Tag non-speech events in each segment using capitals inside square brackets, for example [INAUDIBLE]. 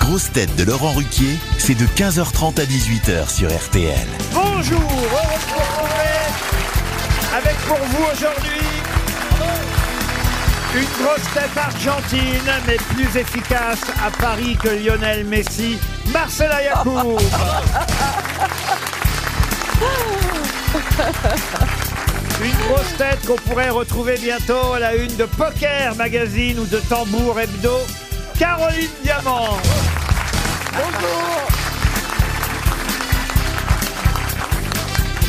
grosses têtes de Laurent Ruquier, c'est de 15h30 à 18h sur RTL. Bonjour, heureux de vous retrouver avec pour vous aujourd'hui une grosse tête argentine, mais plus efficace à Paris que Lionel Messi, Marcela Yacoub. Une grosse tête qu'on pourrait retrouver bientôt à la une de Poker Magazine ou de Tambour Hebdo, Caroline Diamant.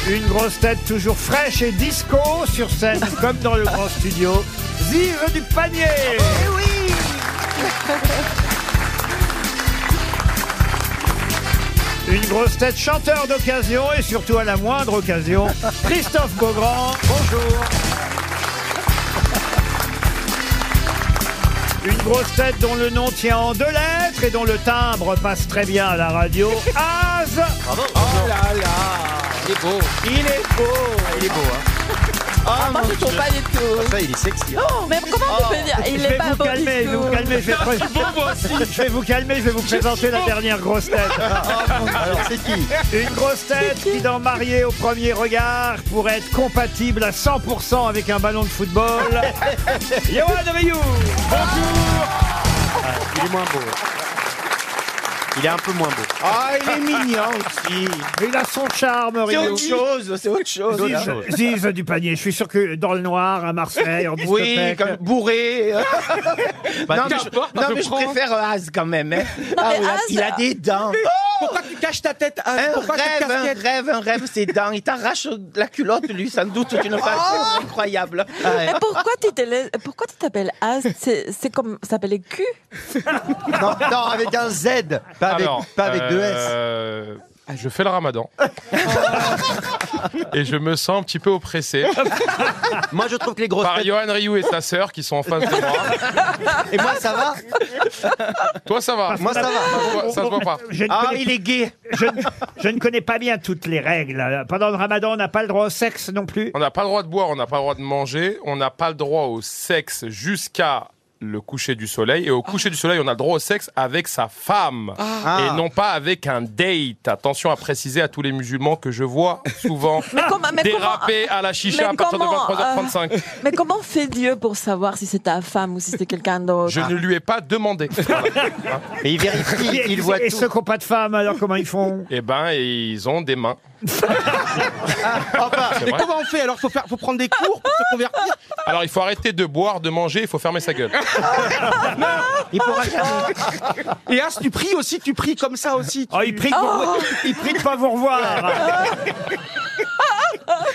Une grosse tête toujours fraîche et disco sur scène comme dans le grand studio. Zive du panier [LAUGHS] Une grosse tête chanteur d'occasion et surtout à la moindre occasion, Christophe Beaugrand. Bonjour Une grosse tête dont le nom tient en deux lettres et dont le timbre passe très bien à la radio, Az Oh là là Il est beau Il est beau Il est beau, hein Ah, Moi, je trouve pas du tout. Ça, il est sexy. hein. Oh. Mais comment vous pouvez dire Il je est vais pas vous beau du calmer, je vais vous tout. calmer, [LAUGHS] Ah, je vais, pré- je vais vous calmer, je vais vous présenter la dernière grosse tête. Alors, c'est qui [LAUGHS] Une grosse tête qui, dans Mariée au premier regard, pourrait être compatible à 100% avec un ballon de football. Ah, [LAUGHS] Yoann Rioux Bonjour Il est moins beau. Il est un peu moins beau. Ah, il est mignon aussi. Il a son charme, Rioux. chose, c'est autre chose. [LAUGHS] Ziz, Ziz du panier, je suis sûr que dans le noir, à Marseille, en Oui, discothèque, comme bourré. non, mais je, qu'importe, non, je mais je prends. préfère Az quand même. [LAUGHS] hein. Ah, oui, Az- il a des dents. Pourquoi tu caches ta tête hein Un Pourquoi tu rêve, caches ta un tête rêve, un rêve, ses dents. Il t'arrache la culotte, lui, sans doute, d'une façon incroyable. Ah, ouais. Et pourquoi tu te laisses- pourquoi tu t'appelles As C'est c'est comme s'appeler Q. Non, non, avec un Z, pas avec, Alors, pas avec deux S. euh, Je fais le [LAUGHS] ramadan. et je me sens un petit peu oppressé Moi, je trouve que les grosses par têtes... Johan Ryu et sa sœur qui sont en face de moi. Et moi, ça va Toi, ça va. Moi, ça va. Toi, ça se voit pas. je ne Ah, connais il est gay. je, ne- je ne connais pas bien toutes les règles. Pendant le ramadan, on n'a pas le droit au sexe non plus. On n'a pas le droit de boire, on n'a pas le droit de manger, on n'a pas le droit au sexe jusqu'à le coucher du soleil. Et au coucher du soleil, on a le droit au sexe avec sa femme. Ah. Et non pas avec un date. Attention à préciser à tous les musulmans que je vois souvent comment- [LAUGHS] mais déraper à la chicha mais à partir comment, euh, de 23h35. Mais comment fait Dieu pour savoir si c'est ta femme ou si c'est quelqu'un d'autre Je ne lui ai pas [LAUGHS] demandé. Voilà. Et il vérifie, Et- il voit et tout. ceux qui n'ont pas de femme, alors comment ils font Eh ben, ils ont des mains. Enfin, C'est Mais vrai. comment on fait alors faut, faire, faut prendre des cours pour se convertir Alors, il faut arrêter de boire, de manger, il faut fermer sa [LAUGHS] gueule. Il pourra jamais. Et As, Ah, tu pries aussi, tu pries comme ça aussi. tu- Oh, il prie de vous- il prie de pas vous revoir. [LAUGHS]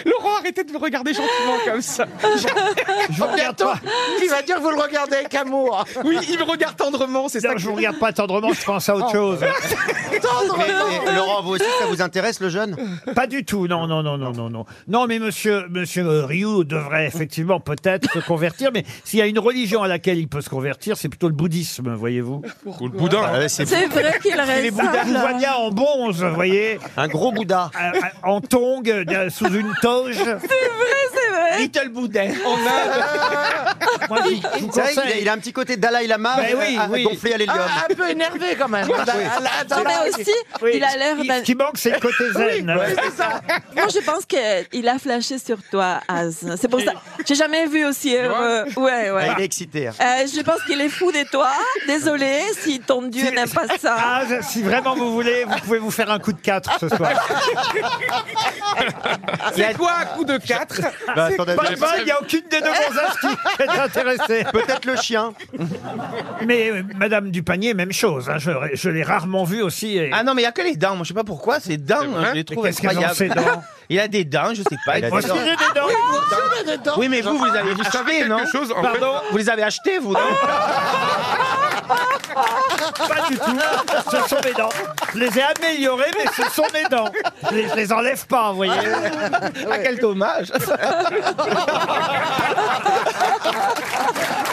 Laurent, arrêtez de me regarder gentiment comme ça. Je vous regarde pas. Il va dire, vous le regardez avec amour. Oui, il me regarde tendrement, c'est ça. D'ailleurs, que- Oh. je vous regarde pas tendrement, je pense à [LAUGHS] autre chose. mais- mais Oh. euh, Laurent, vous aussi, ça vous intéresse, le jeune Pas du tout, non, non, non, non, non, non. Non, mais monsieur, monsieur euh, Rioux devrait effectivement peut-être se convertir, mais s'il y a une religion à laquelle il peut se convertir, c'est plutôt le bouddhisme, voyez-vous. Ou le Ah, boudin. C'est vrai qu'il reste. Je vous vois bien en bonze, vous voyez, Un gros Bouddha. à- à- en tongue, euh, sous une toge. C'est vrai. Little Boudin. En Inde. Ah, Moi, je vous- je vous C'est vrai, qu'il a- conseille. il a un petit côté Dalai Lama Mais oui, euh, oui. gonflé à l'hélium. Ah, un peu énervé quand même. Non, mais aussi, Oui, il a l'air. ce qui- d'un- Ce qui manque, c'est le côté zen. Moi, je pense qu'il a flashé sur toi, Az. C'est pour ça. J'ai jamais vu aussi heureux. Ouais, ouais. Ah, il est excité. hein. Euh, je pense qu'il est fou de toi. Désolé si ton Dieu n'aime pas ça. Ah, si vraiment vous voulez, vous pouvez vous faire un coup de quatre ce soir. [LAUGHS] Ah, C'est quoi un coup de 4 Bah, attendez, Pas mal, il n'y a aucune [LAUGHS] des deux gonzesses qui est intéressée. Peut-être le chien. Mais euh, Madame Dupanier, même chose. hein. je je l'ai rarement vue aussi. et- Ah non, mais il n'y a que les dents. Moi, je sais pas pourquoi, ces dents, vrai je les Mais trouve qu'est-ce qu'elles ont, incroyables. ces dents [LAUGHS] il a des dents, je sais pas. Il a il Moi des faut- aussi, j'ai des dents. Oui, mais vous, vous les Ah, Ah, avez, vous savez, non Quelque chose, en fait, Pardon Vous les avez achetés, vous non Pas du tout. Ce sont mes dents. Je les ai améliorées, mais ce sont mes dents. Je les, je les enlève pas, vous voyez. Ah, Ah, quel dommage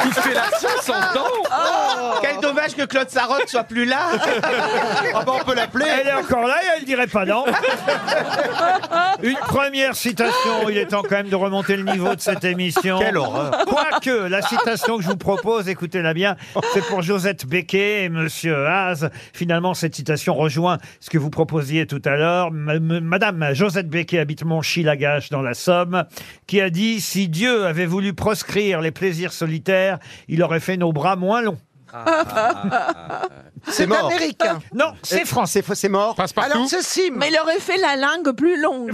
Il fait la sauce en dents Oh Quel dommage que Claude Sarotte soit plus là. bah, on peut l'appeler. Elle est encore là et elle dirait pas non. Une première citation, il est temps quand même de remonter le niveau de cette émission. Quelle horreur. Quoique, la citation que je vous propose, écoutez-la bien, c'est pour Josette Becquet et Monsieur Haas. Finalement, cette citation rejoint ce que vous proposiez tout à l'heure. M- m- Madame Josette Becquet habite Monchy-Lagache dans la Somme, qui a dit « Si Dieu avait voulu proscrire les plaisirs solitaires, il aurait fait nos bras moins longs. Ah. C'est mort. américain. » Non, c'est français. C'est c'est mort. Passe partout. c'est Sim. Mais il aurait fait la langue plus [LAUGHS] longue.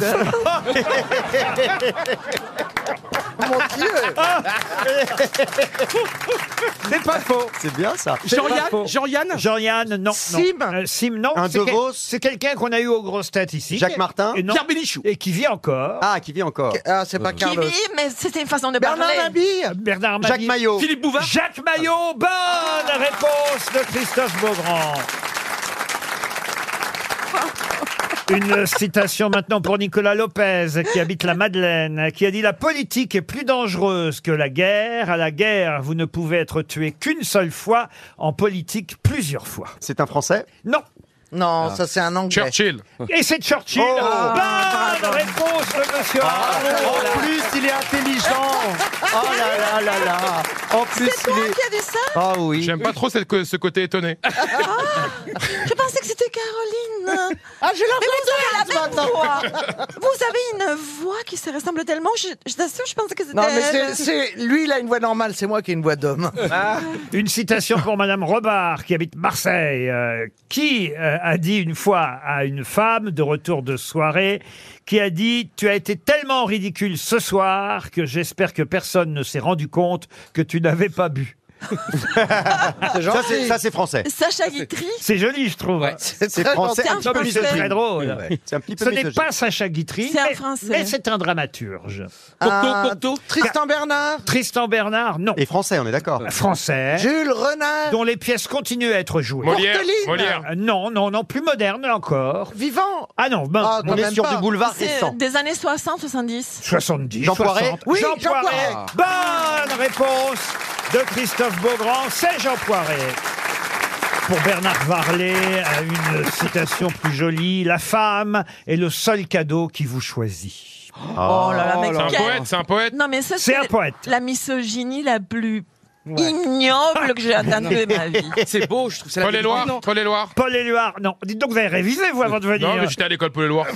[LAUGHS] C'est pas faux. C'est bien ça. Jean-Yann, Jean-Yann, Jean-Yann, non. non. Sim. Euh, Sim, non. Un C'est De quel- Vos. C'est quelqu'un qu'on a eu aux grosses têtes ici. Jacques Martin. Et, non. Pierre Bénichou. Et qui vit encore. Ah, qui vit encore. Euh. Ah, c'est pas Qui vit, mais c'était une façon de parler. Mabille. Bernard Jacques Mabille. Maillot. Philippe Bouvard. Ah. Jacques Maillot, bonne réponse de Christophe Beaugrand. Une citation maintenant pour Nicolas Lopez, qui habite la Madeleine, qui a dit La politique est plus dangereuse que la guerre. À la guerre, vous ne pouvez être tué qu'une seule fois, en politique, plusieurs fois. C'est un Français. Non. Non, Ah. Ah. ça c'est un anglais. Churchill. Et c'est Churchill. Oh. Oh. Ah. bonne réponse de monsieur Arnaud. Ah. En plus, il est intelligent. Oh là là là là. En plus, il Toi est. qui as dit ça Ah oui. J'aime pas trop cette co- ce côté étonné. Je pensais que c'était Caroline. Ah, j'ai l'impression que voix. Vous avez une voix qui se ressemble tellement. Je, je t'assure, je pensais que c'était. Non, mais c'est, elle. c'est- lui, il a une voix normale, c'est moi qui ai une voix d'homme. [LAUGHS] Une citation pour Madame Robard, qui habite Marseille, euh, qui euh, a dit une fois à une femme de retour de soirée, qui a dit « Tu as été tellement ridicule ce soir que j'espère que personne ne s'est rendu compte que tu n'avais pas bu. Ça, c'est- ça, c'est français. Sacha Guitry. ». C'est joli, je trouve. C'est français. gentil. Un petit peu C'est un Français. Très misogyne. drôle. C'est un petit peu Ce n'est misogyne. pas Sacha Guitry, C'est un mais- Français. mais c'est un dramaturge. Ah, Cocteau, Tristan Bernard, Tristan Bernard, non. Euh, Et français, on est d'accord. [LAUGHS] Français, Jules Renard, dont les pièces continuent à être jouées. Molière. Porteline. Molière. Euh, non, non, non, plus moderne encore. vivant. Ah non, ben, Ah, On quand est même sur pas. du boulevard C'est récent. des années 60, 70. 70, Jean 60. Poiret Oui, Jean, Jean Poiret. Bonne réponse de Christophe Beaugrand. C'est Jean Poiret. Pour Bernard Varlet, à une citation plus jolie, la femme est le seul cadeau qui vous choisit. Oh là là, mec, C'est un quel- poète, c'est un poète. Non, mais ça, C'est un poète. La misogynie la plus ignoble que j'ai [LAUGHS] entendue de ma vie. c'est beau, je trouve. C'est la Paul vérité. Éloire. Paul Éloire. Paul Éluard, non, dites donc vous avez révisé vous avant de venir. Non, mais j'étais à l'école Paul Éloire.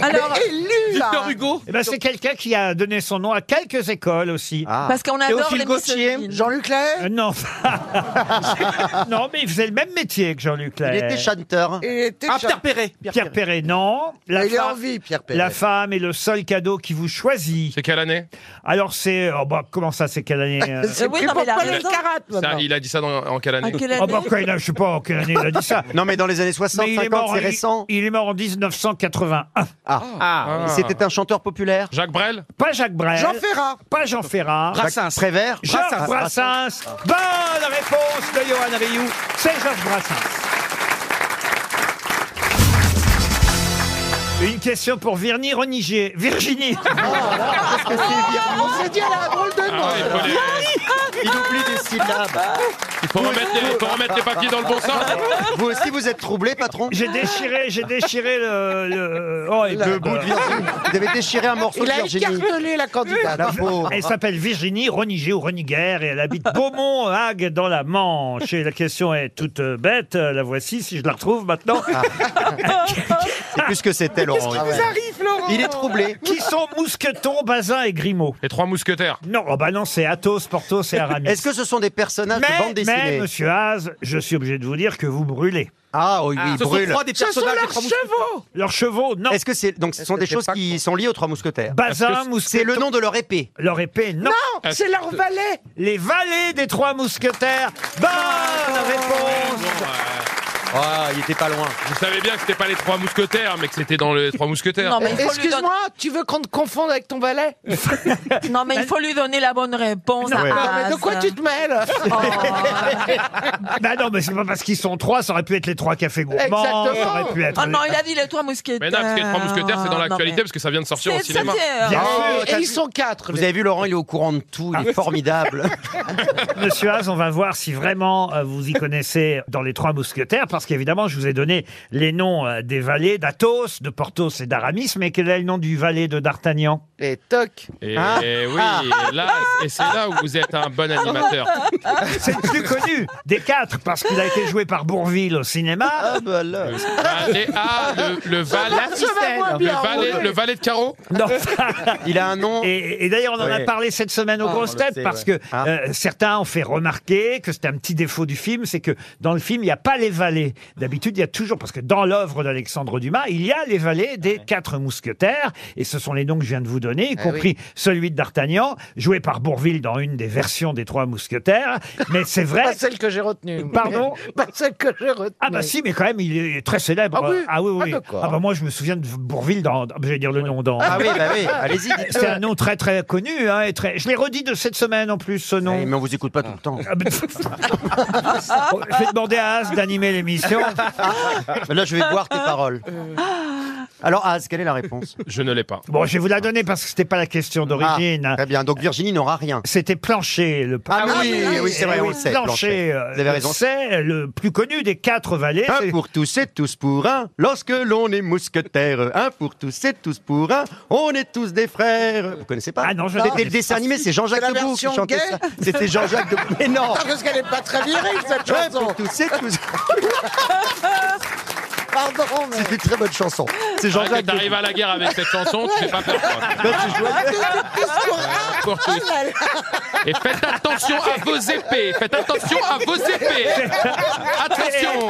Alors, Élu, Victor là. Hugo. Eh ben, c'est quelqu'un qui a donné son nom à quelques écoles aussi. Ah. parce qu'on adore Théophile les Gautier, misogynes. Jean-Luc Lahaye, Euh, non. [LAUGHS] non, mais il faisait le même métier que Jean-Luc Il Lahaye. était chanteur. il était Ah, cha- Pierre Perret. Pierre Perret, non. La Il est en femme- vie, Pierre Perret. La femme est le seul cadeau qui vous choisit. C'est quelle année Alors c'est... oh bah, comment ça, c'est quelle année euh C'est Euh, oui, pris non, mais pour il a Paul raison. Elkarat, Ça, maintenant. Il a dit ça dans- en quelle À année quelle Oh bah, année quand il a- je sais pas en quelle année il a dit ça. Non, mais dans les années 60, Mais il est 50, mort, c'est il- récent. Il, est mort en 1981. Ah, Ah. c'était un chanteur [LAUGHS] populaire. Jacques Brel. Pas Jacques Brel, Jean Ferrat. pas Jean Ferrat, Brassens. Prévert. Jacques Brassens. Bonne réponse de Johan Rioux. C'est Jacques Brassens. Une question pour Virginie Roniger. Virginie. Oh, Oh, On s'est dit, elle a un drôle de Ah, il, nom. faut les- Il oublie des syllabes. il faut remettre les, faut remettre les papiers dans le bon sens. Vous aussi, vous êtes troublé, patron J'ai déchiré, j'ai déchiré le, le- oh, et Le puis, bout de euh, Virginie. Vous avez déchiré un morceau Il de a Virginie. écartelé la candidate. La pauvre. Elle s'appelle Virginie Roniger ou Reniger et elle [LAUGHS] habite Beaumont, Hague, dans la Manche. Et la question est toute euh, bête. euh, La voici, si je la retrouve maintenant. Ah. [LAUGHS] C'est plus que c'était, Laurent. Ah Arrive, Laurent. Il est troublé. Qui sont Mousqueton, Bazin et Grimaud Les trois mousquetaires. Non, oh bah non, c'est Athos, Porthos et Aramis. Est-ce que ce sont des personnages de bande mais, mais, dessinée monsieur Haas, je suis obligé de vous dire que vous brûlez. Ah oui, oui, Ce sont brûle. trois des personnages des trois mousquetaires. Leurs chevaux, non. Est-ce que c'est donc ce sont des choses qui sont liées aux trois mousquetaires Bazin, C'est Mousqueton, le nom de leur épée. leur épée, non. C'est leur valet. Les valets des trois mousquetaires. Bonne réponse Ah, il était pas loin. Je savais bien que c'était pas les trois mousquetaires, mais que c'était dans les trois mousquetaires. Non, mais- Excuse-moi, tu veux qu'on te confonde avec ton valet Non, [LAUGHS] Non, mais il faut lui donner la bonne réponse. à mais de quoi As. tu te mêles Bah non, mais c'est pas parce qu'ils sont trois, ça aurait pu être les trois cafés [LAUGHS] gourmands. Ça Exactement. aurait pu être. Oh non, il a dit les trois mousquetaires. Mais non, parce que les trois mousquetaires, c'est dans Non, l'actualité, mais- parce que ça vient de sortir au C'est ça, cinéma. c'est- Bien Ah, sûr, t'as Et ils vu- sont quatre. Vous les- avez vu, Laurent, il est au courant de tout. Ah. Il [LAUGHS] est formidable. Monsieur Haas, on va voir si vraiment euh, vous y connaissez dans les trois mousquetaires, parce qu'évidemment, je vous ai donné les noms euh, des valets d'Athos, de Porthos et d'Aramis, mais quel est le nom du valet de D'Artagnan Les tocs. Et Ah. oui, et là, et c'est là où vous êtes un bon animateur. Ah. C'est le plus connu des quatre, parce qu'il a été joué par Bourville au Ah, cinéma. bah Le valet, ah, le, le valet, le valet, le valet de carreau. Non. Il a un nom. Et, et d'ailleurs, on en a Ouais. Ah, parlé cette semaine aux grosses on le têtes sait, parce ouais. que Ah. euh, certains ont fait remarquer que c'était un petit défaut du film, c'est que dans le film, il n'y a pas les valets. D'habitude, il y a toujours, parce que dans l'œuvre d'Alexandre Dumas, il y a les valets des quatre mousquetaires, et ce sont les noms que je viens de vous Eh donner, y compris celui de D'Artagnan, joué par Bourville dans une des versions des trois mousquetaires. Mais c'est [LAUGHS] vrai. Ah, Pas celle que j'ai retenue. Pardon [LAUGHS] Pas celle que j'ai retenue. Ah bah si, mais quand même, il est très célèbre. Ah oui oui, Ah, oui. d'accord. Ah bah moi, je me souviens de Bourville dans, je vais dire le nom dans. Ah oui, bah oui, [LAUGHS] allez-y, C'est dites-le. un nom très très connu, hein, et très... je l'ai redit de cette semaine en plus ce nom. Eh, Mais on vous écoute pas tout le temps. Ah ben, [LAUGHS] Bon, je vais demander à As d'animer l'émission. [LAUGHS] Mais Là, je vais boire tes paroles. Alors, Az, quelle est la réponse Je ne l'ai pas. Ah. Bon, je vais vous la donner parce que c'était pas la question Ah, d'origine. Très bien. Donc, Virginie n'aura rien. C'était Plancher, le Ah, Ah oui, oui, oui, c'est vrai, Eh on oui, le sait. Plancher, Vous avez euh, raison. c'est le plus connu des quatre vallées. Un C'est- pour tous et tous pour un, lorsque l'on est mousquetaire. Un pour tous et tous pour un, on est tous des frères. Vous connaissez pas Ah non, je ne C'était connais le dessin animé, c'est C'est Jean-Jacques la Debout qui version chantait gay ça. C'était [LAUGHS] Jean-Jacques Debout. Mais non Ah, Parce qu'elle est pas très virile, cette Un chanson. pour tous et [LAUGHS] tous. Pardon, mais. C'est une très bonne chanson. Quand C'est Jean-Jacques Debout. Bah, t'arrives à la guerre avec cette chanson, tu fais pas peur. [LAUGHS] quoi. Ah, pour tous. Et faites attention à vos épées. Faites attention à vos [LAUGHS] épées. [LAUGHS] Attention.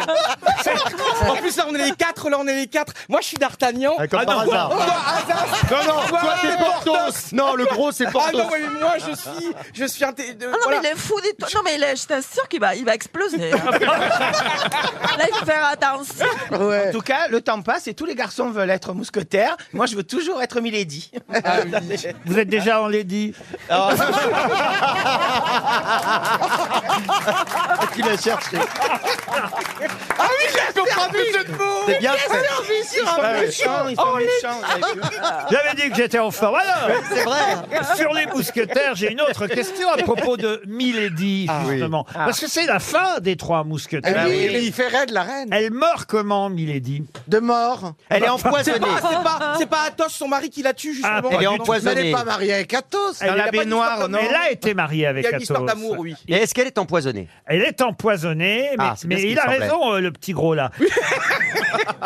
En plus, là, on est les quatre, là, on est les quatre. Moi, je suis d'Artagnan. Ah, comme Ah, par non, hasard. toi, Azaz. Non, non, toi, t'es Porthos. Non, le gros, c'est Ah Porthos. non, mais moi, je suis. Je suis. inté- de- Ah non, voilà. mais il est fou des to- Non, mais il est- je t'assure qu'il va, il va exploser. Là, il faut faire attention. En tout cas, le temps passe et tous les garçons veulent être mousquetaires. Moi, je veux toujours être Milady. Ah Ah [LAUGHS] Oh. Vous êtes déjà en lady. [LAUGHS] Qui l'a cherché Ah oui, j'ai compris le jeu de mots. C'est bien fait. Ils sont méchants, ils sont méchants. Oh, Ah J'avais dit que j'étais en forme. Alors, C'est vrai. sur les mousquetaires, j'ai une autre question à propos de Milady, Ah oui. justement. Parce que c'est la fin des trois mousquetaires. Ah oui, mais il fait raide, la reine. Elle meurt comment, Milady De mort. Elle est empoisonnée. Bah, C'est pas, c'est pas, c'est pas Athos, son mari, qui l'a tue, justement. Ah, Elle est Mais elle n'est empoisonnée. pas mariée avec Athos. la Elle a pas une baignoire, histoire- non Elle a été mariée Il avec y a Athos. une histoire d'amour, oui. Et est-ce qu'elle est empoisonnée Elle est empoisonnée, mais, Ah, c'est bien mais ce qui il a me semblait. raison, euh, le petit gros là. [LAUGHS]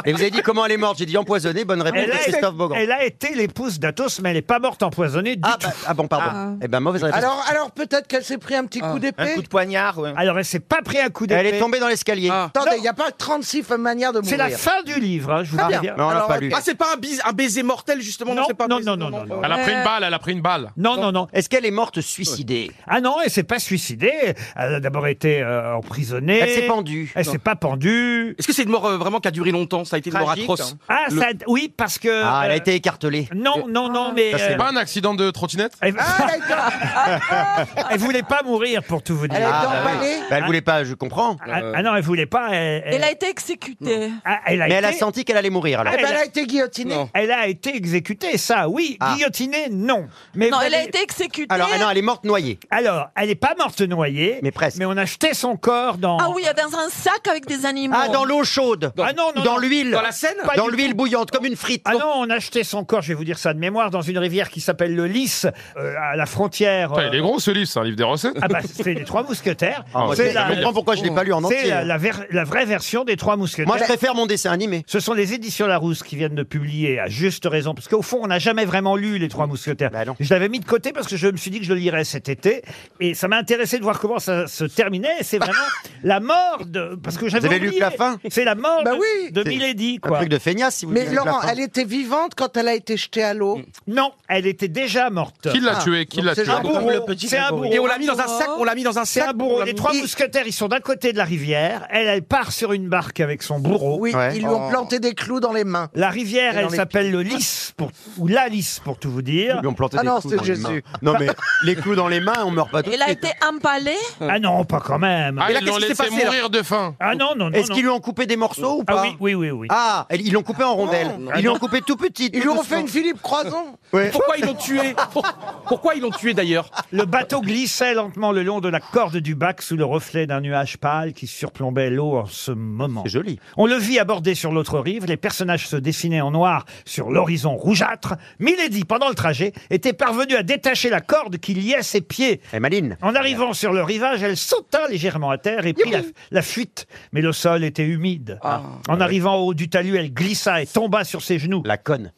Et vous avez dit comment elle est morte J'ai dit empoisonnée, bonne réponse Elle de a, Christophe Beaugrand. elle a été l'épouse d'Athos, mais elle n'est pas morte empoisonnée du Ah, tout. bah, ah bon, pardon. Eh ben, mauvaise réponse. Ah. Alors, alors peut-être qu'elle s'est pris un Ah. petit coup Un coup d'épée. de poignard. ouais. Alors elle s'est pas pris un coup elle d'épée. est tombée dans l'escalier. Ah. Attendez, il n'y a pas 36 manières de C'est mourir. la fin du livre, hein, je vous Très bien. préviens. Mais on l'a Alors, pas lu. Ah, c'est pas un, bais- un baiser mortel, justement. Non, c'est pas un non, baiser- non, non, non, non. pas- Elle a pris une balle. Elle a pris une balle. Euh, Non, non, non. Est-ce qu'elle est morte suicidée Ah non, elle s'est pas suicidée. Elle a d'abord été euh, emprisonnée. Elle s'est pendue. Elle s'est pas pendue. Est-ce que c'est une mort euh, vraiment qui a duré longtemps Ça a été une mort Tragique, atroce. hein. Ah, Le- ça, oui, parce que. Ah, elle a euh, été écartelée. Non, non, Ah. non, mais. Ça, c'est euh, Pas un accident de trottinette. elle, Ah, d'accord. [LAUGHS] elle voulait pas mourir, pour tout vous dire. Elle a été Ah, bah emballée. Bah, elle voulait pas, je comprends. Ah, ah non, elle voulait pas. Elle, elle- Il a été exécuté. ah, elle a Mais elle a été- senti qu'elle allait mourir alors. Eh ben, Elle elle a- a été guillotinée. Non. Elle a été exécutée, ça, oui. Ah. Guillotinée, non. Mais Non, vous elle a avez- été exécutée. Alors, ah non, elle est morte noyée. Alors, elle n'est pas morte noyée. Mais presque. Mais on a jeté son corps dans. Ah oui, dans un sac avec des animaux. Ah, dans l'eau chaude. Ah non, non, Ou dans non. l'huile. Dans la Seine Pas Dans du l'huile bouillante, comme une frite. Ah non, on a jeté son corps, je vais vous dire ça de mémoire, dans une rivière qui s'appelle le Lys, euh, à la frontière. Putain, euh, Il est gros ce livre. C'est un livre des recettes. Ah bah, c'est les Trois Mousquetaires. Ah, moi, c'est je la, comprends pourquoi je l'ai pas lu en c'est entier. la, la ver- la vraie version des Trois Mousquetaires. Moi, je préfère mon son dessin animé. Ce sont les éditions Larousse qui viennent de publier, à juste raison, parce qu'au fond, on n'a jamais vraiment lu Les Trois Mousquetaires. Bah non. je l'avais mis de côté parce que je me suis dit que je le lirais cet été, et ça m'a intéressé de voir comment ça se terminait. et C'est [LAUGHS] vraiment la mort de... Parce que j'avais avez lu oublié. que la fin C'est la mort Bah de- oui. de C'est Milady, Un quoi. truc de feignasse, si vous Mais voulez, avec la Laurent, fin. Mm. elle était vivante quand elle a été jetée à l'eau. Non, elle était déjà morte. Qui l'a Ah, tué Qui donc l'a c'est tué un bourreau. le petit C'est un Grégory. bourreau. Et on l'a mis dans un sac, on l'a mis dans un C'est sac. un on bourreau. l'a Les mis- trois mousquetaires, ils sont d'un côté de la rivière. Elle, elle part sur une barque avec son bourreau. Oui, Ouais. ils lui ont Oh. planté des clous dans les mains. La rivière, Et dans elle les [LAUGHS] s'appelle le lys, pour, ou la lys, pour tout vous Ils dire. lui ont planté Ah des non, clous c'est dans les Jésus. mains. Non, mais les clous dans les mains, on meurt pas tout de Il a suite. été empalé. Ah non, pas quand même. Ah, là, ils l'ont qu'est-ce qui s'est laissé passé, là mourir de faim. Ah non, non, non. Est-ce non. qu'ils lui ont coupé des morceaux ou Ah pas oui, oui, oui, oui. Ah, elle- ils l'ont coupé en rondelles. ils l'ont coupé tout petit. Ils lui ont fait une Philippe Croison. Pourquoi ils l'ont tué Pour- Pourquoi ils l'ont tué d'ailleurs Le bateau glissait lentement le long de la corde du bac sous le reflet d'un nuage pâle qui surplombait l'eau en ce moment. C'est joli. On le vit aborder sur l'autre rive, les personnages se dessinaient en noir sur l'horizon rougeâtre. Milady, pendant le trajet, était parvenue à détacher la corde qui liait ses pieds. Eh, Maline. En arrivant sur le rivage, elle sauta légèrement à terre et prit la, la fuite. Mais le sol était humide. Ah. en arrivant au haut du talus, elle glissa et tomba sur ses genoux. La conne.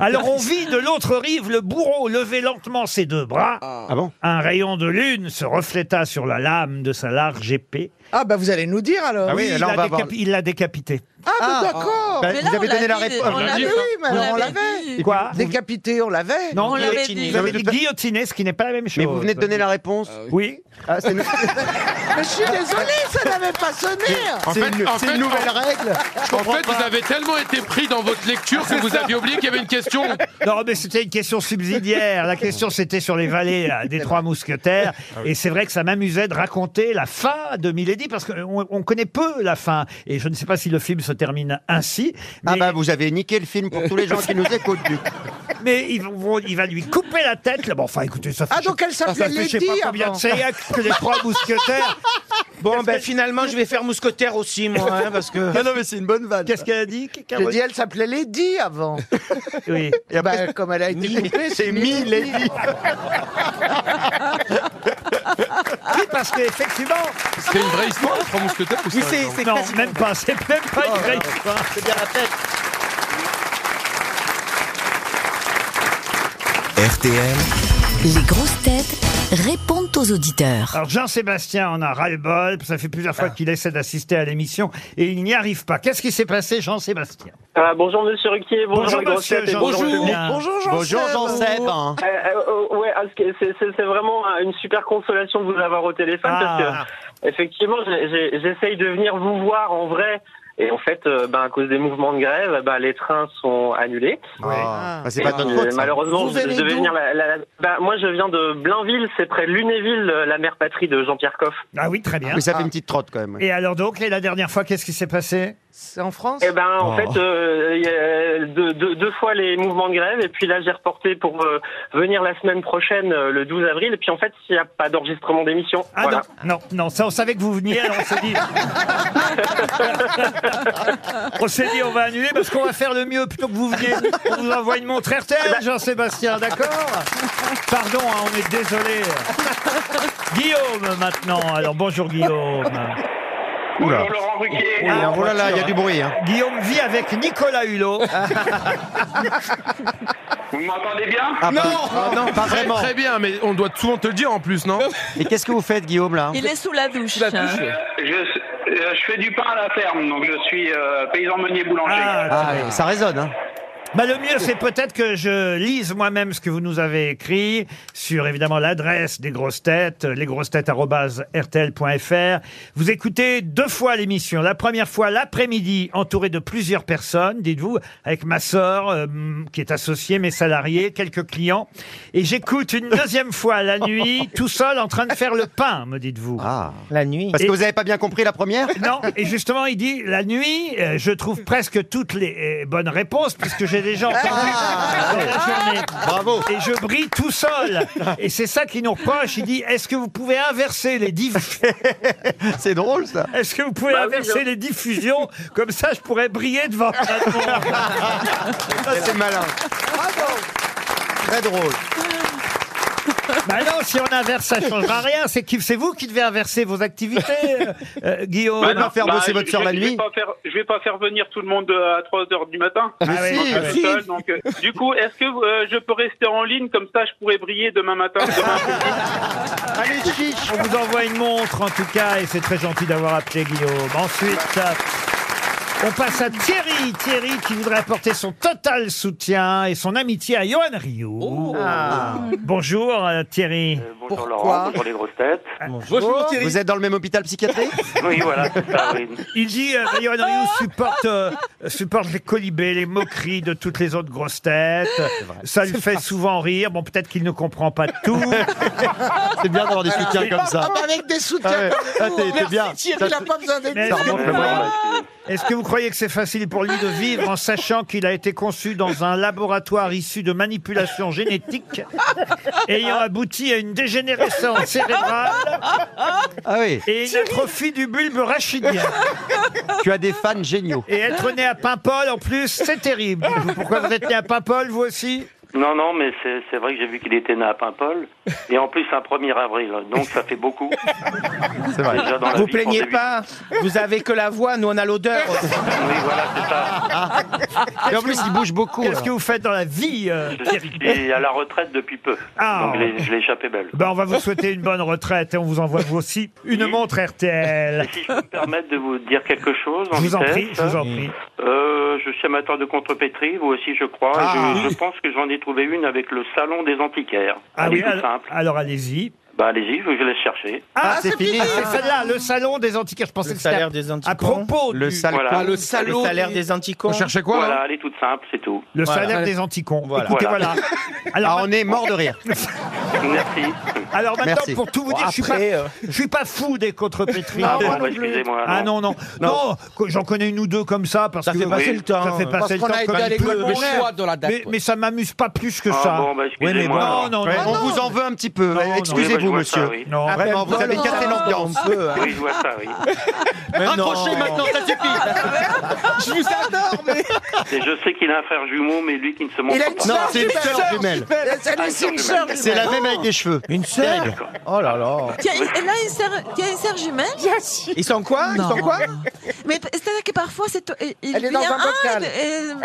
Alors on vit de l'autre rive le bourreau lever lentement ses deux bras. Ah bon Un rayon de lune se refléta sur la lame de sa large épée. Ah bah vous allez nous dire alors. Ah oui, il là, on l'a va voir. décapi- il l'a décapité. Ah, bah d'accord. Bah, Mais là, Vous on avez donné l'a la dit, réponse. on l'a Ah, dit. mais oui, mais alors on l'avait. dit. Quoi Décapité, on l'avait. Non, On l'avait guillotiné. dit. vous avez dit guillotiné, ce qui n'est pas la même chose. Mais vous venez de donner la réponse. Oui. Ah, c'est une... [LAUGHS] Mais je suis désolé, ça n'avait pas sonné. En c'est fait, une- en c'est fait, une nouvelle règle. En fait, vous avez tellement été pris dans votre lecture que vous aviez oublié qu'il y avait une question. Non, mais c'était une question subsidiaire. La question, c'était sur les vallées là, des Trois Mousquetaires. Et c'est vrai que ça m'amusait de raconter la fin de Milady, parce qu'on on connaît peu la fin. Et je ne sais pas si le film se termine ainsi. Mais, Ah bah, vous avez niqué le film pour tous les gens qui nous écoutent. du coup. mais ils vont- il va lui couper la tête. là. Bon, enfin, écoutez, ça fait, Ah donc elle ça s'appelait fait je sais Lady pas combien avant. de séiacles que les Trois Mousquetaires. Bon, ben finalement, je vais faire mousquetaire aussi, moi, hein, parce que. Ah non, mais c'est une bonne vanne. Qu'est-ce qu'elle a dit J'ai dit, elle s'appelait Lady [LAUGHS] avant. Oui. Et bah, comme elle a été coupée, C'est mi Lady. Oui, parce qu'effectivement, C'était une vraie histoire, les trois mousquetaires ou Oui, ça, c'est genre c'est non, quasi- même pas. C'est même pas Oh une vraie histoire. RTL, Les grosses têtes répondent aux auditeurs. Alors Jean-Sébastien en a ras-le-bol, ça fait plusieurs Ah. fois qu'il essaie d'assister à l'émission et il n'y arrive pas. Qu'est-ce qui s'est passé Jean-Sébastien Ah, bonjour Monsieur Ruquier, bonjour, les grosses têtes et Jean- bonjour. Bonjour. Bonjour Jean. Bonjour Jean-Seb. hein. Euh, euh, euh, ouais, ah, c'est- c'est c'est- c'est vraiment euh, une super consolation de vous avoir au téléphone parce Ah. que effectivement, j'ai- j'ai- j'essaye de venir vous voir en vrai. Et en fait, euh, ben, à cause des mouvements de grève, ben, les trains sont annulés. Ah, bah, c'est Et pas de puis, notre faute. euh, ça. malheureusement, Vous je allez devais d'où venir. La, la- la- ben, moi, je viens de Blainville, c'est près de Lunéville, euh, la mère patrie de Jean-Pierre Coff. Ah oui, très bien. Mais ça fait une petite trotte quand même. Et alors donc, et la dernière fois, qu'est-ce qui s'est passé C'est en France Eh ben, en Oh. fait, euh, il y a deux, deux, deux fois les mouvements de grève, et puis là, j'ai reporté pour euh, venir la semaine prochaine, euh, le 12 avril, et puis en fait, il n'y a pas d'enregistrement d'émission. Ah Voilà. non, non, non, ça on savait que vous veniez, alors on s'est [LAUGHS] dit... on s'est dit on va annuler parce qu'on va faire le mieux plutôt que vous veniez. On vous envoie une montre Eh ben. RTL, Jean-Sébastien, d'accord Pardon, hein, on est [LAUGHS] désolé. Guillaume maintenant, alors bonjour Guillaume. Oula. Laurent Ruquier. Ah, oh là là, il y a [LAUGHS] du bruit. Hein. Guillaume vit avec Nicolas Hulot. Vous m'entendez bien bah Ah, pas- ah, non, pas Très, vraiment. très bien, mais on doit souvent te le dire en plus, [LAUGHS] non Et qu'est-ce que vous faites, Guillaume, là Il est Ah, sous la douche. je, fais du pain à la ferme, donc je suis euh, paysan meunier boulanger. Ah, [LAUGHS] Ah, oui, ça résonne. Hein. Bah, le mieux, c'est peut-être que je lise moi-même ce que vous nous avez écrit sur évidemment l'adresse des grosses têtes, euh, lesgrossetêtes.rtl.fr. Vous écoutez deux fois l'émission. La première fois l'après-midi, entouré de plusieurs personnes, dites-vous, avec ma sœur euh, qui est associée, mes salariés, quelques clients. Et j'écoute une deuxième fois la nuit, tout seul, en train de faire le pain, me dites-vous. Ah. La nuit. Parce Et- que vous avez pas bien compris la première Non, et justement, il dit la nuit, euh, je trouve presque toutes les euh, bonnes réponses puisque j'ai déjà entendu dans la journée. Ah. Bravo. Et je brille tout seul. Et c'est ça qui nous reproche. Il dit est-ce que vous pouvez inverser les diff- [LAUGHS] C'est drôle, ça. est-ce que vous pouvez Bah oui, inverser je- les diffusions comme ça je pourrais briller devant [LAUGHS] plein de monde. Ça, c'est malin. Très drôle. Bah non, si on inverse, ça changera rien. C'est qui- c'est vous qui devez inverser vos activités, euh, euh, Guillaume. Bah non, bah, je- je- je vais pas faire- Je vais pas faire venir tout le monde euh, à 3 heures du matin. Ah Mais oui, si, Moi, je suis si. seul, donc, euh, du coup, est-ce que euh, je peux rester en ligne comme ça, je pourrais briller demain matin. [LAUGHS] Allez, On vous envoie une montre, en tout cas, et c'est très gentil d'avoir appelé Guillaume. Ensuite. On passe à Thierry, Thierry qui voudrait apporter son total soutien et son amitié à Johan Rio. Bonjour euh, Thierry. Bonjour Laurent, bonjour les grosses têtes. Ah, Vous êtes dans le même hôpital psychiatrique [LAUGHS] Oui, voilà, c'est ça, oui. Il dit euh, Yoann Rioux supporte, euh, supporte les colibés, les moqueries de toutes les autres grosses têtes. Ça lui fait souvent rire. Bon, peut-être qu'il ne comprend pas tout. [LAUGHS] C'est bien d'avoir des soutiens comme ça. Ah, Avec des soutiens. Ah ouais. Ah, comme t'es- vous. t'es Merci, bien. Thierry, Ça- il n'a pas besoin d'être Mais Ça est-ce que- remonte le moral. Est-ce que vous croyez que c'est facile pour lui de vivre en sachant qu'il a été conçu dans un laboratoire issu de [LAUGHS] manipulations génétiques ayant abouti à une dégénérescence cérébrale Ah et une atrophie du bulbe rachidien [LAUGHS] Tu as des fans géniaux. Et être né à Paimpol, en plus, c'est terrible. Du coup, Pourquoi vous êtes né à Paimpol, vous aussi Non, non, mais c'est c'est vrai que j'ai vu qu'il était né à Paimpol. Et en plus, un 1er avril. Donc, ça fait beaucoup. [LAUGHS] C'est vrai. Déjà dans la Vous vie, en plaignez début- pas, vous avez que la voix, nous on a l'odeur. [LAUGHS] Ah. Oui, voilà, c'est ça. Et en plus, il bouge beaucoup. Qu'est-ce que vous faites dans la vie, euh, Thierry Je suis à la retraite depuis peu. Ah. Donc, je l'ai- je l'ai échappé belle. Ben, on va vous souhaiter une bonne retraite et on vous envoie vous aussi une montre RTL. Et si je peux me permettre de vous dire quelque chose en Je vous en vitesse, prie, je vous en prie. euh, je suis amateur de contrepétrie, vous aussi je crois. Ah. Je, je pense que j'en ai trouvé une avec le salon des antiquaires. Ah Elle oui, est tout alors, simple. alors allez-y. Bah allez-y, je, je laisse chercher. Ah, c'est fini. C'est celle-là, le salon des antiquaires. Je pensais que c'était salaire à- des à propos Le du- sal- Ah, le salaud Le salaire des anticons. On cherchait quoi, Voilà, hein elle est toute simple, c'est tout. Le salaire des anticons. Voilà. Écoutez, Voilà. voilà. Alors, Ah, on est mort [LAUGHS] de rire. Merci. Alors maintenant, Merci. pour tout vous Bon, dire, je suis pas- après, euh, je suis pas fou des contrepétries. Ah bon, bah, excusez-moi, alors. Ah non, non. Non. Non, que- j'en connais une ou deux comme ça. Parce Ça que, fait passer Oui. le temps. Ça fait Parce passer le qu'on temps. a été comme à il l'école peut. primaire. Mais- Choix dans la date, mais, ouais. mais ça m'amuse pas plus que Ah ça. bon, bah, excusez-moi, mais bon, alors. non, non, Ouais, non, on non. vous en veut un petit peu. Non, non. Excusez-vous, Oui, bah, je vois monsieur. ça, oui. Non, Ah, vraiment, ben, vous avez voilà. cassé l'ambiance. On peut, hein. Oui, je vois ça, [LAUGHS] oui. Raccrochez maintenant, ça [LAUGHS] Je vous adore, mais. Et je sais qu'il a un frère jumeau, mais lui qui ne se montre pas. Non, c'est une sœur jumelle. Ah, une sœur jumelle. C'est la même avec des cheveux. Une sœur Oh là là. Il y a une- elle a une sœur, il y a une sœur jumelle Ils sont quoi Ils sont quoi Mais p- c'est-à-dire que parfois, c'est, to- il il Elle est vient dans un un, bocal. et- et-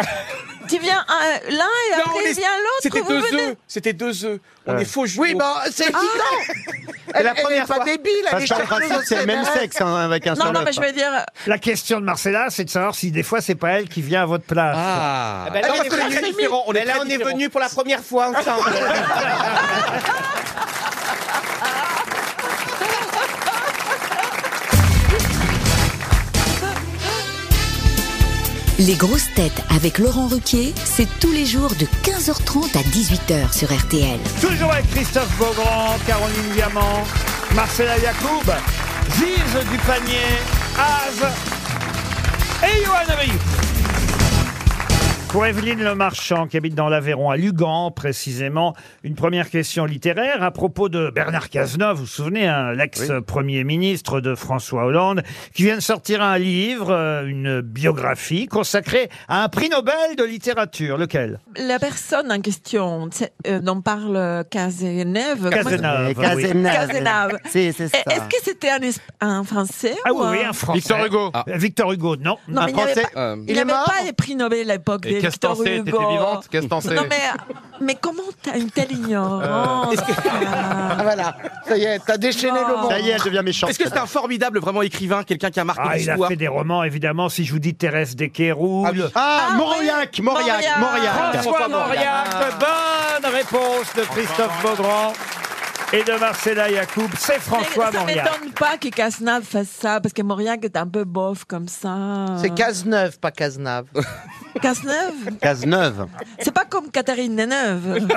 tu viens un- l'un et Non, on après est- il vient l'autre. C'était vous deux venez- œufs. C'était deux œufs. On Ouais. est faux jumeaux. Oui, bah, c'est [LAUGHS] Ah. Elle, la elle est première pas fois. débile, elle est Parce qu'en chercheuse principe, au c'est le même CNRS. sexe hein, avec un Non, seul non, mais œuf. je veux dire, euh, La question de Marcella, c'est de savoir si des fois c'est pas elle qui vient à votre place. Ah bah ben là, Ah, on parce est qu'on est venus très différents. différents, on est Mais là, très on est différents. venus pour la première fois ensemble. Les grosses têtes avec Laurent Ruquier, c'est tous les jours de 15h30 à 18h sur RTL. Toujours avec Christophe Beaugrand, Caroline Diamant, Marcella Yacoub, Gise Dupanier, Az et Johan Rioux. Pour Evelyne Le Marchand, qui habite dans l'Aveyron, à Lugan précisément, une première question littéraire à propos de Bernard Cazeneuve, vous vous souvenez, hein, l'ex-premier ministre de François Hollande, qui vient de sortir un livre, euh, une biographie consacrée à un prix Nobel de littérature. Lequel la personne en question c'est- euh, dont parle Cazeneuve. Cazeneuve, oui. Cazeneuve. Si, c'est ça. Et Est-ce que c'était un, Esp- un Français Ah ou oui, oui, un Français. Victor Hugo. Ah. Victor Hugo, non. Euh, Non, mais il n'y avait pas, il n'y avait pas les prix Nobel à l'époque Et des qu'est-ce Victor t'en sais T'étais Hugo. vivante Qu'est-ce t'en sais Non, mais, euh, mais comment t'as une telle ignorance Ah. Ah, voilà, ça y est, t'as déchaîné Oh. le monde. Ça y est, elle devient méchante. Est-ce que c'est un formidable vraiment écrivain, quelqu'un qui a marqué Ah, il a l'histoire fait des romans, évidemment, si je vous dis Thérèse Desqueroux. Ah, Ah, Mauriac, Mauriac, Mauriac. Mauriac. François Mauriac, bonne réponse de Christophe Beaugrand et de Marcella Yacoub. C'est François Mais ça Mauriac. m'étonne pas que Cazenave fasse ça, parce que Mauriac est un peu bof comme ça. C'est Cazeneuve, pas Cazenave. Cazeneuve Cazeneuve. C'est pas comme [LAUGHS] Catherine Deneuve.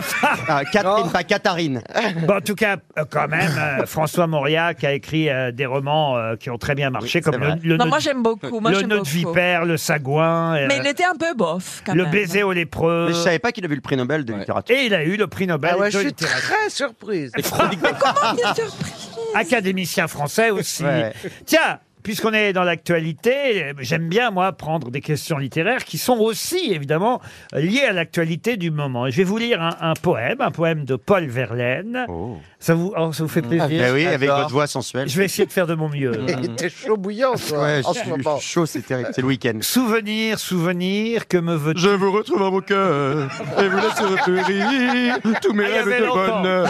Ah, Catherine, pas Catherine. [LAUGHS] Bon, en tout cas, euh, quand même, euh, François Mauriac a écrit euh, des romans euh, qui ont très bien marché, comme le, vrai. le non, Nœud- moi j'aime beaucoup. Moi, Le j'aime Nœud de beaucoup. Vipère, Le Sagouin, euh, Mais il était un peu bof quand Le même. Baiser aux lépreux. Mais je savais pas qu'il avait eu le prix Nobel de littérature. Oh, Et il a eu le prix Nobel Ah ouais, de je suis littérature. très [LAUGHS] surprise. [LAUGHS] Mais comment t'es surpris Académicien français aussi. Ouais. Tiens, puisqu'on est dans l'actualité, euh, j'aime bien, moi, prendre des questions littéraires qui sont aussi, évidemment, liées à l'actualité du moment. Et je vais vous lire un, un poème, un poème de Paul Verlaine. Ça, vous, oh, ça vous fait plaisir Ben oui, avec votre voix sensuelle. Je vais essayer de faire de mon [LAUGHS] mieux. T'es chaud bouillant, toi, Ouais, en je ce suis moment. chaud, [LAUGHS] c'est terrible. C'est le week-end. [LAUGHS] Souvenir, souvenir, que me veux-tu Je vous retrouve à mon cœur et vous laisse repérir tous mes Ah, il y rêves avait de longtemps. bonheur.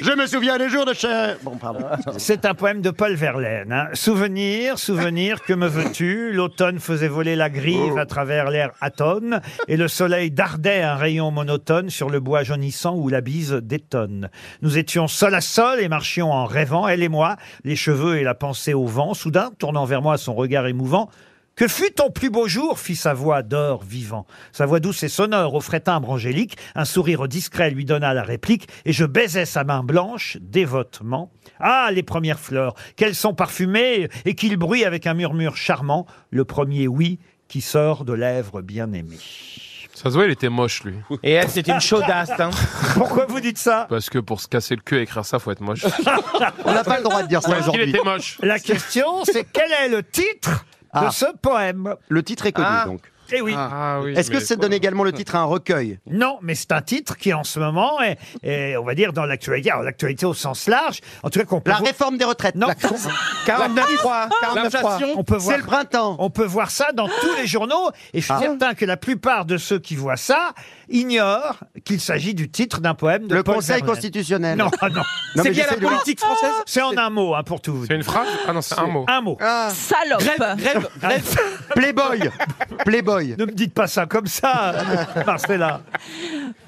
Je me souviens des jours de chair. Bon, pardon. [LAUGHS] C'est un poème de Paul Verlaine. hein. Souvenir, souvenir, que me veux-tu L'automne faisait voler la Oh. grive à travers l'air atone, et le soleil dardait un rayon monotone sur le bois jaunissant où la bise détonne. Nous étions sol à sol et marchions en rêvant, elle et moi, les cheveux et la pensée au vent. Soudain, tournant vers moi son regard émouvant, que fut ton plus beau jour, fit sa voix d'or vivant. Sa voix douce et sonore offrait timbre angélique, un sourire discret lui donna la réplique, et je baisais sa main blanche dévotement. Ah, les premières fleurs, qu'elles sont parfumées, et qu'il bruit avec un murmure charmant, le premier oui qui sort de lèvres bien-aimées. Ça se voit, il était moche, lui. Et elle, c'est une chaudasse. hein. Pourquoi vous dites ça Parce que pour se casser le cul et écrire ça, faut être moche. On n'a pas le droit de dire Ou ça est-ce qu'il aujourd'hui. était moche La question, c'est quel est le titre de Ah. ce poème Le titre est connu, Ah. donc. Eh oui. Ah oui. Est-ce que mais- ça donne également le titre à un recueil Non, mais c'est un titre qui en ce moment est, est, on va dire, dans l'actualité, alors l'actualité au sens large, en tout cas qu'on peut, La vo- réforme des retraites. Non. La- 49.3. 49.3. on peut C'est voir, le printemps. on peut voir ça dans tous les journaux, et je suis Ah. certain que la plupart de ceux qui voient ça ignorent qu'il s'agit du titre d'un poème de Le Paul Conseil Verlaine. constitutionnel. Non, [LAUGHS] ah non. Non, C'est mais bien la j'essaie de- politique française C'est en un mot, hein, pour tout vous C'est dire. une phrase Ah non, c'est un mot. Un mot. Salope. Grève, grève. Playboy. Playboy. Ne me dites pas ça [LAUGHS] comme ça, Marcella.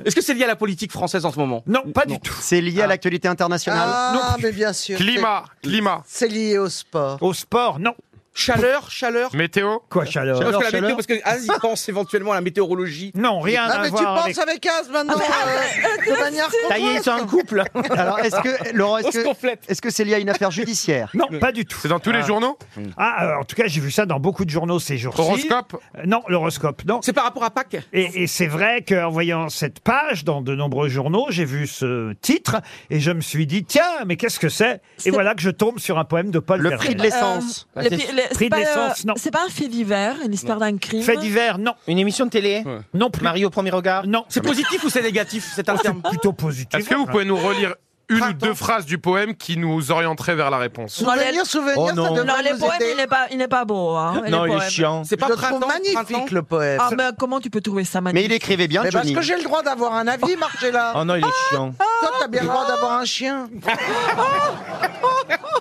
Est-ce que c'est lié à la politique française en ce moment Ah. Non, pas du tout. C'est lié à l'actualité internationale. Ah, mais bien sûr. Climat, climat. C'est c'est lié au sport. Au sport, non. Chaleur, chaleur. Météo Quoi, chaleur Parce que la chaleur. météo, parce que As, il pense éventuellement à la météorologie. Non, rien Ah, à mais tu voir penses avec... Ah, avec Az maintenant, euh, [LAUGHS] de manière Ça y est, ils sont un couple. Alors, est-ce que, Laurent, est-ce On se que, complète. est-ce que c'est lié à une affaire judiciaire Non, pas du tout. C'est dans tous les journaux Ah, euh, en tout cas, j'ai vu ça dans beaucoup de journaux ces jours-ci. Horoscope Euh, Non, l'horoscope, non. C'est par rapport à Pâques Et, et c'est vrai qu'en voyant cette page dans de nombreux journaux, j'ai vu ce titre et je me suis dit, tiens, mais qu'est-ce que c'est Et C'est- voilà que je tombe sur un poème de Paul Le Verlaine. prix de l'essence. Euh, Bah, le- c'est- le- prix c'est de pas, euh, l'essence, non. C'est pas un fait divers, une histoire d'un crime. Fait divers, non. Une émission de télé Non plus. Marie au premier regard Non. C'est positif ou c'est négatif C'est un terme. plutôt positif. Est-ce que vous pouvez nous relire une ou Printemps. deux phrases du poème qui nous orienteraient vers la réponse Dans les, Souvenir, souvenir, Oh ça non. devrait non, les nous poèmes, aider. il est pas, il est pas beau. Hein, Non, les il est poèmes. chiant. C'est Je pas le trouve printemps, printemps magnifique, le poème. Ah, mais comment tu peux trouver ça Mais magnifique Eh ben, il écrivait bien, Mais parce Johnny. que j'ai le droit d'avoir un avis, Marcella. Oh non, il est chiant. Toi, t'as bien le droit d'avoir un [LAUGHS] chien.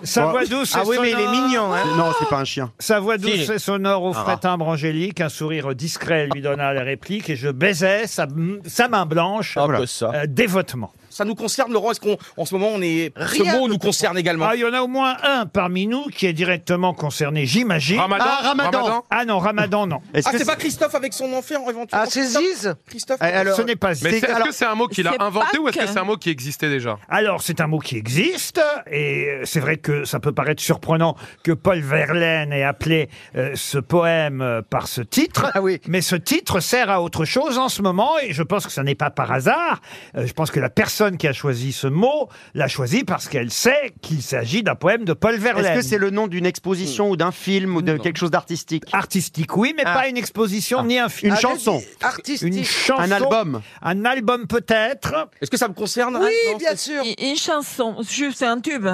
Sa voix douce Ah et oui, mais il est sonore- mignon, hein. Non, c'est pas un chien. Sa voix douce Si. et sonore offrait Ah. timbre angélique, un sourire discret lui donna la réplique et je baisais sa, sa main blanche Oh, que ça. euh, dévotement. Ça nous concerne, Laurent Est-ce qu'on, en ce moment, on est. ce mot nous concerne également. Ah, il y en a au moins un parmi nous qui est directement concerné, j'imagine. Ramadan, Ah, Ramadan. Ah non, Ramadan, non. Est-ce Ah, que c'est pas Christophe avec son enfant éventuellement Ah, c'est Ziz Christophe. Eh, alors- Ce n'est pas Mais c'est- est-ce alors- que c'est un mot qu'il a C'est inventé ou est-ce que Pâques. c'est un mot qui existait déjà Alors, c'est un mot qui existe, et euh, c'est vrai que ça peut paraître surprenant que Paul Verlaine ait appelé euh, ce poème euh, par ce titre. Ah oui. Mais ce titre sert à autre chose en ce moment, et je pense que ça n'est pas par hasard. Euh, je pense que la personne qui a choisi ce mot l'a choisi parce qu'elle sait qu'il s'agit d'un poème de Paul Verlaine. Est-ce que c'est le nom d'une exposition ou d'un film ou de quelque chose d'artistique Artistique, oui, mais Ah. pas une exposition ni un film. Une Ah, chanson, Artistique. Une chanson. un album. Un album peut-être. Est-ce que ça me concerne Oui, Non, bien c'est- sûr. Une chanson, juste un tube.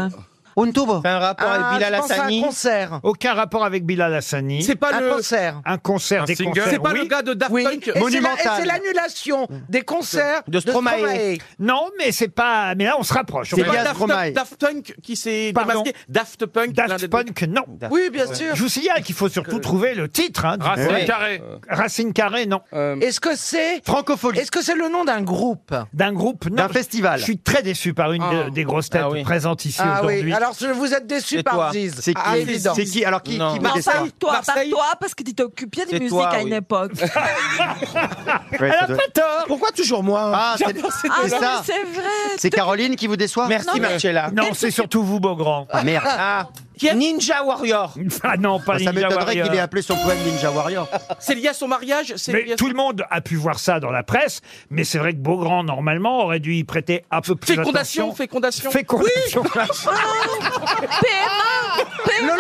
Un tubo. C'est un rapport avec Ah, Bilal je pense à Hassani. un concert. Aucun rapport avec Bilal Hassani. C'est pas Un le. concert. un concert Un des single. concerts, C'est pas oui. le gars de Daft Oui. Punk. Et c'est la- Monumental. Et c'est l'annulation des concerts De Stromae. Non, mais c'est pas. Mais là, on se rapproche. On C'est va- bien. Pas Elias Daft, Stromae. Daft Punk qui s'est Pardon démasqué. Daft Punk. l'un des Daft deux. Punk, non. Oui, bien sûr. Je vous signale qu'il faut surtout trouver le titre. hein, du- Racine Ouais. carré. Racine carrée, non. Euh, Est-ce que c'est Francophonie. est-ce que c'est le nom d'un groupe D'un groupe, non. D'un Je- festival. Je suis très déçu par une Ah. de- des grosses têtes Ah oui. présentes ici Ah oui. aujourd'hui. Alors je vous êtes déçu Et par toi Ziz. C'est qui Ah, C'est évident. qui Alors qui, Non. qui Non, mettait ça par toi, par Marseille. toi, parce que tu t'occupais C'est de musique toi, à une oui. époque. Ouais, ça Elle a doit- pas tort. Pourquoi toujours moi Ah, c'est- ah c'est non, ça. mais c'est vrai. c'est Caroline qui vous déçoit Merci Non, mais- Marcella. [LAUGHS] Non, c'est surtout vous, Beaugrand. Ah merde. Ah, [LAUGHS] Ninja Warrior. Ah non, pas Ça Ninja m'étonnerait Warrior. qu'il ait appelé son poème Ninja Warrior. [LAUGHS] C'est lié à son mariage c'est lié Mais à- tout le monde a pu voir ça dans la presse, mais c'est vrai que Beaugrand, normalement, aurait dû y prêter un peu plus Fécondation, attention. fécondation. Fécondation. [LAUGHS] Ah PMA PMA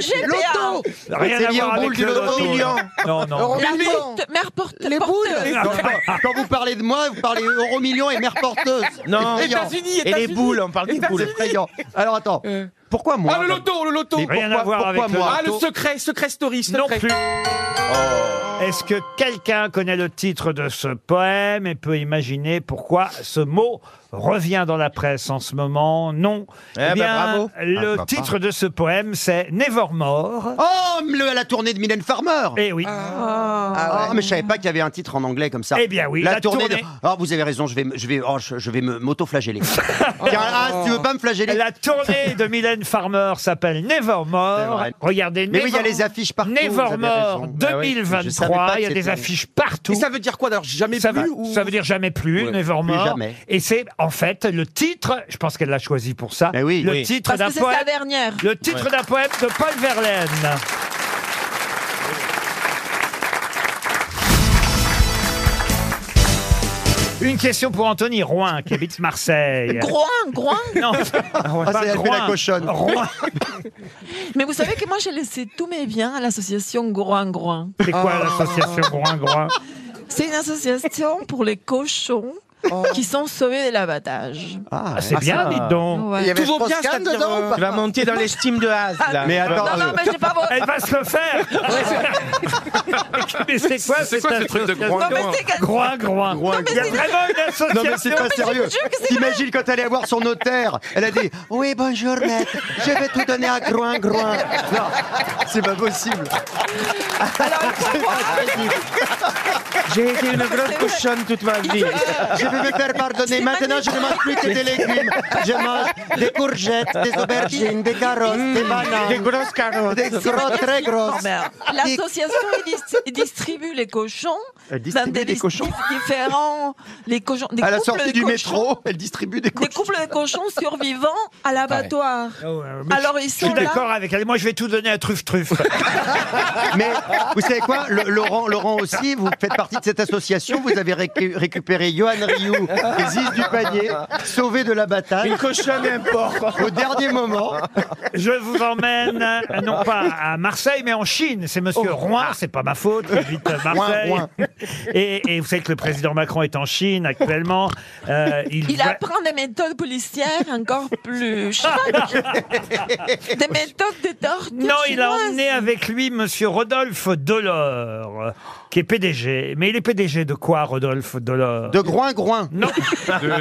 GPA. Rien à voir avec le loto, Euromillion. là. Non, non. Euromillion. Mère porte- Les porteuse. boules [LAUGHS] Quand- Quand vous parlez de moi, vous parlez Euromillion et mère porteuse. Non. C'est effrayant. États-Unis, États-Unis. C'est effrayant. Alors attends, pourquoi moi Ah, le loto, le loto. Mais Rien pourquoi- à voir pourquoi avec le moi Ah, le loto secret, secret story, secret. plus. Oh. Est-ce que quelqu'un connaît le titre de ce poème et peut imaginer pourquoi ce mot revient dans la presse en ce moment Non. Eh ben, bravo. Ah, le papa. titre de ce poème, c'est Nevermore. Oh, le- la tournée de Mylène Farmer Eh oui. Ah, mais je savais pas qu'il y avait un titre en anglais comme ça. Eh bien oui, La, la tournée. tournée- de- Oh, vous avez raison, je vais, me- je vais, oh, je je vais me [LAUGHS] m'auto-flageller. Tiens, ah, si tu veux pas me flageller La tournée de Mylène Farmer s'appelle Nevermore. Regardez, Mais oui, il y a Never- les affiches partout, vous avez Nevermore raison. Ah oui, je savais 2023. pas que il y a des c'était- affiches partout. Et ça veut dire quoi d'ailleurs Jamais Ça, plus va- ou- ça veut dire jamais plus, Nevermore. plus jamais. Et c'est en fait le titre, je pense qu'elle l'a choisi pour ça, le Oui. titre Parce d'un que c'est sa poème, dernière. le titre Ouais. d'un poème de Paul Verlaine. Une question pour Anthony Roin, qui habite Marseille. Groin, groin. Non, Ah, c'est elle fait la Roin. cochonne. Roin. Mais vous savez que moi, j'ai laissé tous mes biens à l'association Groin, groin. C'est quoi l'association Ah. Groin-Groin C'est une association pour les cochons qui sont sauvés de l'abattage. Oh. Ah, c'est bien, dites donc. Ouais. Tout vaut Toujours bien, c'est-à-dire, euh, Tu vas monter dans l'estime de Haas, là. Mais attends, Non, non, mais j'ai pas votre- Elle va se le faire Mais c'est quoi, C'est quoi cette ce truc de association groin-groin Non, mais c'est que- Groin-groin. Groin, Il y a groin. vraiment une association Non mais c'est pas sérieux. T'imagines quand elle est voir son notaire, elle a dit "Oui, bonjour maître, je vais tout donner à groin [LAUGHS] groin." Non, c'est pas possible. Ah, C'est pas possible. J'ai été une grosse cochonne toute ma vie. Je vais me faire pardonner. Maintenant, je ne mange plus que des légumes. Je mange des courgettes, Ah, [LAUGHS] des aubergines, des carottes, des bananes. Mmh, Des grosses carottes. Des grosses, très grosses. Merde. L'association il dis- il distribue les cochons Elle distribue dans des des districts cochons différents. Les cochons des À la couples sortie de du cochons- métro, elle distribue des Des courgettes. couples de cochons survivants à l'abattoir. Ah ouais, mais Alors, je- ils Je sont suis là. d'accord avec elle. Moi, je vais tout donner à Truff Truff. [LAUGHS] Mais vous savez quoi, Le- Laurent, Laurent aussi, vous faites partie de cette association. Vous avez récu- récupéré Johan Rioux et Ziz du panier, sauvé de la bataille Une cochonne et un porc. au dernier moment. Je vous emmène, euh, non pas à Marseille, mais en Chine. C'est Monsieur Roin, c'est pas ma faute, j'habite à Marseille. Roin, Et, et vous savez que le président Macron est en Chine actuellement. Euh, il Il va- apprend des méthodes policières encore [LAUGHS] plus chocs. des méthodes de torture Non, il a chinoise. emmené avec lui Monsieur Rodolphe Delors, euh, qui est PDG. Mais il est PDG de quoi, Rodolphe Delors De groin groin. Non,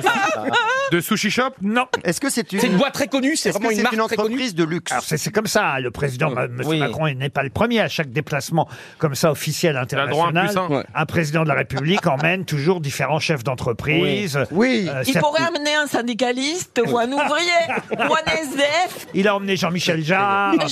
de, de sushi shop non. Est-ce que c'est une, C'est une boîte très connue, c'est est-ce que vraiment une c'est marque une très connue. entreprise de luxe Alors, c'est c'est comme ça, le président, ma- Monsieur oui. Macron, il n'est pas le premier à chaque déplacement comme ça officiel a le droit à un international. plus un. Ouais. Un président de la République emmène toujours différents chefs d'entreprise. Oui. Euh, Il certes, pourrait amener un syndicaliste ou un ouvrier ou un SDF. il a emmené Euh, Jean-Michel Jarre. Mais jamais,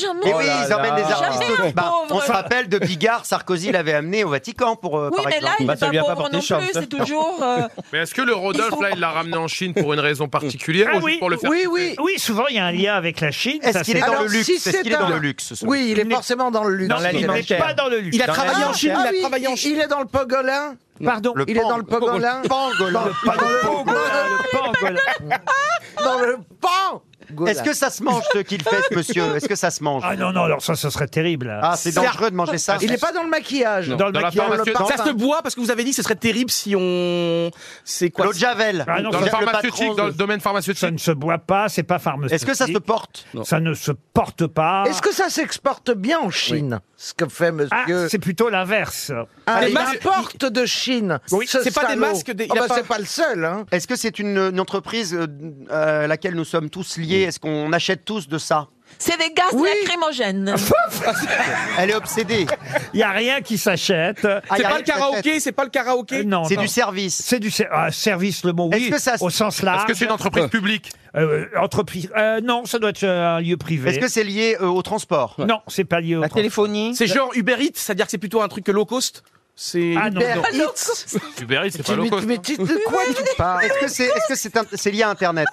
jamais. Oh Oh Et Eh oui, ils là emmènent des là. artistes. Jamais un Bah, on pauvre. se rappelle de Bigard, Sarkozy l'avait amené au Vatican pour euh, Oui, par mais là, exemple. il Bah, n'est ça pas lui a pas pauvre porté non chance. plus. C'est toujours. euh, [LAUGHS] Mais est-ce que le Rodolphe, là, il l'a ramené en Chine pour une raison particulière Ah ou juste pour le faire Oui, [LAUGHS] oui. Oui, souvent il y a un lien avec la Chine. Est-ce ça, qu'il est c'est- dans Alors, le luxe si Est-ce c'est qu'il est dans un- le luxe ce Oui, il est Il n'est- forcément dans le luxe. Non, il n'est l'alimentaire. pas dans le luxe. Il a Dans travaillé en l'alimentaire. Chine, il Ah a oui, travaillé en il- Chine. Il est dans le pogolin. Pardon. Le Il est pan- dans le pangolin. pangolin. Pas dans le pangolin, le pangolin. [LAUGHS] Dans le pangolin. Est-ce que ça se mange ce qu'il fait, [LAUGHS] ce monsieur Est-ce que ça se mange Ah non, non, alors ça, ce serait terrible. Ah, c'est dangereux de manger ça. Il n'est pas dans le maquillage. Dans le Dans la maquillage. pharmacie- Dans le Ça se boit parce que vous avez dit que ce serait terrible si on. C'est quoi L'eau de Javel. Ah non, Dans le Le patron, pharmaceutique, dans le domaine Ça ne pharmaceutique se boit pas, c'est pas pharmaceutique. Est-ce que ça se porte Ça ne se porte pas. Est-ce que ça s'exporte bien en Chine Ce que fait Ah, monsieur. c'est plutôt l'inverse. Ah, Des il masques- importe de Chine. [LAUGHS] Oui, ce c'est pas des salaud. masques, des- il Ah a bah, pas- C'est pas le seul. Hein. Est-ce que c'est une, une entreprise euh, euh, à laquelle nous sommes tous liés Est-ce qu'on achète tous de ça C'est des gaz Oui. [LAUGHS] [LAUGHS] lacrymogènes. Elle est obsédée. Il n'y a rien qui s'achète. Ah, C'est y pas a rien le qui s'achète. karaoké, c'est pas le Euh, karaoké. non, C'est non. du service. C'est du ser- ah, service, le mot oui, Est-ce que ça- au sens Est-ce large. que c'est une entreprise publique Euh, entreprise euh, Non, ça doit être euh, un lieu privé. Est-ce que c'est lié euh, au transport non, c'est pas lié au La transport. téléphonie. C'est genre Uber Eats, c'est-à-dire que c'est plutôt un truc low cost. C'est. Ah non, non. Uber Eats. Uber Eats, c'est Tu- Ah, pas low cost. hein. [LAUGHS] Mais tu- de quoi tu parles Est-ce que c'est est -ce c'est un- c'est lié à Internet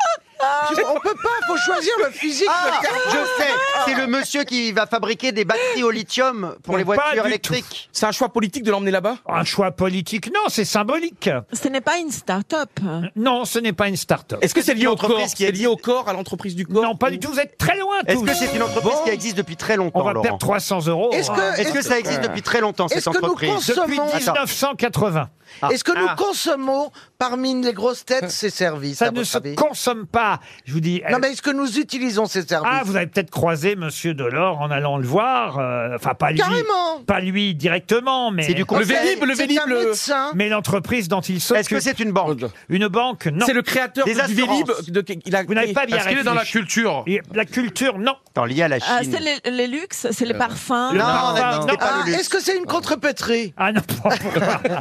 On peut pas, faut choisir le physique. Ah, je sais, c'est le monsieur qui va fabriquer des batteries au lithium pour les voitures électriques. C'est un choix politique de l'emmener là-bas Un choix politique, non, c'est symbolique. Ce n'est pas une start-up. Non, ce n'est pas une start-up. Est-ce que c'est lié au corps C'est lié au corps, à l'entreprise du corps Non, pas du tout, vous êtes très loin Est-ce que tous. c'est une entreprise qui existe depuis très longtemps On va Laurent perdre 300 euros. Est-ce que, est-ce que ça existe depuis très longtemps cette Est-ce que nous entreprise consommons- Depuis 1980. Est-ce que nous Ah. consommons parmi les grosses têtes ces services Ça à ne votre se avis consomme pas. Je vous dis. Non, mais est-ce que nous utilisons ces services Ah, vous avez peut-être croisé Monsieur Delors en allant le voir. euh, Enfin, pas lui. Carrément. Pas lui directement, mais. C'est du Oh, conseil. Le Vélib, le C'est Vélib, un le- médecin. Mais l'entreprise dont il s'occupe. Est-ce que c'est une banque Une banque, non. C'est le créateur Des du Vélib. assurances. de- de- il a- Vous n'avez pas bien Est-ce qu'il est dans la réfléchi. culture Et La culture, non. Attends, lié à la Ah, c'est les, les luxes, c'est les parfums. Euh, Le Non, parfum, non. pas le Ah, luxe. Est-ce que c'est une contrepétrie Ah non,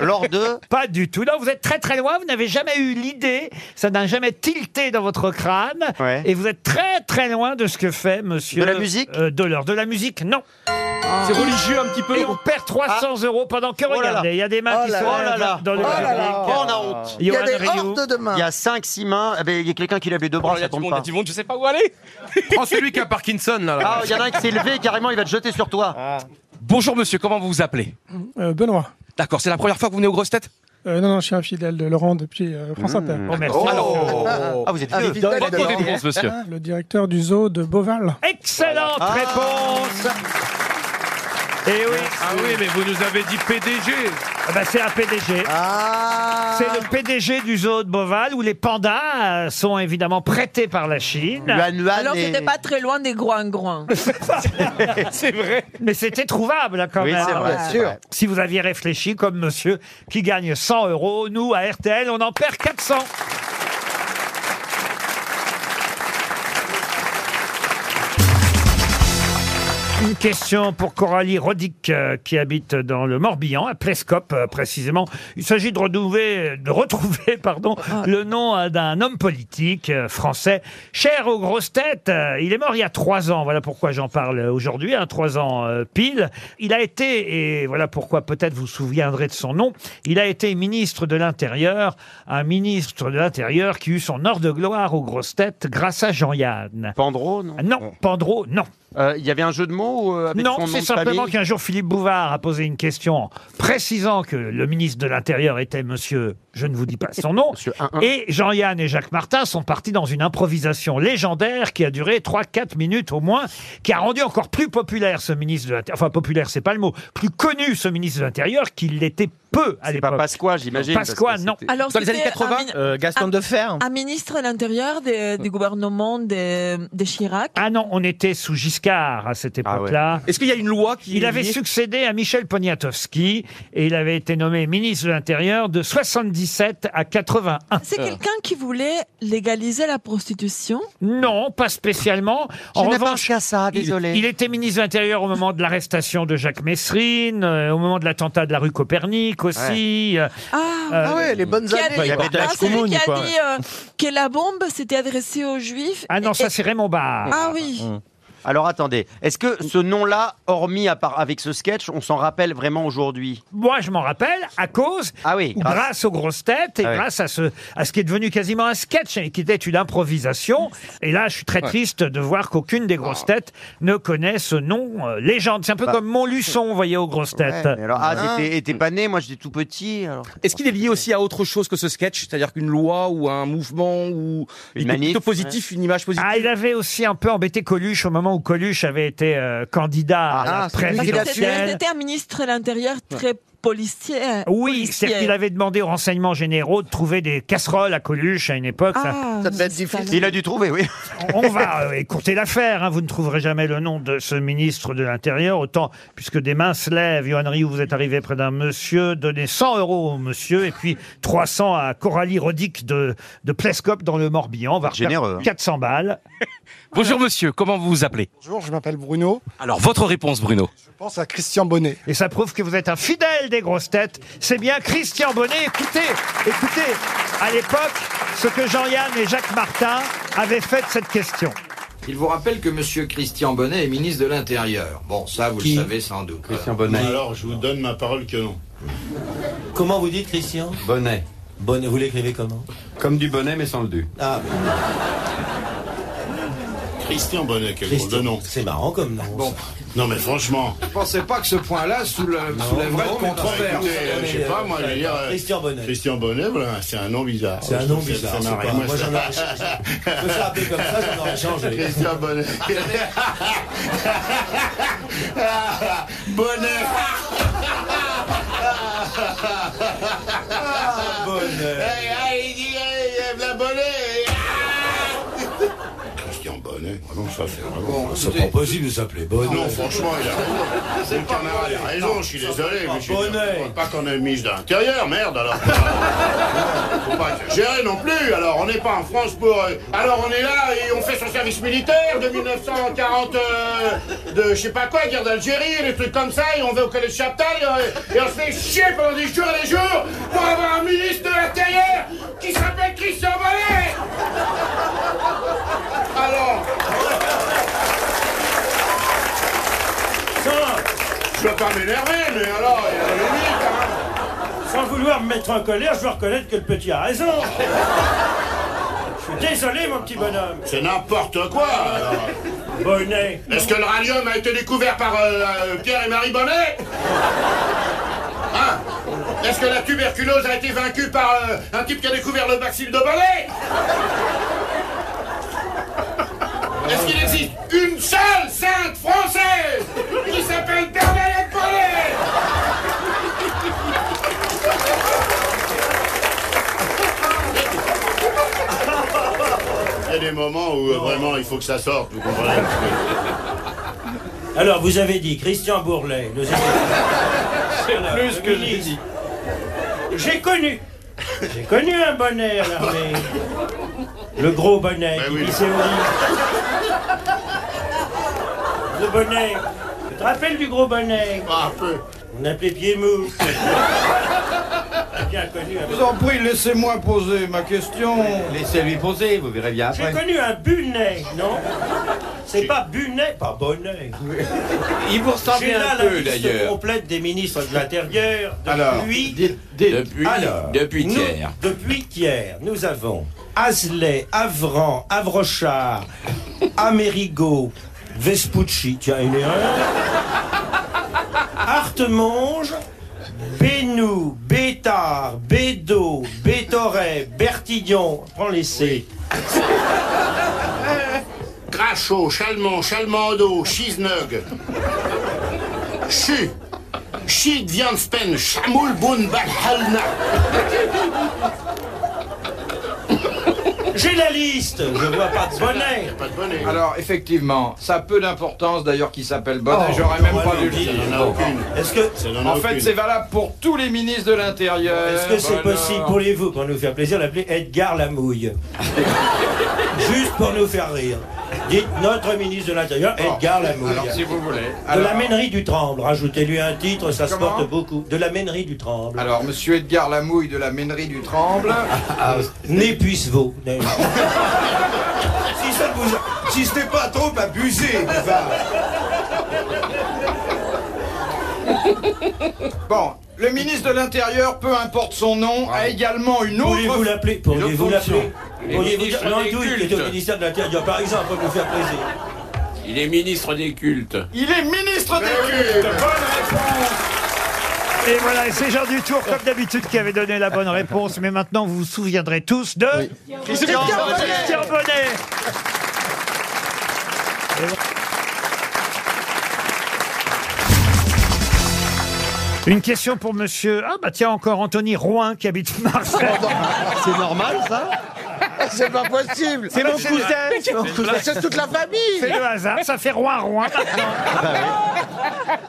Lors de Pas du tout. Non, vous êtes très très loin. Vous n'avez jamais eu l'idée. Ça n'a jamais tilté dans votre crâne. Ouais. Et vous êtes très très loin de ce que fait Monsieur. De la musique euh, Delors. De la musique, non. C'est religieux un petit peu. Et on perd 300 euros pendant que là là. regardez, il y a des mains Ah. Oh qui là sont là là. dans le Oh là public. là. Oh, on a honte. Il y a Johan des Rioux. hordes de mains. Il y a 5 6 mains, Ah ben, il y a quelqu'un qui lève les deux bras, ça tombe pas. tu sais pas où [LAUGHS] aller Prends celui qui a Parkinson, là. là. Ah, il y en a un qui s'est levé et carrément il va te jeter sur toi. Ah. Bonjour monsieur, comment vous vous appelez Euh, Benoît. Euh, D'accord, c'est la première fois que vous venez aux grosses têtes non, non, je suis un fidèle de Laurent depuis euh, France Inter. Oh, merci. Oh. Ah, vous êtes Ah, vieux. vous êtes vieux. Votre réponse, monsieur. Le directeur du zoo de Beauval. Excellente réponse Eh Et oui Ah oui, mais vous nous avez dit PDG. Ah bah, c'est un PDG. Ah. Ah. C'est le PDG du zoo de Beauval où les pandas euh, sont évidemment prêtés par la Chine. Alors que t'es pas très loin des [LAUGHS] groins-groins. [LAUGHS] c'est vrai. Mais c'était trouvable quand Oui, même. Ah, c'est vrai, c'est vrai. Si vous aviez réfléchi comme monsieur qui gagne 100 euros, nous à RTL, on en perd 400. Une question pour Coralie Rodic euh, qui habite dans le Morbihan, à Plescop euh, précisément. Il s'agit de, renouveler- de retrouver [LAUGHS] pardon, le nom euh, d'un homme politique euh, français, cher aux grosses têtes. Euh, Il est mort il y a trois ans, voilà pourquoi j'en parle aujourd'hui, hein, trois ans euh, pile. Il a été, et voilà pourquoi peut-être vous vous souviendrez de son nom, il a été ministre de l'Intérieur, un ministre de l'Intérieur qui eut son or de gloire aux grosses têtes grâce à Jean-Yann. Pandro, non Non, Pandro, non. Euh, Il y avait un jeu de mots euh, avec son Non, nom c'est de simplement famille qu'un jour Philippe Bouvard a posé une question en précisant que le ministre de l'Intérieur était monsieur, je ne vous dis pas son nom, et Jean-Yann et Jacques Martin sont partis dans une improvisation légendaire qui a duré 3-4 minutes au moins, qui a rendu encore plus populaire ce ministre de l'Intérieur, enfin populaire c'est pas le mot, plus connu ce ministre de l'Intérieur qu'il l'était peu à l'époque. pas Pasqua, j'imagine, parce Pasqua, que non. c'était- Alors, Dans les c'était années euh, 80, un min- Euh, Gaston Defer. Un ministre de l'Intérieur des- du gouvernement de, de Chirac. Ah non, on était sous Giscard Ah, à cette époque-là. Est-ce qu'il y a une loi qui. Il est avait liée succédé à Michel Poniatowski et il avait été nommé ministre de l'Intérieur de 77 à 81. C'est quelqu'un qui voulait légaliser la prostitution Non, pas spécialement. En Je ne revanche, pense qu'à ça, il- désolé. Il, était ministre de l'Intérieur au moment de l'arrestation de Jacques Messrine, euh, au moment de l'attentat de la rue Copernic aussi. euh, euh, Ah ouais, les bonnes Qui a années. dit- Il y avait de la Ah, c'est lui Shkoumoun, qui a quoi. dit euh, que la bombe s'était adressée aux juifs. Ah non, Et- ça c'est Raymond Barre. Ah oui. Mmh. Alors attendez, est-ce que ce nom-là, hormis à part avec ce sketch, on s'en rappelle vraiment aujourd'hui Moi, je m'en rappelle à cause, ah oui, grâce, aux grosses têtes et Ah oui. grâce à ce, à ce qui est devenu quasiment un sketch et qui était une improvisation. Et là, je suis très Ouais. triste de voir qu'aucune des grosses têtes ne connaît ce nom euh, légende. C'est un peu Bah. comme Montluçon, vous voyez, aux grosses têtes. Ouais, mais alors, ah, t'étais- t'étais pas né, moi j'étais tout petit. Alors. Hein Est-ce qu'il est lié aussi à autre chose que ce sketch C'est-à-dire qu'une loi ou un mouvement ou il Une est manif, plutôt positif, une image positive Ah, il avait aussi un peu embêté Coluche au moment où Coluche avait été euh, candidat à la Ah, c'est lui Parce que C'était présidentielle. c'était un ministre de l'Intérieur très policier. Oui, c'est-à-dire qu'il avait demandé aux renseignements généraux de trouver des casseroles à Coluche à une époque. Ça- Ah, devait être difficile. Il a dû trouver, oui. On va euh, écourter l'affaire. hein. Vous ne trouverez jamais le nom de ce ministre de l'Intérieur. Autant, puisque des mains se lèvent, Johan Rioux, vous êtes arrivé près d'un monsieur. Donnez 100 euros au monsieur et puis 300 à Coralie Rodic de, de Plescop dans le Morbihan. On va refaire Généreux. 400 balles. Bonjour monsieur, comment vous vous appelez Bonjour, je m'appelle Bruno. Alors votre réponse Bruno. Je pense à Christian Bonnet. Et ça prouve que vous êtes un fidèle des grosses têtes. C'est bien Christian Bonnet. Écoutez, écoutez, à l'époque, ce que Jean-Yann et Jacques Martin avaient fait de cette question. Il vous rappelle que Monsieur Christian Bonnet est ministre de l'Intérieur. Bon, ça, vous le savez sans doute. Christian Alors, je vous donne ma parole que non. Comment vous dites, Christian Bonnet. Bonnet, vous l'écrivez comment Comme du bonnet, mais sans le du. Ah, Christian Bonnet, quel drôle Christian, de nom. C'est marrant comme nom. Bon. Non, mais franchement. Je pensais pas que ce point-là soulèverait Non, de non, mais controverse. bah, écoutez, euh, je sais pas, moi, je veux dire, euh, Christian Bonnet. Christian Bonnet, voilà, c'est un nom bizarre. C'est un nom Ça- bizarre. ça c'est m'a pas- rien- Moi, ça- j'en aurais changé. Je me suis appelé comme ça, j'en aurais changé. Christian Bonnet. Bonnet. Christian Bonnet. Ah non, ça, c'est vraiment. Bon, c'est pas possible de s'appeler Bonnet. Non, franchement, il a raison. Mon camarade a raison, je suis désolé, mais je ne pas qu'on ait mis d'intérieur, merde, alors. [LAUGHS] Faut pas exagérer non plus, alors on n'est pas en France pour. euh, Alors on est là et on fait son service militaire de 1940, euh, de je sais pas quoi, guerre d'Algérie, des trucs comme ça, et on va au collège Chaptal euh, et on se fait chier pendant des jours et des jours pour avoir un ministre de l'Intérieur qui s'appelle Christian Bonnet Alors. Je veux pas m'énerver, mais alors, il y a des limites, hein. Sans vouloir me mettre en colère, je dois reconnaître que le petit a raison. Je suis désolé, mon petit bonhomme. C'est n'importe quoi alors. Bonnet. Est-ce que le radium a été découvert par euh, euh, Pierre et Marie Bonnet Hein Est-ce que la tuberculose a été vaincue par euh, un type qui a découvert le bacille de Bonnet Est-ce qu'il existe une seule sainte française qui s'appelle Bernadette Bonnet Il y a des moments où euh, vraiment il faut que ça sorte, vous comprenez Alors, vous avez dit Christian Bourlet, le C'est plus que j'ai dit. J'ai connu. J'ai connu un bonnet à l'armée. Le gros bonnet qui glissait au lit. Le bonnet. Tu te rappelles du gros bonnet Ah, un peu. On appelait pied mou. [LAUGHS] Bien connu. un Je vous en prie, laissez-moi poser ma question. Laissez-lui poser, vous verrez bien J'ai connu un bunet, non C'est pas bunet, pas bonnet. Il vous ressemblait J'ai là un la peu, liste d'ailleurs. complète des ministres de l'Intérieur Alors, depuis... Depuis, Alors, nous- Depuis hier, nous avons Hazlet, Avran, Avrochard, Amerigo, Vespucci, tiens, une erreur. Artemonge, Bénou, Bétard, Bédo, Bétoret, Bertillon, prends les C. Crachot, Chalmont, Chalmando, Chisnug. Chu. Chid Vianspen, Chamoul Boun Balhalna. J'ai la liste, je vois pas de bonnet. Alors, effectivement, ça a peu d'importance d'ailleurs qu'il s'appelle Bonnet, Oh, j'aurais même pas voilà, dû le il dire. n'en a aucune. Est-ce que- Ça n'en a En fait, aucune. c'est valable pour tous les ministres de l'Intérieur. Est-ce que c'est Bonheur. possible pour les vous, pour nous faire plaisir, d'appeler [LAUGHS] Edgar Lamouille Juste pour nous faire rire. Dites notre ministre de l'Intérieur, Bon. Edgar Lamouille. Alors, si vous voulez. De Alors- la mènerie du Tremble, rajoutez-lui un titre, ça Comment se porte beaucoup. De la mènerie du Tremble. Ah, Alors, monsieur Edgar Lamouille de la mènerie du [LAUGHS] Tremble. Né puisse-vous. [LAUGHS] Si ça vous... Si ce n'est pas trop abusé, Bon, le ministre de l'Intérieur, peu importe son nom, a également une autre. Pourriez-vous l'appeler Pourriez-vous une autre l'appeler fonction. Pourriez-vous dire Non, d'où il est au ministère de l'Intérieur, par exemple, pour nous faire plaisir. Il est ministre des cultes. Il est ministre des cultes. Bonne réponse. Et voilà, et c'est Jean Dutour, comme d'habitude, qui avait donné la bonne réponse. Mais maintenant, vous vous souviendrez tous de... Christian Bonnet. Christian Bonnet. Une question pour monsieur... Ah bah tiens, encore Anthony Rouen, qui habite [LAUGHS] Marseille. C'est normal, ça C'est pas possible. C'est mon cousin, c'est mon cousin. C'est toute la famille. C'est le hasard, ça fait Rouen-Rouen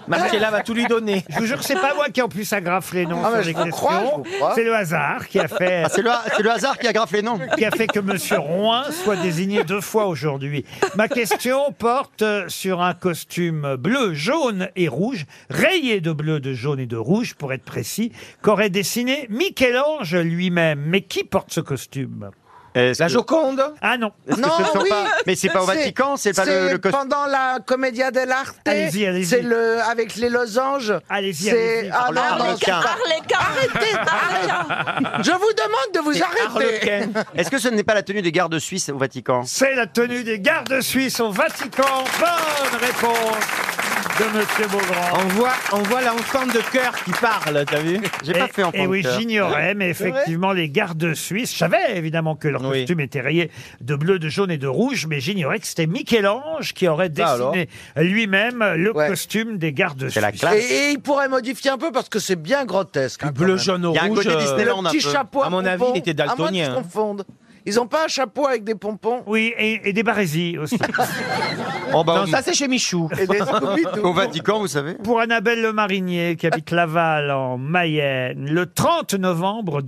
Marcella va tout lui donner. Je vous jure, c'est pas moi qui en plus aggrafe les noms Ah, mais sur je vous les crois, je vous questions. crois. C'est le hasard qui a fait. Ah, c'est le ha- c'est le hasard qui aggrafe les noms. Qui a fait que Monsieur Rouen soit désigné deux fois aujourd'hui. Ma question porte euh, sur un costume bleu, jaune et rouge, rayé de bleu, de jaune et de rouge, pour être précis, qu'aurait dessiné Michel-Ange lui-même. Mais qui porte ce costume La Joconde Ah non. Est-ce que ce ne sont pas- mais c'est pas au Vatican, c'est pas le- le cos- Pendant la Commedia dell'arte, Allez-y, allez-y. c'est le avec les losanges. Allez-y, c'est allez-y. ah non, Harlequin. non, c'est pas- Harlequin. Arrêtez, arrêtez. Je vous demande de vous arrêter. Est-ce que ce n'est pas la tenue des gardes suisses au Vatican C'est la tenue des gardes suisses au Vatican. Bonne réponse de Monsieur Beaugrand. On voit, on voit l'enfant de cœur qui parle, t'as vu Et- Et oui, j'ignorais, mais C'est vrai effectivement, les gardes suisses, je savais évidemment que leur costume était rayé de bleu, de jaune et de rouge, mais j'ignorais que c'était Michel-Ange qui aurait Ah, alors dessiné lui-même le costume des gardes suisses. C'est la Et, et il pourrait modifier un peu parce que c'est bien grotesque. hein, quand bleu, même. jaune, Il y a un rouge, côté euh, Disneyland Le petit un peu. chapeau. À mon avis, pompons, il était daltonien, À moins qu'ils se hein. confondent. Ils n'ont pas un chapeau avec des pompons. Oui, et, et des barésies [LAUGHS] aussi. Oh, bah, non, ça c'est chez Michou. Et [LAUGHS] des Scooby-Doo. Au Vatican, vous savez Pour Annabelle Le Marinier, qui habite Laval, en Mayenne, le 30 novembre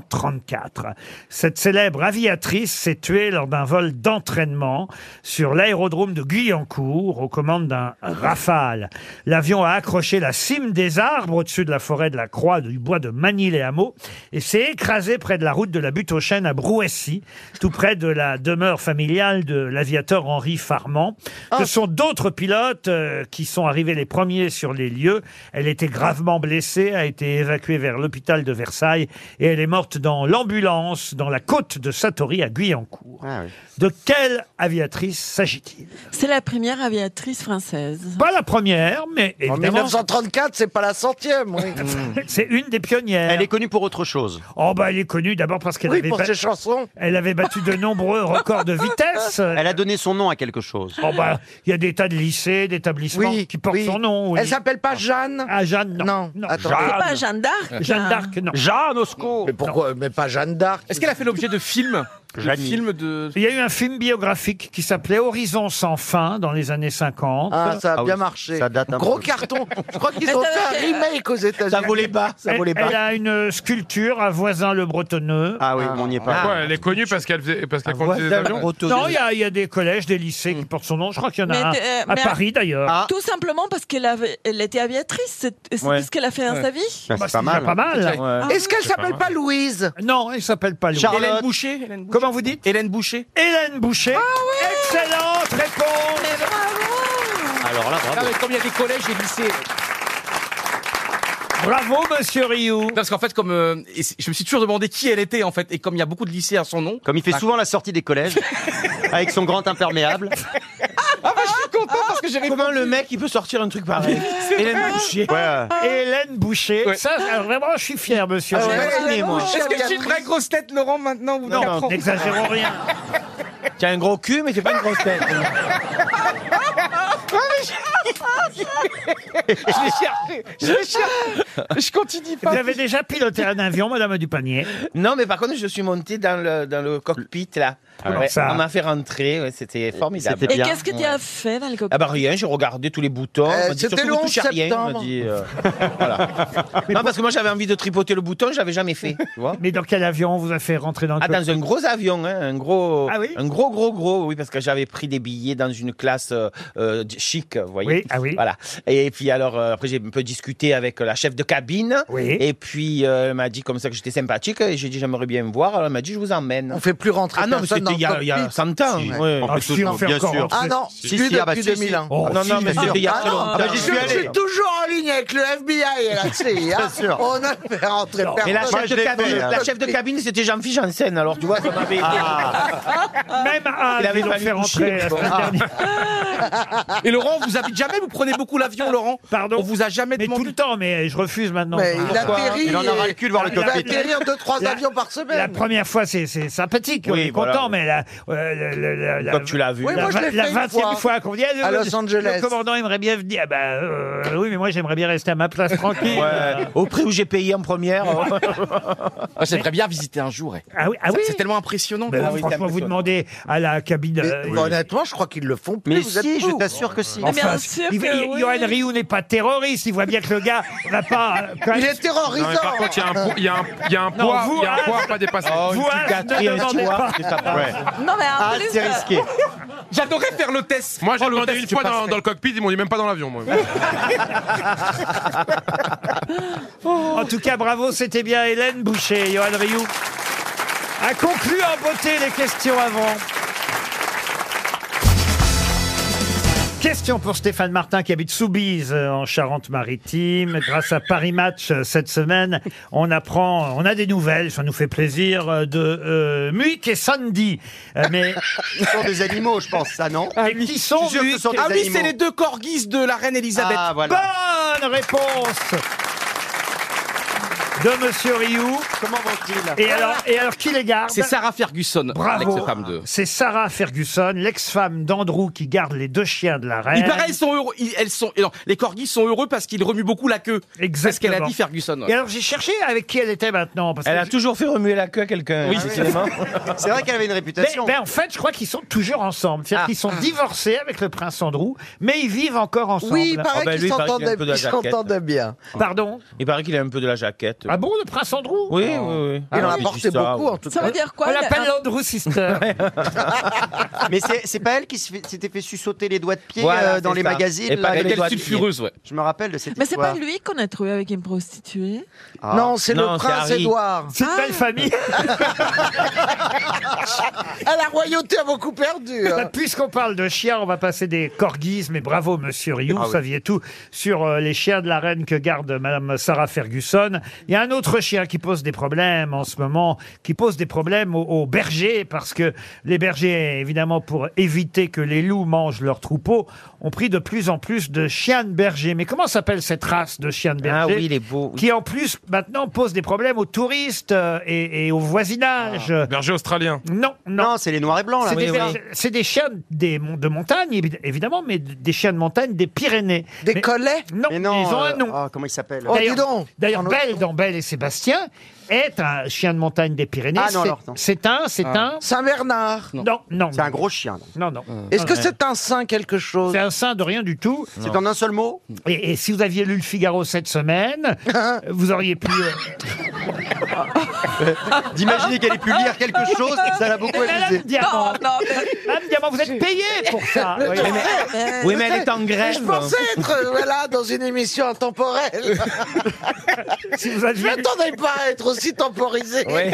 1934, cette célèbre aviatrice s'est tuée lors d'un vol d'entraînement sur l'aérodrome de Guyancourt, aux commandes d'un Rafale. L'avion a accroché la cime des arbres au-dessus de la forêt de la Croix du bois de Manille-les-Hameaux et s'est écrasé près de la route de la butte aux chênes à Brouessy, tout près de la demeure familiale de l'aviateur Henri Farman. Ce sont d'autres pilotes euh, qui sont arrivés les premiers sur les lieux. Elle était gravement blessée, a été évacuée vers l'hôpital de Versailles et elle est morte dans l'ambulance dans la côte de Satori à Guyancourt. Ah De quelle aviatrice s'agit-il C'est la première aviatrice française. Pas la première, mais En évidemment, 1934, c'est pas la centième. Oui. [LAUGHS] c'est une des pionnières. Elle est connue pour autre chose. Oh bah elle est connue d'abord parce qu'elle Oui, avait pour ba- ses chansons. Elle avait battu de nombreux records de vitesse. [LAUGHS] Elle a donné son nom à quelque chose. Oh bah il y a des tas de lycées, d'établissements qui portent son nom. Elle s'appelle pas Jeanne Ah Jeanne non. Non. attendez. C'est pas Jeanne d'Arc. Jeanne d'Arc non. Jeanne Osco. Mais pourquoi Mais pas Jeanne d'Arc. Ah, Est-ce qu'elle a fait l'objet de films Jeanne. Film de. Il y a eu un film biographique qui s'appelait Horizon sans fin dans les années 50. Ah, ça a bien marché. ça date un Gros peu. carton. Je crois qu'ils ont fait un remake aux États-Unis. Ça volait bas, ça Elle, volait elle bas. a une sculpture à voisin le bretonneux. Ah oui, on n'y est pas. Pourquoi elle est connue parce qu'elle faisait- parce Ah, qu'elle conduisait des avions Non, il y, a- il y a des collèges, des lycées qui portent son nom. Je crois qu'il y en a Mais, un euh, à mais- Paris d'ailleurs. Ah. Tout simplement parce qu'elle avait- elle était aviatrice. C'est c'est Ouais. tout ce qu'elle a fait dans sa vie. Bah, c'est pas mal. Pas mal. Est-ce qu'elle s'appelle pas Louise Non, il s'appelle pas Louis. Charlotte. Hélène Boucher, Hélène Boucher. Comment vous dites Hélène Boucher. Hélène Boucher. Excellente réponse. Mais bravo Alors là, Ah, bravo. mais comme il y a des collèges et lycées. Bravo, monsieur Rioux. Parce qu'en fait, comme euh, et c- je me suis toujours demandé qui elle était en fait, et comme il y a beaucoup de lycées à son nom. Comme il fait Ah. souvent la sortie [LAUGHS] des collèges, avec son grand imperméable. Ah bah je suis content parce que j'ai Comment le mec il peut sortir un truc [LAUGHS] pareil Hélène Boucher. Ouais. Euh. Hélène Boucher. Ouais. Ça, alors, vraiment, je suis fier, monsieur. Ah ouais, Rioux. Hélène moi. Est-ce Boucher, Est-ce que j'ai une vraie grosse tête, Laurent, maintenant ou Non, n'exagérons Ah. [LAUGHS] rien. T'as un gros cul, mais t'es pas une grosse tête. Je l'ai cherché, je l'ai cherché. Je continue Vous pas. avez déjà piloté un avion, madame Dupanier. Non, mais par contre, je suis monté dans le, dans le cockpit là. Comment Ouais, Ah, ça on m'a fait rentrer, ouais, c'était formidable. C'était Et bien. qu'est-ce que tu as fait dans le cockpit Ah bah rien, j'ai regardé tous les boutons. Euh, on m'a dit, c'était surtout, le ne touchez à 11 rien, on m'a dit, euh, [LAUGHS] voilà. Non, parce que moi j'avais envie de tripoter le bouton, je l'avais jamais fait. Tu [LAUGHS] vois Mais dans quel avion on vous a fait rentrer dans le ah, cockpit dans un gros avion, hein, un gros, Ah oui un gros, gros, gros, oui, parce que j'avais pris des billets dans une classe euh, euh, chic, vous voyez. Oui, ah oui. Voilà. Et puis alors, euh, après j'ai un peu discuté avec la chef de cabine. Oui. Et puis euh, elle m'a dit comme ça que j'étais sympathique et j'ai dit j'aimerais bien me voir. Alors, elle m'a dit je vous emmène. On fait plus rentrer Ah non, mais personne c'était dans il y, a- le il y a cockpit. 100 ans. hein. Si. ouais. On fait Ah, si, toujours, on fait bien encore, sûr. on Ah non, Si, plus si, ah bah depuis si, si. 2001. Oh, non, si, non, je mais l'ai c'était il y a Ah très non, longtemps. bah, j'y suis Je allé. suis toujours en ligne avec le FBI et la CIA. sûr. hein. On a fait rentrer personne. Mais la Moi, chef, je de l'ai cabine, fait, hein. la chef de cabine, c'était Jean-Philippe Janssen, alors tu vois, ça m'avait. Ah. Même à Il avait ils l'ont fallu fait coucher. rentrer la semaine dernière. Et Laurent, vous habite jamais, vous prenez beaucoup l'avion, Laurent Pardon. On vous a jamais Mais tout demandé. le temps, mais je refuse maintenant. Ah, Mais il atterrit. Il en aura le cul de voir le Il va cockpit. atterrir 2-3 La- avions par La semaine. première fois, c'est c'est sympathique. on Oui, est voilà. content, mais la, euh, la- la- la- la- Comme tu l'as vu. Oui, là. la, moi, je l'ai la fait une 20e fois, fois. qu'on dit ah, le- À Los le- Angeles. Le commandant aimerait bien venir. Ah bah, euh, oui, mais moi j'aimerais bien rester à ma place tranquille. Ouais. Au prix où j'ai payé en première. euh, [LAUGHS] j'aimerais bien visiter un jour. Ah oui, ah oui. tellement impressionnant. Ben, Ah oui, franchement, t'as- vous demandez à la cabine. Mais- euh, mais Honnêtement, je crois qu'ils le font plus. Mais vous êtes Eh si, je fous. t'assure que si. Mais bien enfin, sûr il- que il- oui. Johan Rioux n'est pas terroriste. Il voit bien que le gars n'a pas. euh, quand Il même- est Non, mais par terrorisant. contre, il y a un po- il y a un- il y a un Non, poids vous, il y a ah, un poids à pas dépasser. Oh, une Vous, petite hein, ne gâterie, un demandez chihuahua, pas. c'est pas pareil. Non, mais en Ah, plus, c'est euh, risqué. J'adorais faire le test. Moi, j'ai Oh, le demandé test une que fois passerais. dans, dans le cockpit, ils m'ont dit même pas dans l'avion. moi. En tout cas, bravo, c'était bien Hélène Boucher, Johan Rioux. a conclu en beauté les questions avant. Question pour Stéphane Martin qui habite Soubise euh, en Charente-Maritime. Grâce à Paris Match euh, cette semaine, on apprend, on a des nouvelles, ça nous fait plaisir, euh, de euh, Muick et Sandy. Euh, mais Ce sont des animaux, je pense, ça, non Et qui sont Je suis sûr que ce Muick sont des Ah oui, animaux. c'est les deux corgis de la reine Elisabeth. Ah, voilà. Bonne réponse de Monsieur Rioux. Comment vont-ils Et alors, et alors qui les garde C'est Sarah Ferguson, Bravo. l'ex-femme de. C'est Sarah Ferguson, l'ex-femme d'Andrew qui garde les deux chiens de la reine. Il paraît, elles sont heureux. ils- elles sont, non, les corgis sont heureux parce qu'ils remuent beaucoup la queue. Parce qu'elle Exactement. a dit Ferguson. ouais. Et alors j'ai cherché avec qui elle était maintenant. Parce Elle que a je- toujours fait remuer la queue à quelqu'un. Oui, décidément. [LAUGHS] C'est vrai qu'elle avait une Mais, réputation. ben, en fait, je crois qu'ils sont toujours ensemble. C'est-à-dire Ah. qu'ils sont divorcés avec le prince Andrew, mais ils vivent encore ensemble. Oui, il paraît Ah ben, qu'ils lui, paraît s'entendent qu'il a un peu de la qu'ils jaquette. s'entendent bien. Pardon Il paraît qu'il a un peu de la jaquette. Ah bon, le prince Andrew Oui, oui, oui. Il en Ah, a oui, porté juste ça, beaucoup, ouais. en tout cas. Ça veut dire quoi On le- l'appelle un- Andrew [LAUGHS] Sister. Mais c'est- c'est pas elle qui se fait- s'était fait suçoter les doigts de pied Voilà, euh, dans c'est les ça. magazines Et pas là, avec les les doigts de petites pied. fureuses, ouais. Je me rappelle de cette Mais c'est histoire. pas lui qu'on a trouvé avec une prostituée Ah. Non, c'est Non, le c'est prince Harry. Édouard. C'est une belle famille. Ah, la royauté a beaucoup perdu. Bah, hein. Puisqu'on parle de chiens, on va passer des corgis. Mais bravo, monsieur Rioux, Ah vous oui. saviez tout sur euh, les chiens de la reine que garde madame Sarah Ferguson. Il y a un autre chien qui pose des problèmes en ce moment, qui pose des problèmes aux, aux bergers, parce que les bergers, évidemment, pour éviter que les loups mangent leurs troupeaux, ont pris de plus en plus de chiens de berger. Mais comment s'appelle cette race de chiens de Ah berger oui, il est beau. Qui en plus maintenant pose des problèmes aux touristes euh, et, et au voisinage. Berger australien. Non, non, Non, c'est les noirs et blancs, là. c'est des, bergers- c'est des chiens des mon- de montagne, évi- évidemment, mais d- des chiens de montagne des Pyrénées. Des Mais- collets Non, Mais non, ils ont euh, un nom. ah, comment il s'appelle Oh, dis D'ailleurs- donc D'ailleurs, En- Belle, dans Belle et Sébastien, est un chien de montagne des Pyrénées. Ah non, C'est- alors, non. c'est un, c'est un... Ah. Saint-Bernard. Euh. Non, non, non. C'est un gros chien. là. Non, non. Est-ce que Ouais. c'est un saint quelque chose C'est un saint de rien du tout. C'est en un seul mot Et, et si vous aviez lu le Figaro [LAUGHS] cette semaine, vous auriez pu... euh, D'imaginer qu'elle ait pu lire quelque chose, ça l'a beaucoup amusé. Madame Non, Diamant, non, mais... Madame Diamant, vous êtes payée pour ça. Le Oui. temps- Oui, mais elle est en Je grève. pensais être euh, voilà, dans une émission [LAUGHS] intemporelle. Si vous Je aviez lu- m'attendais pas à être aussi temporisé. Ouais.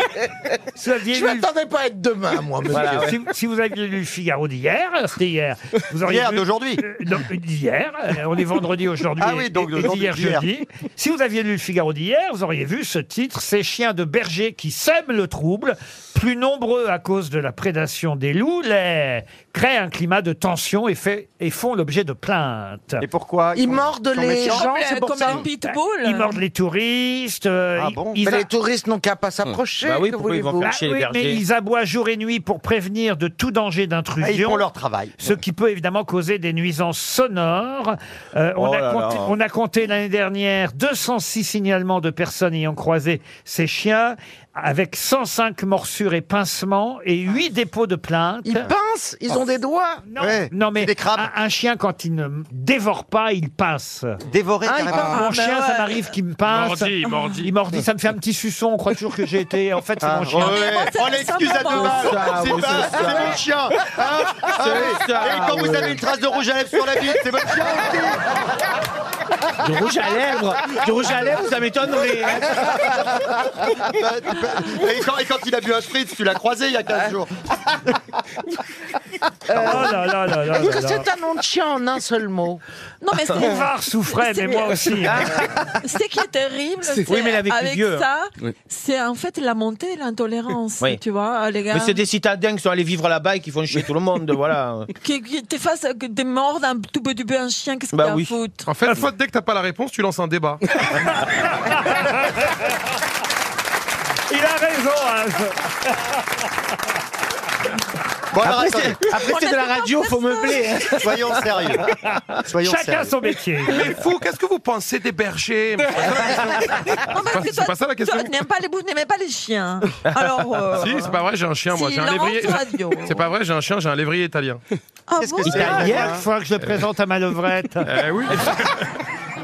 si vous aviez Je lu- m'attendais pas à être demain, moi. monsieur. Voilà, ouais. si, si vous aviez lu le Figaro d'hier, euh, c'était hier. Vous auriez Hier, vu- d'aujourd'hui. Euh, non, d'hier. euh, On est vendredi aujourd'hui. Ah oui, donc et- et d'aujourd'hui, d'hier d'hier. jeudi. Si vous aviez lu le Figaro d'hier, vous auriez vu ce titre Ces chiens de berger qui sèment le trouble, plus nombreux à cause de la prédation des loups, les créent un climat de tension et, fait, et font l'objet de plaintes. Bah, Et pourquoi Ils sont- mordent sont les méchants gens, Comme- c'est pour comme ça. un pitbull. Ils mordent les touristes. euh, Ah bon ils- Mais ils- les touristes n'ont qu'à pas s'approcher. Bah oui, que pourquoi ils vont voulez-vous faire Ah chez les oui, mais bergers. ils aboient jour et nuit pour prévenir de tout danger Ah, Ils d'intrusion. font leur travail. ce qui peut évidemment causer des nuisances sonores. Euh, on, Oh a là compté, là. on a compté l'année dernière 206 signalements de personnes ayant croisé ces chiens, avec 105 morsures et pincements et 8 dépôts de Oh. plainte. Ils pincent, ils Oh. ont des doigts. Non, Ouais, non, c'est mais des crabes. un, un chien, quand il ne dévore pas, il pince. Dévorer Ah, ils carrément. parlent. Mon ben chien, ça ouais. m'arrive qu'il me pince. Mordi, mordi. Il mordit, ça me fait un petit suçon. On croit toujours que j'ai été. En fait, c'est Ah, mon chien. ouais. moi, c'est Oh, l'excuse à deux récemment. balles. Ça, C'est oui, pas- c'est c'est ça. mon chien. Hein Ah, C'est ça, Et quand vous oui. avez une trace de rouge à lèvres sur la vitre, c'est votre chien aussi. Du rouge à lèvres. Du rouge à lèvres, ça m'étonnerait. hein. [LAUGHS] Et quand, et quand il a bu un spritz, tu l'as croisé il y a 15 jours. [LAUGHS] Oh là là là là là Est-ce que là. c'est un nom de chien en un seul mot Non, mais c'est- Bouvard souffrait, mais moi aussi. hein. [LAUGHS] C'est qui est terrible, C'est- c'est Oui, mais avec avec, les vieux, hein. ça, Oui. c'est en fait la montée, l'intolérance, Oui. tu vois, les gars. Mais c'est des citadins qui sont allés vivre là-bas et qui font chier tout le monde, voilà. Qui, qui t'es face à que des morts d'un tout petit peu un chien, qu'est-ce que Bah t'as à oui. foutre En fait, une fois, dès que t'as pas la réponse, tu lances un débat. Il a raison. hein. Bon, alors Après, attendez, c'est après, c'est de la radio, faut meubler. hein. soyons sérieux. Ah, Soyons Chacun sérieux. son métier. Mais fou, qu'est-ce que vous pensez des bergers Non, parce pas- que c'est pas ça, la question. Toi, tu n'aimes pas les bouts, n'aimes pas les chiens. [LAUGHS] Alors. euh, [LAUGHS] Si, c'est pas vrai, j'ai un chien, moi. si, J'ai un Laurent lévrier. Radio. C'est pas vrai, j'ai un chien, j'ai un lévrier italien. Ah Qu'est-ce bon que c'est Il Italien. Euh, faut que je le présente à Malovrette. Eh oui. [LAUGHS]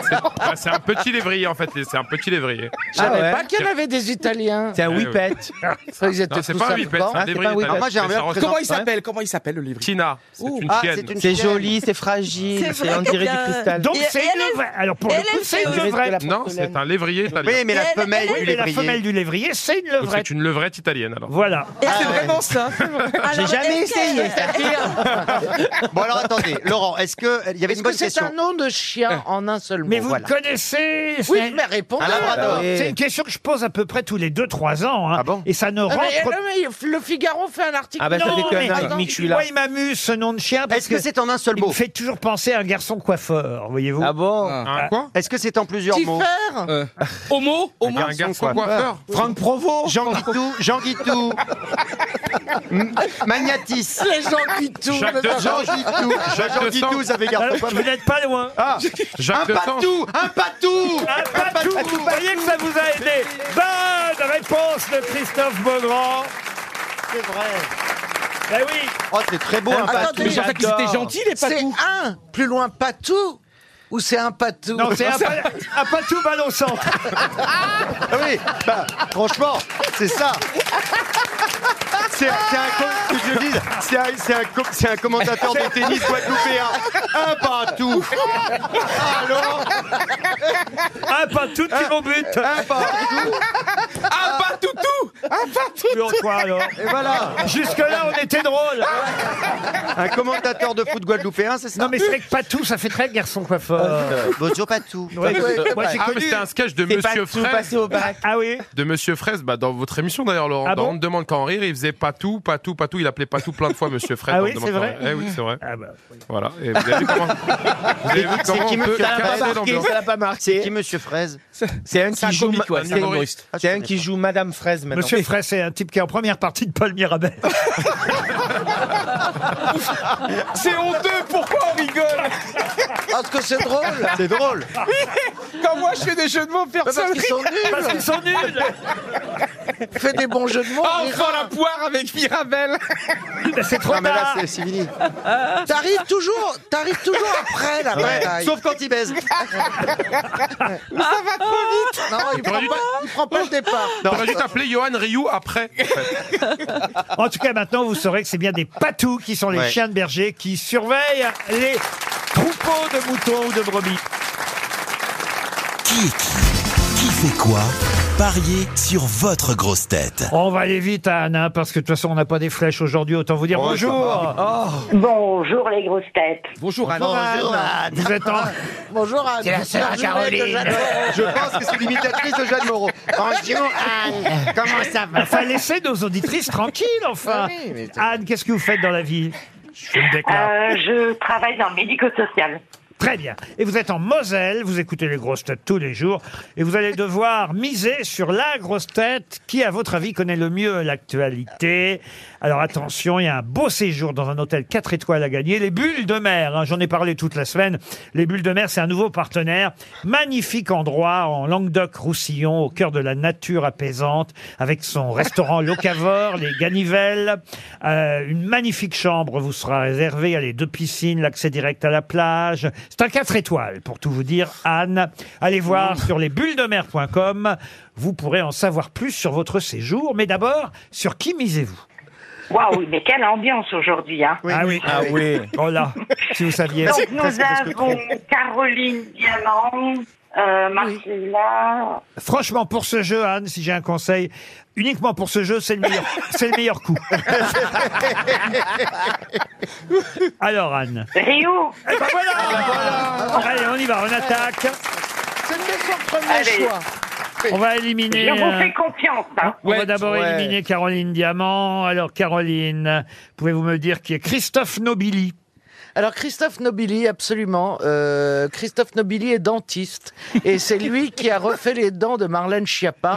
C'est bah, c'est un petit lévrier en fait, c'est un petit lévrier. Je savais pas qu'il y en avait des Italiens. C'est un Eh Ah, whippet. [LAUGHS] Ça, ils étaient Non, c'est tous pas un à whippet, bord. c'est un Ah, lévrier. pas un whippet. italien, Ah, moi, j'ai un mais ça vrai ressemble- Comment il s'appelle Comment il s'appelle le livre Tina, c'est une Ah, chienne. c'est une C'est chienne. joli, c'est fragile, C'est c'est vrai on dirait que- du cristal. Donc Et- c'est et elle une est- vraie. Alors pour le elle coup, est c'est une fée. levrette. Non, c'est un lévrier italien. Oui, mais la Et elle- femelle elle- du mais la lévrier. femelle du lévrier, Ah c'est une levrette. Donc, C'est une levrette italienne alors. Voilà. C'est vraiment ça. Ah, J'ai jamais essayé. [LAUGHS] Bon alors attendez, Laurent, est-ce que il y avait Est-ce une que bonne c'est question un nom de chien en un seul mot Mais vous voilà. le connaissez Oui, c'est- je m'ai répondu. Un labrador. C'est une question que je pose à peu près tous les 2-3 ans. hein. Et ça ne Ah, Ah, bah, rentre mais, non, mais le Figaro Ah, fait un article. Non, mais Pardon. Moi, il m'amuse ce nom de chien. Est-ce que, c'est en un seul mot Il me fait toujours penser à un garçon coiffeur, voyez-vous. Ah bon Est-ce que c'est en plusieurs mots Tiffer Euh, Homo Homo Euh. Un garçon coiffeur. Franck Provo Jean Guitou, Jean Guitou. M- Magnatis. Les Jean Guitou. Jean Guitou. Jacques Jean de Sang. Guitou, ça fait garçon. Euh, Vous n'êtes pas loin. Ah, Jacques un de Sang. patou, un patou. Un patou. Vous voyez que ça vous a aidé. Bonne réponse de Christophe Beaugrand. C'est vrai. Ben oui. Oh, c'est très beau un patou. Attendez, C'est un plus loin patou ou c'est un patou Non, [LAUGHS] c'est un, pa- un patou balançant. Ah oui, bah, franchement, c'est ça. C'est c'est un, com- que je le dise, c'est un, c'est un com- c'est un commentateur de [LAUGHS] tennis guadeloupéen. Un partout. Alors, un patou qui mon but. Un partout. Un patoutou Un patoutou Quoi alors Et voilà. Jusque-là, on était drôle. Un commentateur de foot guadeloupéen, c'est ça Non, mais c'est vrai que patou, ça fait très garçon coiffeur. Bonjour Patou. Ouais, ouais. Moi, j'ai ah, mais connu- c'était un sketch de C'est pas Monsieur tout Fraise. passé au bac. Ah oui De Monsieur Fraise, bah, dans votre émission d'ailleurs, Laurent. Ah dans bon On ne demande qu'à en rire, il faisait pas tout, pas tout, pas tout. Il appelait pas tout plein de fois Monsieur Fraise. Ah dans oui, On demande c'est qu'à en rire. vrai Eh oui, c'est vrai. Ah bah, Voilà. Et vous avez vu [LAUGHS] comment, vous avez vu C'est comment qui on peut Monsieur Fraise casser l'ambiance. Ça l'a pas C'est marqué. qui Monsieur Fraise C'est un un qui joue comique, ouais, un c'est un humoriste. Ah, C'est un qui joue Madame Fraise maintenant. Monsieur Frey, c'est un type qui est en première partie de Paul Mirabel. C'est honteux, pourquoi on rigole Parce que c'est drôle. C'est drôle. Quand moi je fais des jeux de mots, Parce personne qu'ils sont rigole. nuls. Parce qu'ils sont nuls Fais des bons jeux de mots. Ah, on Enfin ira. la poire avec Mirabel Mais Bah, C'est trop Non, mais là, tard c'est- c'est fini. Ah. T'arrives toujours, t'arrives toujours après la Ouais, bataille. Sauf quand [LAUGHS] il baise. Ça va Ah. trop vite Non, il prend, T'aurais dû- pas, il prend pas le départ. T'aurais dû t'appeler Johan Rioux après. en fait. En tout cas, maintenant, vous saurez que c'est bien des patous qui sont les Ouais. chiens de berger qui surveillent les troupeaux de moutons ou de brebis. Qui est qui Qui fait quoi Pariez sur votre grosse tête. On va aller vite, Anne, hein, parce que de toute façon, on n'a pas des flèches aujourd'hui. Autant vous dire Ouais, Oh, ça Ah, bonjour. Oh. Bonjour les grosses têtes. Bonjour Anne. Bonjour, Anne. Vous êtes en... Bonjour Anne. C'est la sœur à Bonjour, Caroline. mec, j'adore. Je pense que c'est l'imitatrice de Jeanne Moreau. Bonjour Anne. [LAUGHS] Comment ça va Enfin, laissez nos auditrices tranquilles, Ah enfin. Anne, qu'est-ce que vous faites dans la vie Je me déclare. Euh, je travaille dans le médico-social. Très bien. Et vous êtes en Moselle, vous écoutez les grosses têtes tous les jours, et vous allez devoir miser sur la grosse tête qui, à votre avis, connaît le mieux l'actualité. Alors attention, il y a un beau séjour dans un hôtel 4 étoiles à gagner. Les Bulles de Mer, hein, j'en ai parlé toute la semaine. Les Bulles de Mer, c'est un nouveau partenaire. Magnifique endroit en Languedoc-Roussillon, au cœur de la nature apaisante, avec son restaurant locavore, les Ganivelles. Euh, une magnifique chambre vous sera réservée. Il y a les deux piscines, l'accès direct à la plage. C'est un 4 étoiles, pour tout vous dire, Anne. Allez voir sur lesbullesdemer.com. Vous pourrez en savoir plus sur votre séjour. Mais d'abord, sur qui misez-vous Waouh, mais quelle ambiance aujourd'hui, hein Ah oui. Ah oui. Oh là, si vous saviez. Donc nous avons Caroline Diamant, euh, Marcella. Franchement, pour ce jeu, Anne, si j'ai un conseil, uniquement pour ce jeu, c'est le meilleur, c'est le meilleur coup. Alors, Anne. Rio Eh ben voilà, Ah ben Allez, on y va, on attaque. C'était son premier Allez. choix. On va éliminer. Je vous euh, fais confiance, hein on va d'abord ouais. éliminer Caroline Diamant. Alors, Caroline, pouvez-vous me dire qui est Christophe Nobili Alors Christophe Nobili, absolument. Euh, Christophe Nobili est dentiste et c'est lui qui a refait les dents de Marlène Schiappa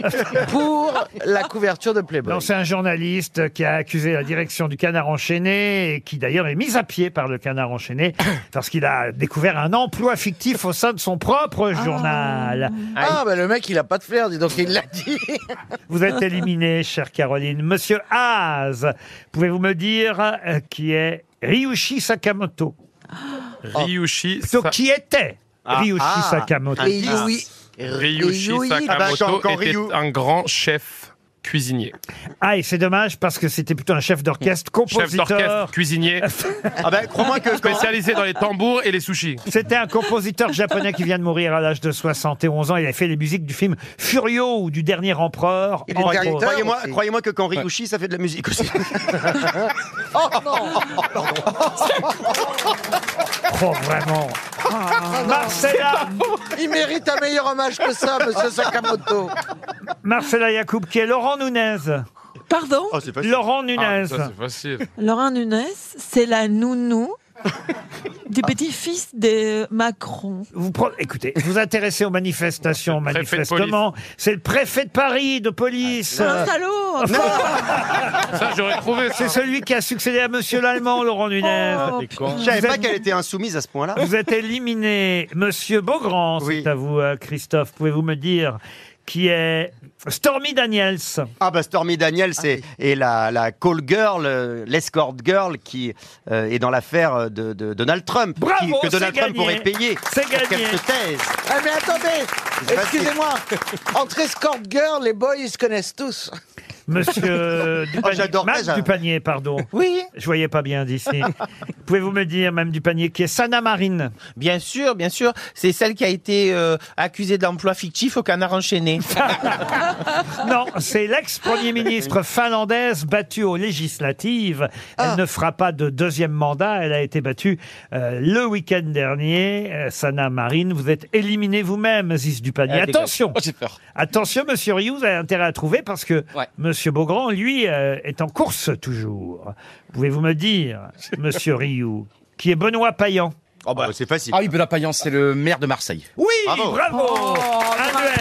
pour la couverture de Playboy. Non, c'est un journaliste qui a accusé la direction du Canard Enchaîné et qui d'ailleurs est mis à pied par le Canard Enchaîné [COUGHS] parce qu'il a découvert un emploi fictif au sein de son propre journal. Ah bah le mec il a pas de flair, dis donc il l'a dit. [LAUGHS] Vous êtes éliminé, chère Caroline. Monsieur Haas, pouvez-vous me dire euh, qui est Ryushi Sakamoto Oh. Ryushi. Plutôt Sa- qui était Ryushi Ah. Sakamoto. Et Yui- Ryushi Ah bah, Sakamoto était un grand chef cuisinier. Ah, et c'est dommage parce que c'était plutôt un chef d'orchestre, Chef compositeur. d'orchestre, [LAUGHS] cuisinier. Ah ben, crois-moi que- Spécialisé dans les tambours et les sushis. C'était un compositeur japonais qui vient de mourir à l'âge de 71 ans. Il a fait les musiques du film Furio ou du Dernier Empereur. Il est entre directeur autres. Croyez-moi croyez que quand Ryushi, ça fait de la musique aussi. Oh non Oh, vraiment. Marcella Ah, Il mérite un meilleur hommage que ça, monsieur Sakamoto. Marcella Yacoub, qui est Laurent Nunez. Pardon Laurent Nunez. Ah, ça, c'est facile. Laurent Nunez, c'est la nounou du petit-fils de Macron. vous pre- écoutez, vous intéressez aux manifestations, préfet de manifestement. C'est le préfet de Paris, de police. C'est un salaud enfin. [LAUGHS] Ça, j'aurais trouvé. C'est celui qui a succédé à Monsieur l'Allemand, Laurent Nunez. Oh, C'est con. Je savais Vous pas êtes- qu'elle était insoumise à ce point-là. Vous êtes éliminé. Monsieur Beaugrand, c'est à vous, euh, Christophe. Pouvez-vous me dire qui est Euh, Stormy Daniels Ah bah Stormy Daniels c'est et la, la call girl, euh, l'escort girl qui euh, est dans l'affaire de, de Donald Trump. Bravo, qui- que Donald c'est Trump gagné. pourrait payer. C'est pour gagné. qu'elle [LAUGHS] se taise. Ah, mais attendez, excusez-moi. Entre escort girl, les boys ils se connaissent tous. [LAUGHS] [LAUGHS] Monsieur Oh, Dupanier, j'adorerais, Madame ça. Dupanier, pardon. Oui. Je voyais pas bien [LAUGHS] d'ici. Pouvez-vous me dire, Madame Dupanier, qui est Sana Marine Bien sûr, bien sûr. C'est celle qui a été euh, accusée d'emploi fictif au canard enchaîné. Non, c'est l'ex-premier ministre finlandaise battue aux législatives. Elle ne fera pas de deuxième mandat. Elle a été battue euh, le week-end dernier. Euh, Sana Marine, vous êtes éliminé vous-même, Ziz Dupanier. Ah, dégage. Attention Attention, Monsieur Rioux, vous avez intérêt à trouver parce que Monsieur Beaugrand, lui, euh, est en course toujours. Pouvez-vous me [LAUGHS] dire, Monsieur Rioux, qui est Benoît Payan c'est facile. Ah oui, Benoît Payan, c'est le maire de Marseille. Oui, Bravo. bravo, Oh, Un duel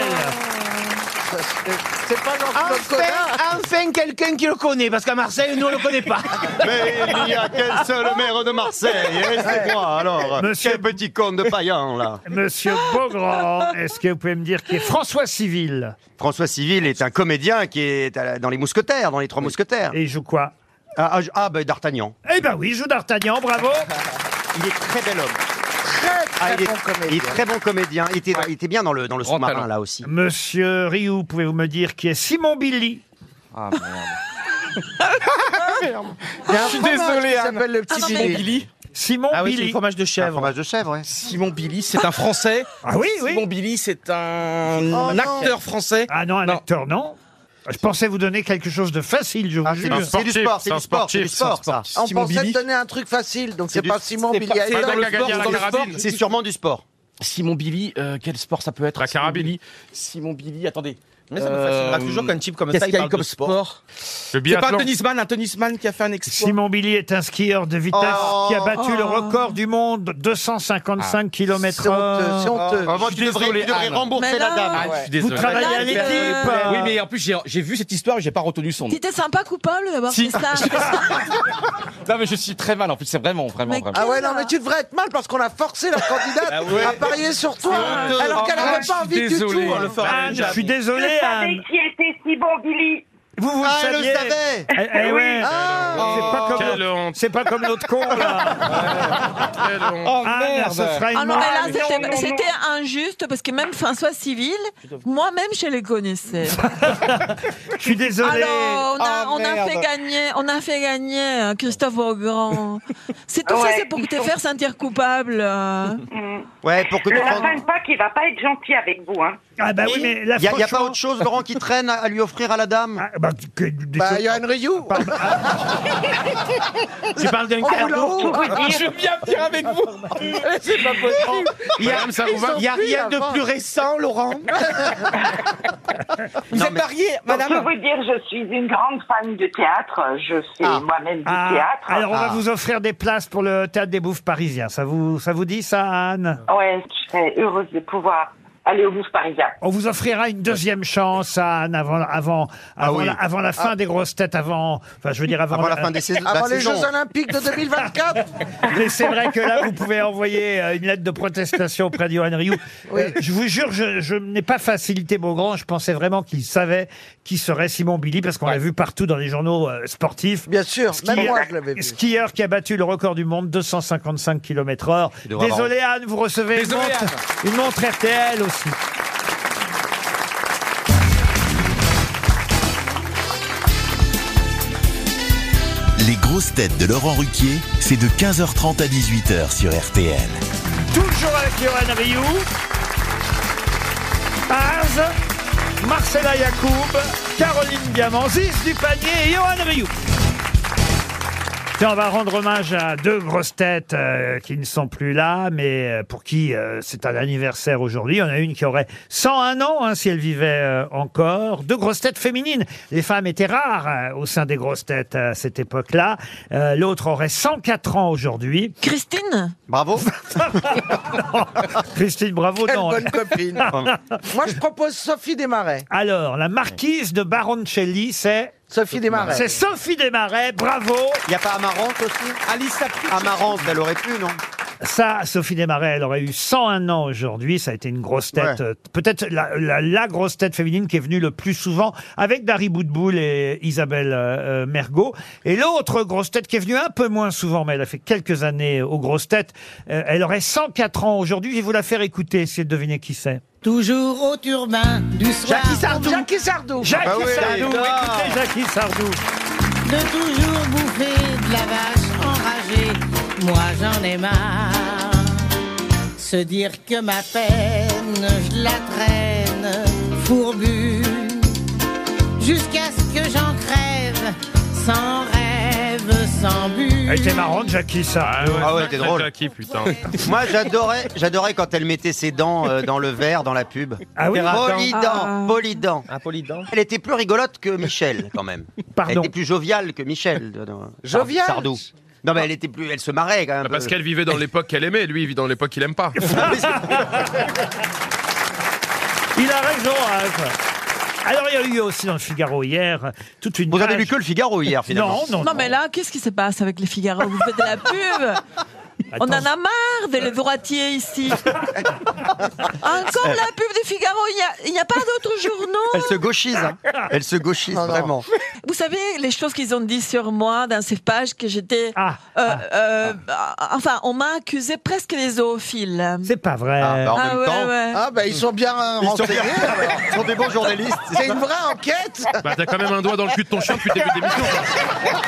C'est pas Jean-Claude Enfin, enfin quelqu'un qui le connaît, parce qu'à Marseille, nous, on le connaît pas. Mais il n'y a qu'un seul maire de Marseille, et c'est moi alors. Monsieur- Quel petit con de païen là. Monsieur Beaugrand, est-ce que vous pouvez me dire qui est François Civil François Civil est un comédien qui est à la- dans les mousquetaires, dans les trois mousquetaires. Et il joue quoi Ah, ah, je- ah, bah d'Artagnan. Eh ben oui, il joue d'Artagnan, bravo [LAUGHS] Il est très bel homme. Très, Ah, très il, est, bon il est comédien. très bon comédien. Il était, il était bien dans le, dans le sous-marin là aussi. Monsieur Rioux, pouvez-vous me dire qui est Simon Billy Ah [LAUGHS] Je suis désolé, Anne. Ah, s'appelle le Ah, petit Billy. Simon Ah oui, c'est Billy. le fromage de chèvre. de chèvre, ouais. Simon Billy, c'est un Français. Ah oui, oui. Simon Billy, c'est un, Oh non. acteur français. Ah non, un acteur, non. Je pensais vous donner quelque chose de facile, je vous c'est jure. du- Ah, c'est du sport, c'est du sport, c'est du sport, ça. On Simon pensait Billy. te donner un truc facile, donc c'est du- pas Simon c'est Billy. pas- c'est Elliot. dans le sport, dans le sport. C'est sûrement du sport. Simon Billy, euh, quel sport ça peut être La Simon carabine. Billy, Simon Billy, attendez. Euh, Mais ça me fascinera toujours qu'un type comme ça, il parle de sport. Le C'est pas un biathlon. tennisman, hein, un tennisman qui a fait un exploit. Simon Billy est un skieur de vitesse Oh. Ah. qui a battu le Oh. record du monde, 255 km C'est honteux, c'est honteux. Vraiment, tu suis devrais, désolé, tu devrais Anne. Mais rembourser là- la dame. Ah, je suis Vous désolé. travaillez à Là, c'est- euh, l'équipe Oui, mais en plus, j'ai j'ai vu cette histoire et j'ai pas retenu Mm. son nom. T'étais sympa coupable d'avoir Si. fait ça. Non, mais je suis très mal en plus, c'est vraiment, vraiment, Mais vraiment. Ah ouais, non, mais tu devrais être mal parce qu'on a forcé la candidate [LAUGHS] Ah ouais. à parier sur toi honteux. alors qu'elle Ah, n'avait je pas suis envie du tout. désolé. le fera Anne, je jamais. suis désolé, Je savais Anne. qui était si bon, Billy. Vous, vous Ah, le elle le saviez. savait. Eh, eh Oui. ouais. Ah, C'est pas comme Quelle l'autre- honte. C'est pas comme l'autre con, là. Quelle honte. Oh Anne, merde ce sera une Ah non, mais là, honte. c'était- non, non, non. c'était injuste parce que même François Civil, moi-même, je les connaissais. Je suis désolé. Alors, on a, Ah, on a merde. fait gagner, on a fait gagner euh, Christophe Beaugrand. C'est tout Ouais, ça, c'est pour ils te sont- faire sentir coupable. euh. Mm. Ouais, pour que tu Le prennes- lapin de Pâques, il va pas être gentil avec vous. Hein. Ah bah oui, mais là, Il n'y a, y a pas franchement- autre chose, Laurent, qui traîne à, à lui offrir à la dame Ah, bah, que- des Bah, choses- Ah, Yoann Ryu. [LAUGHS] Tu parles d'un Oh, cadeau. bravo. Tout veut dire- Je viens dire avec vous. C'est pas possible. Il y a, Madame, ça vous va il y a Ils sont rien plus, de enfin. plus récent, [LAUGHS] Laurent. vous êtes marié, Pour madame tout vous dire, je suis une grande fan de théâtre. Je fais moi-même du Ah, théâtre. alors on va vous offrir des places pour le théâtre des Bouffes parisiens. Ça vous, ça vous dit ça, Anne Ouais, je serais heureuse de pouvoir aller au Bouffe Parisien. On vous offrira une deuxième chance à Anne avant, avant, avant, la, avant la fin des grosses têtes, avant, enfin je veux dire avant, Ah Avant la fin des saisons- Avant la les saison. Jeux Olympiques de 2024 [LAUGHS] Mais c'est vrai que là, vous pouvez envoyer euh, une lettre de protestation auprès de Johan Rioux. Euh, je vous jure, je, je n'ai pas facilité Beaugrand. Je pensais vraiment qu'il savait qui serait Simon Billy, parce qu'on l'a vu partout dans les journaux euh, sportifs. Bien sûr, même moi, je l'avais vu. Skieur qui a battu le record du monde, 255 km heure. devrait avoir Désolé Anne, vous recevez une Désolé, montre, Anne. une montre RTL aussi. Les grosses têtes de Laurent Ruquier, c'est de 15h30 à 18h sur RTL. Toujours avec Johan Rioux, Az, Marcela Yacoub, Caroline Diamant, Ziz du panier et Johan Rioux. Tiens, on va rendre hommage à deux grosses têtes euh, qui ne sont plus là, mais euh, pour qui euh, c'est un anniversaire aujourd'hui. Il y en a une qui aurait 101 ans hein, si elle vivait euh, encore. Deux grosses têtes féminines. Les femmes étaient rares euh, au sein des grosses têtes à cette époque-là. Euh, L'autre aurait 104 ans aujourd'hui. Christine [LAUGHS] Bravo. Christine Bravo, Quelle non. bonne [LAUGHS] [LAUGHS] copine. Moi, je propose Sophie Desmarais. Alors, la marquise de Baroncelli, c'est Sophie Desmarais. C'est Sophie Desmarais, bravo. Il n'y a pas Amarante aussi Alice Amarante, elle aurait pu, non Ça, Sophie Desmarais, elle aurait eu 101 ans aujourd'hui. Ça a été une grosse tête. Ouais. euh, Peut-être la, la- la grosse tête féminine qui est venue le plus souvent avec Dari Boudboul et Isabelle euh, euh, Mergot. Et l'autre grosse tête qui est venue un peu moins souvent, mais elle a fait quelques années aux grosses têtes. euh, elle aurait 104 ans aujourd'hui. Je vais vous la faire écouter, essayez de deviner qui c'est. Toujours au turbin du soir. Jackie Sardou. Jackie Sardou. Jacques Bah oui, Sardou. j'adore. Écoutez Jacques Sardou. De toujours bouffer de la vache enragée, moi j'en ai marre. Se dire que ma peine, je la traîne fourbue, jusqu'à ce que j'en crève, sans rêve, sans but. Elle était marrante, Jackie Sardou. Ah ouais, [LAUGHS] t'es drôle. Moi, j'adorais, j'adorais quand elle mettait ses dents euh, dans le verre, dans la pub. Ah oui Polydent, Ah. polydent. Elle était plus rigolote que Michel, quand même. Elle était plus joviale que Michel. euh, dans- Joviale Sardou. Non, mais elle était plus, elle se marrait quand Ah bah, même. un Parce peu. qu'elle vivait dans l'époque qu'elle aimait, lui il vit dans l'époque qu'il aime [LAUGHS] pas. Il a raison, Raph. Alors, il y a eu aussi dans le Figaro hier toute une. Vous avez lu que le Figaro hier, finalement Non, non. Non, mais là, qu'est-ce qui se passe avec les Figaro Vous faites de la [LAUGHS] pub On en a marre des les droitiers ici. Encore la pub du Figaro, il n'y a- il n'y a, pas d'autres Elle journaux. se [LAUGHS] gauchise. hein. Elle se gauchise vraiment. Vous savez, les choses qu'ils ont dit sur moi dans ces pages que j'étais... Ah, euh, euh, Enfin, on m'a accusé presque des zoophiles. C'est pas vrai. bah, en même ouais, temps. ouais. Ah, bah, ils sont bien euh, Ils sont renseignés. bien- alors. Ils sont des bons journalistes. C'est une vraie enquête. Bah t'as quand même un doigt dans le cul de ton chien depuis le début de l'émission. quoi.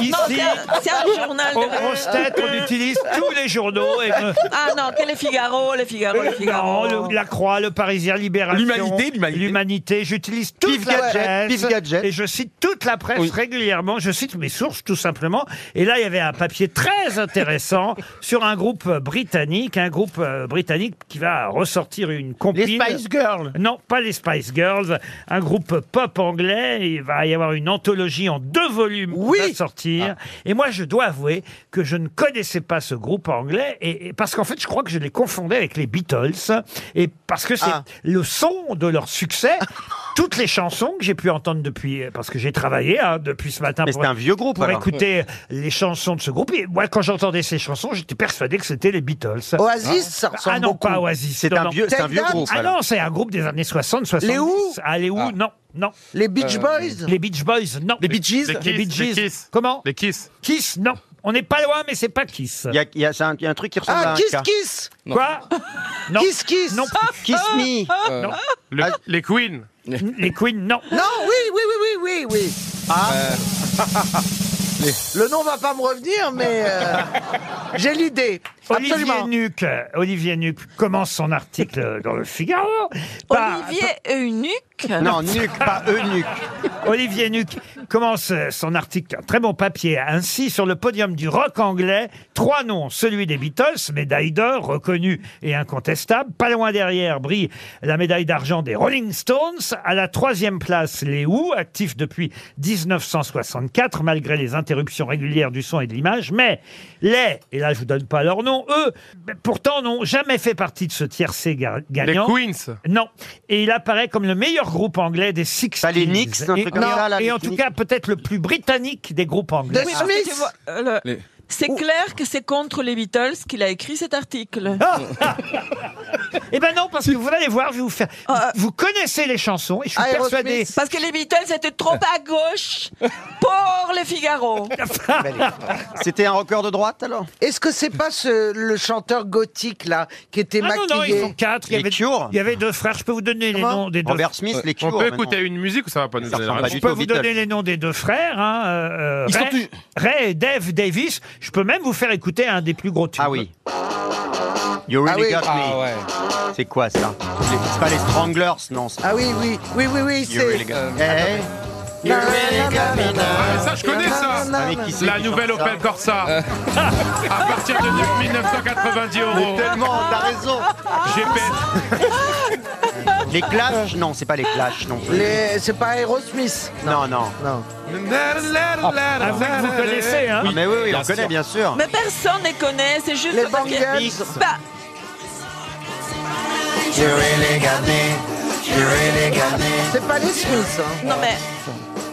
Ici, Non, c'est un- c'est un journal. aux grosses têtes, on utilise tous les journaux. Et me- Ah non, que les Figaro, les Figaro, les Figaro. [LAUGHS] Non, le- La Croix, Le Parisien, Libération. L'Humanité, l'humanité. J'utilise toute Pif la Gadget, presse. Pif Gadget. Et je cite toute la presse Oui. régulièrement. Je cite mes sources, tout simplement. Et là, il y avait un papier très intéressant sur un groupe euh, britannique, un groupe euh, britannique qui va ressortir une compile. Les Spice Girls. Non, pas les Spice Girls. Un groupe pop anglais. Il va y avoir une anthologie en deux volumes qui va sortir. Ah. Et moi, je dois avouer que je ne connaissais pas ce groupe anglais et, et parce qu'en fait, je crois que je les confondais avec les Beatles et parce que c'est Ah. le son de leur [LAUGHS] succès. Toutes les chansons que j'ai pu entendre depuis, euh, parce que j'ai travaillé hein, depuis ce matin Mais pour, c'est un vieux groupe, pour alors. écouter euh, les chansons de ce groupe. Et moi, quand j'entendais ces chansons, j'étais persuadé que c'était les Beatles. Oasis, ça ressemble Ah non, beaucoup. pas Oasis. C'est non, un non. vieux- c'est un vieux Take That groupe, Ah alors. non, c'est un groupe des années 60, 70. Les Who Ah, les Who, non. Non. Euh, Les Beach Boys Les Beach Boys, non. Les Beach Gees Les Bee Gees. Comment Les Kiss. Kiss, non. On n'est pas loin, mais c'est pas Kiss. Il y a, il y a- c'est un, il y a un truc qui ressemble à Ah, un Kiss cas. Kiss Quoi Non. Kiss [LAUGHS] Kiss Non. Euh, Kiss me. Non. Les Queen. Les Queen, non. Non, oui, oui, oui, oui, oui, oui. Ah. [LAUGHS] Le nom va pas me revenir, mais euh, j'ai l'idée. Olivier Absolument. Nuc, euh, Olivier Nuc commence son article euh, dans le Figaro. par- Olivier Eunuque Non, Nuc, pas Eunuque. [LAUGHS] Olivier Nuc commence euh, son article, un très bon papier, ainsi sur le podium du rock anglais. Trois noms, celui des Beatles, médaille d'or, reconnue et incontestable. Pas loin derrière brille la médaille d'argent des Rolling Stones. À la troisième place, les Who, actifs depuis 1964, malgré les interruptions régulières du son et de l'image. Mais les, et là je vous donne pas leur nom, eux, ben, pourtant n'ont jamais fait partie de ce tiercé ga- gagnant. Queens. Non. Et il apparaît comme le meilleur groupe anglais des Six Pas les Knicks, un Et, truc comme non, ça, là, et les en tout Knicks. cas, peut-être le plus britannique des groupes anglais. Ah, Oui, parce que tu vois, euh, le- C'est clair que c'est contre les Beatles qu'il a écrit cet article. Ah! Eh ben non, parce que vous allez voir, je vais vous faire. Vous connaissez les chansons et [LAUGHS] Ah, je suis persuadé. Parce que les Beatles étaient trop à gauche pour le [LAUGHS] Figaro. C'était un rocker de droite alors Est-ce que c'est pas ce- le chanteur gothique là qui était Ah non, maquillé non, ils sont quatre. Il y, avait, il y avait deux frères. Je peux vous donner les Comment noms des deux Robert Smith, les On Cure, peut maintenant. écouter une musique ou ça va pas nous Ah, donner la Je réponse peux vous donner les noms des deux frères. Hein, euh, euh, Ils sont Ray, Ray et Dave Davis. Je peux même vous faire écouter un des plus gros tubes. Ah oui. You really got Ah me. C'est quoi ça Les- C'est pas les Stranglers, non ça. Ah oui, oui, oui, oui, oui, You c'est. really got me. Eh. You really got me now. Ah, mais ça, je connais ça Ah, mais qui c'est La qui nouvelle chante Ah. Opel Corsa À partir de 1990 euros Tellement, t'as raison. GPS Les Clash Non, c'est pas les Clash non plus. Les- C'est pas Aerosmith. Non, non. Non. Ah, vous connaissez, hein Ah, mais oui, oui, Bien on connaît sûr. bien sûr. Mais personne ne connaît, c'est juste Les parce que- Bangles. Bah, You really got me. You really got me. C'est pas les Smiths. Hein. non mais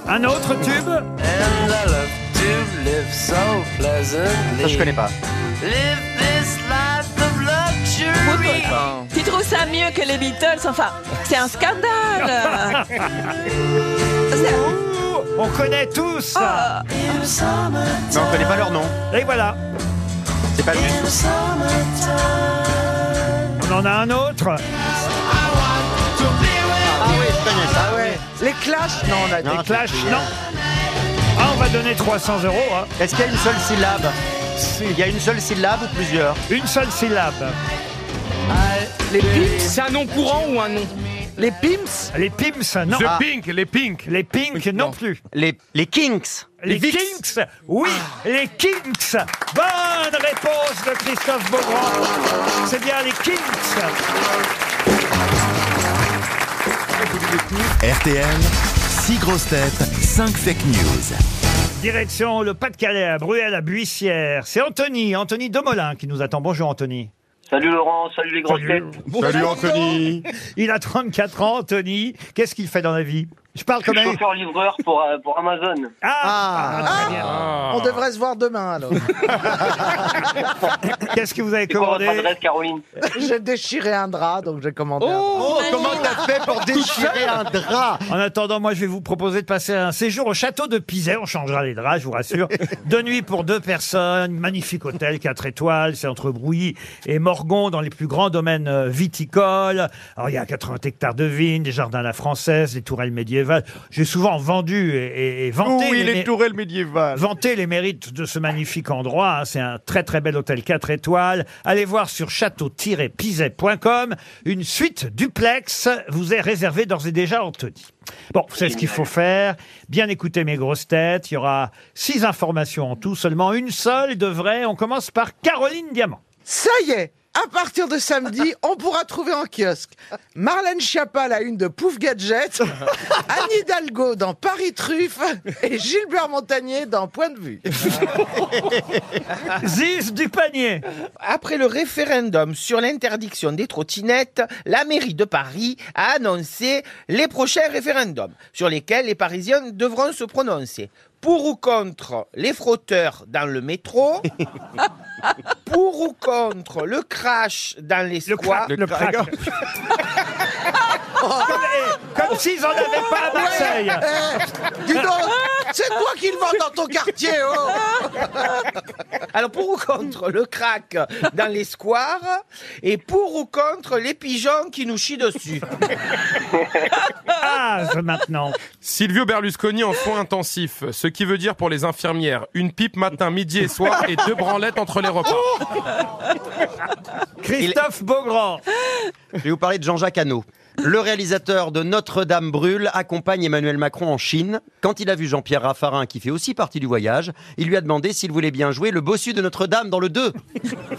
Un autre tube And I love to live so pleasantly. Ça, je connais pas. Live this life of luxury. tu trouves ça mieux que les Beatles Enfin, c'est un [LAUGHS] scandale. On connaît tous. Ah, ça. Mais on connaît pas leur nom. Et voilà. C'est pas juste. On en a un autre. Ah oui, je connais ça. Ah ouais. Les Clash, non, on a Les Clash, non. Ah, on va donner 300 euros. hein. Est-ce qu'il y a une seule syllabe Il y a une seule syllabe ou plusieurs Une seule syllabe. Ah, Les Pimps C'est un nom courant ou un nom Les Pimps Les Pimps, non. The Ah. Pink, les Pink Les Pink non, plus. Les, les Kinks. Les, Kinks, oui, Ah. les Kinks. Bonne réponse de Christophe Beaugrand. C'est bien les Kinks. RTL, 6 grosses têtes, 5 fake news. Direction le Pas-de-Calais, à Bruel, à Buissière. C'est Anthony, Anthony Demolin qui nous attend. Bonjour Anthony. Salut Laurent, salut les grosses têtes. Anthony. Il a 34 ans, Anthony. Qu'est-ce qu'il fait dans la vie Je parle Je comme suis un... chauffeur livreur pour, euh, pour Amazon. Ah, ah, très bien. On devrait se voir demain alors. [LAUGHS] Qu'est-ce que vous avez C'est quoi votre commandé adresse, Caroline j'ai déchiré un drap, donc j'ai commandé. un drap. Oh, comment t'as fait pour déchirer un drap En attendant, moi, je vais vous proposer de passer un séjour au château de Pizet. On changera les draps, je vous [LAUGHS] rassure. Deux nuits pour deux personnes. Magnifique hôtel, quatre étoiles. C'est entre Brouilly et Morgon, dans les plus grands domaines euh, viticoles. Alors, il y a 80 hectares de vignes, des jardins à la française, des tourelles médiévales. J'ai souvent vendu et, et- et vanté Oui, les les mé- tourelles médiévales. vanter les mérites de ce magnifique endroit. hein. C'est un très très bel hôtel 4 étoiles. Allez voir sur château-piset.com. Une suite duplex vous est réservée d'ores et déjà, Anthony. Bon, vous savez ce qu'il faut faire. Bien écouter mes grosses têtes. Il y aura six informations en tout, seulement une seule de vraie. On commence par Caroline Diamant. Ça y est, à partir de [LAUGHS] samedi, on pourra trouver en kiosque Marlène Schiappa, la une de Pouf [LAUGHS] Gadget, Anne Hidalgo dans Paris Truffe et Gilbert Montagnier dans Point de vue. [LAUGHS] Ziz du panier. Après le référendum sur l'interdiction des trottinettes, la mairie de Paris a annoncé les prochains référendums sur lesquels les Parisiens devront se prononcer. Pour ou contre les frotteurs dans le métro Pour ou contre le crash dans les squats Le crack. [LAUGHS] comme, eh, comme s'ils en avaient pas à Marseille. Eh, dis donc, C'est toi qui le vends dans ton quartier, oh. [LAUGHS] Alors pour ou contre le crack dans les squares et pour ou contre les pigeons qui nous chient dessus. Ah, maintenant. Silvio Berlusconi en soins intensifs, ce qui veut dire pour les infirmières une pipe matin, midi et soir et deux branlettes entre les repas. Christophe Beaugrand. Je vais vous parler de Jean-Jacques Hano. Le réalisateur de Notre-Dame brûle accompagne Emmanuel Macron en Chine. Quand il a vu Jean-Pierre Raffarin, qui fait aussi partie du voyage, il lui a demandé s'il voulait bien jouer le bossu de Notre-Dame dans le 2.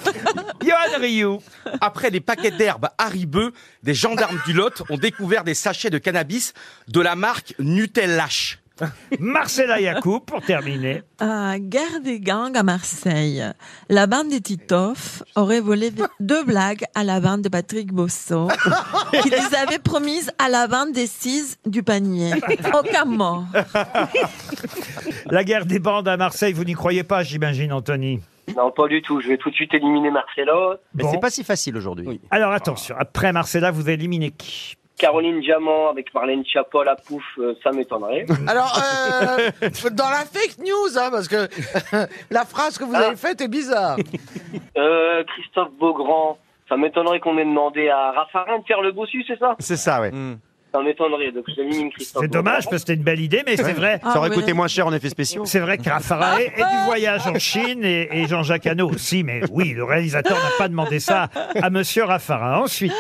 [LAUGHS] Johan Rioux. [LAUGHS] Après des paquets d'herbes haribeux, des gendarmes du Lot ont découvert des sachets de cannabis de la marque Nutellache. Marcella Yacoub, pour terminer. À Guerre des gangs à Marseille, la bande des Titoff aurait volé de- deux blagues à la bande de Patrick [LAUGHS] Bosso, qui les avait promises à la bande des six du panier. Aucun mot. La guerre des bandes à Marseille, vous n'y croyez pas, j'imagine, Anthony. Non, pas du tout. Je vais tout de suite éliminer Marcelo. Mais c'est pas si facile aujourd'hui. Alors attention, après Marcella, vous éliminez qui Caroline Diamant avec Marlène Chapol à pouf, euh, ça m'étonnerait. [LAUGHS] Alors, euh, dans la fake news, hein, parce que [LAUGHS] la phrase que vous Ah. avez faite [LAUGHS] est bizarre. [LAUGHS] Euh, Christophe Beaugrand, ça m'étonnerait qu'on ait demandé à Raffarin de faire le bossu, c'est ça C'est ça, oui. Ça m'étonnerait, donc j'élimine Christophe Ah C'est dommage parce que c'était une belle idée, mais c'est vrai. Ça aurait coûté moins cher en effets spéciaux. C'est vrai que Raffarin est, est du voyage en Chine et, et Jean-Jacques Hano aussi, mais oui, le réalisateur n'a pas demandé ça à Monsieur Raffarin. Ensuite,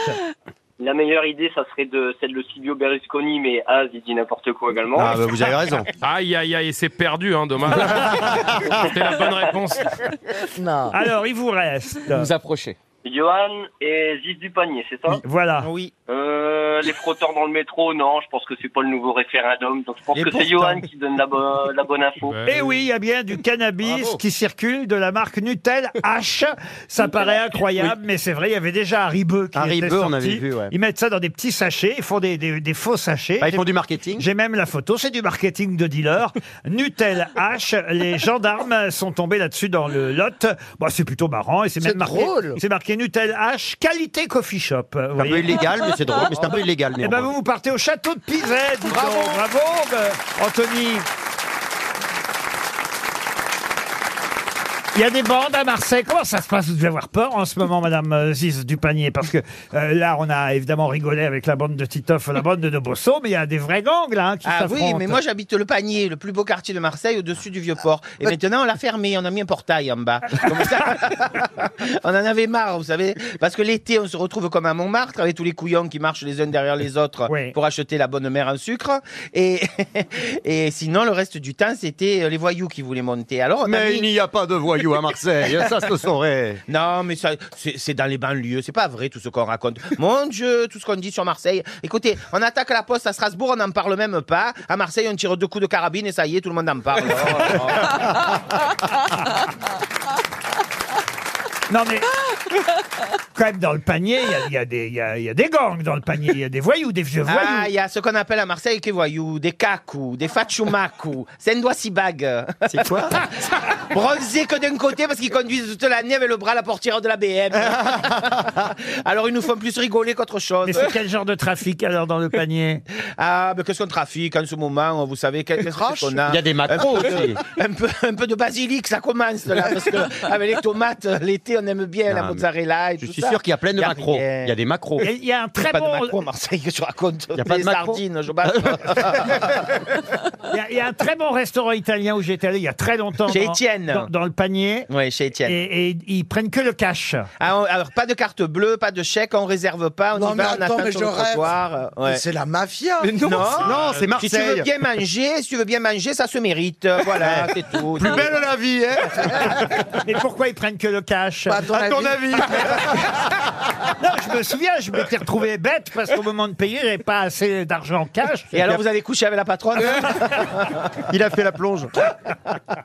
La meilleure idée, ça serait de celle de Silvio Berlusconi, mais Az, il dit n'importe quoi également. Ah, bah, [LAUGHS] Aïe, aïe, aïe, c'est perdu, hein, dommage. C'était la bonne réponse. Non. alors il vous reste. Vous approchez. Ah Johan et Ziz du panier, c'est ça Voilà. Oui. Euh, les frotteurs dans le métro, non, je pense que c'est pas le nouveau référendum, donc je pense Et que c'est pourtant. Johan qui donne la, bo- la bonne info. Eh oui, il y a bien du cannabis qui circule de la marque Nutel H. Ça paraît incroyable, mais c'est vrai, il y avait déjà Haribeux qui Haribeux, était sorti. on avait vu, ouais. Ils mettent ça dans des petits sachets, ils font des, des- des faux sachets. Bah, ils font du marketing. J'ai même la photo, c'est du marketing de [LAUGHS] dealer. Nutel H, les gendarmes sont tombés là-dessus dans le lot. Bah, c'est plutôt marrant et c'est même marqué. drôle. C'est marqué Nutel H, qualité coffee shop. C'est un peu illégal, mais c'est drôle, mais c'est un peu illégal. Eh ben, néanmoins. vous, vous partez au château de Pizet. dites donc. Bravo, euh, Anthony. Il y a des bandes à Marseille. Comment ça se passe Vous devez avoir peur en ce moment, Madame euh, Ziz du panier, parce que euh, là, on a évidemment rigolé avec la bande de Titoff, la bande de Bosso, mais il y a des vrais gangs là hein, qui Ah oui, s'affrontent. mais moi j'habite le panier, le plus beau quartier de Marseille, au-dessus du Vieux-Port. Et Bah, maintenant on l'a fermé, on a mis un portail en bas. Comme ça, [LAUGHS] on en avait marre, vous savez. Parce que l'été, on se retrouve comme à Montmartre, avec tous les couillons qui marchent les uns derrière les autres pour acheter la bonne mère en sucre. Et, [LAUGHS] et sinon, le reste du temps, c'était euh, les voyous qui voulaient monter. Alors, on a Mais mis- il n'y a pas de voyous à Marseille, ça se saurait. [LAUGHS] Non, mais ça, c'est c'est dans les banlieues, c'est pas vrai tout ce qu'on raconte. Mon Dieu, tout ce qu'on dit sur Marseille. Écoutez, on attaque la poste à Strasbourg, on n'en parle même pas. À Marseille, on tire deux coups de carabine et ça y est, tout le monde en parle. [LAUGHS] Non [LAUGHS] mais quand même [LAUGHS] dans le panier, il y a- il y, a des- il y a- il y a des gangs dans le panier, il y a des voyous, des vieux voyous. Ah, il y a ce qu'on appelle à Marseille des voyous, des cacous, des [LAUGHS] fachumaku, sendwasibag. C'est quoi [LAUGHS] Bronzés que d'un côté parce qu'ils conduisent toute l'année avec le bras à la portière de la [LAUGHS] BM. Alors ils nous font plus rigoler qu'autre chose. Mais c'est quel genre de trafic alors dans le panier Ah, mais qu'est-ce qu'on trafique en ce moment Vous savez, qu'est- qu'est-ce qu'on a Il y a des macros un peu, aussi. [LAUGHS] Un peu, un peu de basilic, ça commence là, parce que avec les tomates, l'été, on aime bien la Non, mais mozzarella et Je tout suis ça. sûr qu'il y a plein de Y macros. rien. Il y a des macros. Il y a un Il y a très pas bon. de macro à Marseille que tu racontes. Il y a pas de Les macro. sardines, je bats. [LAUGHS] [LAUGHS] Il y a- il y, a un très bon restaurant italien où j'étais allé il y a très longtemps. Chez dans- Étienne. Dans, dans le panier. Oui, chez Étienne. Et, et ils prennent que le cash. Ah, on- alors, pas de carte bleue, pas de chèque, on réserve pas, on Non, y mais va, on attends, attend mais sur je le rêve. trottoir. euh, ouais. Mais c'est la mafia. non, non, c'est Si tu veux Marseille. bien manger, si tu veux bien manger, ça se [LAUGHS] mérite. Voilà, c'est tout. Plus belle la vie, [LAUGHS] hein Mais pourquoi ils prennent que le cash Bah, à ton À ton avis. [LAUGHS] Non, je me souviens, je m'étais retrouvé bête parce qu'au moment de payer, j'avais pas assez d'argent cash. Et alors, vous avez couché avec la patronne [LAUGHS] Il a fait la plonge. Mais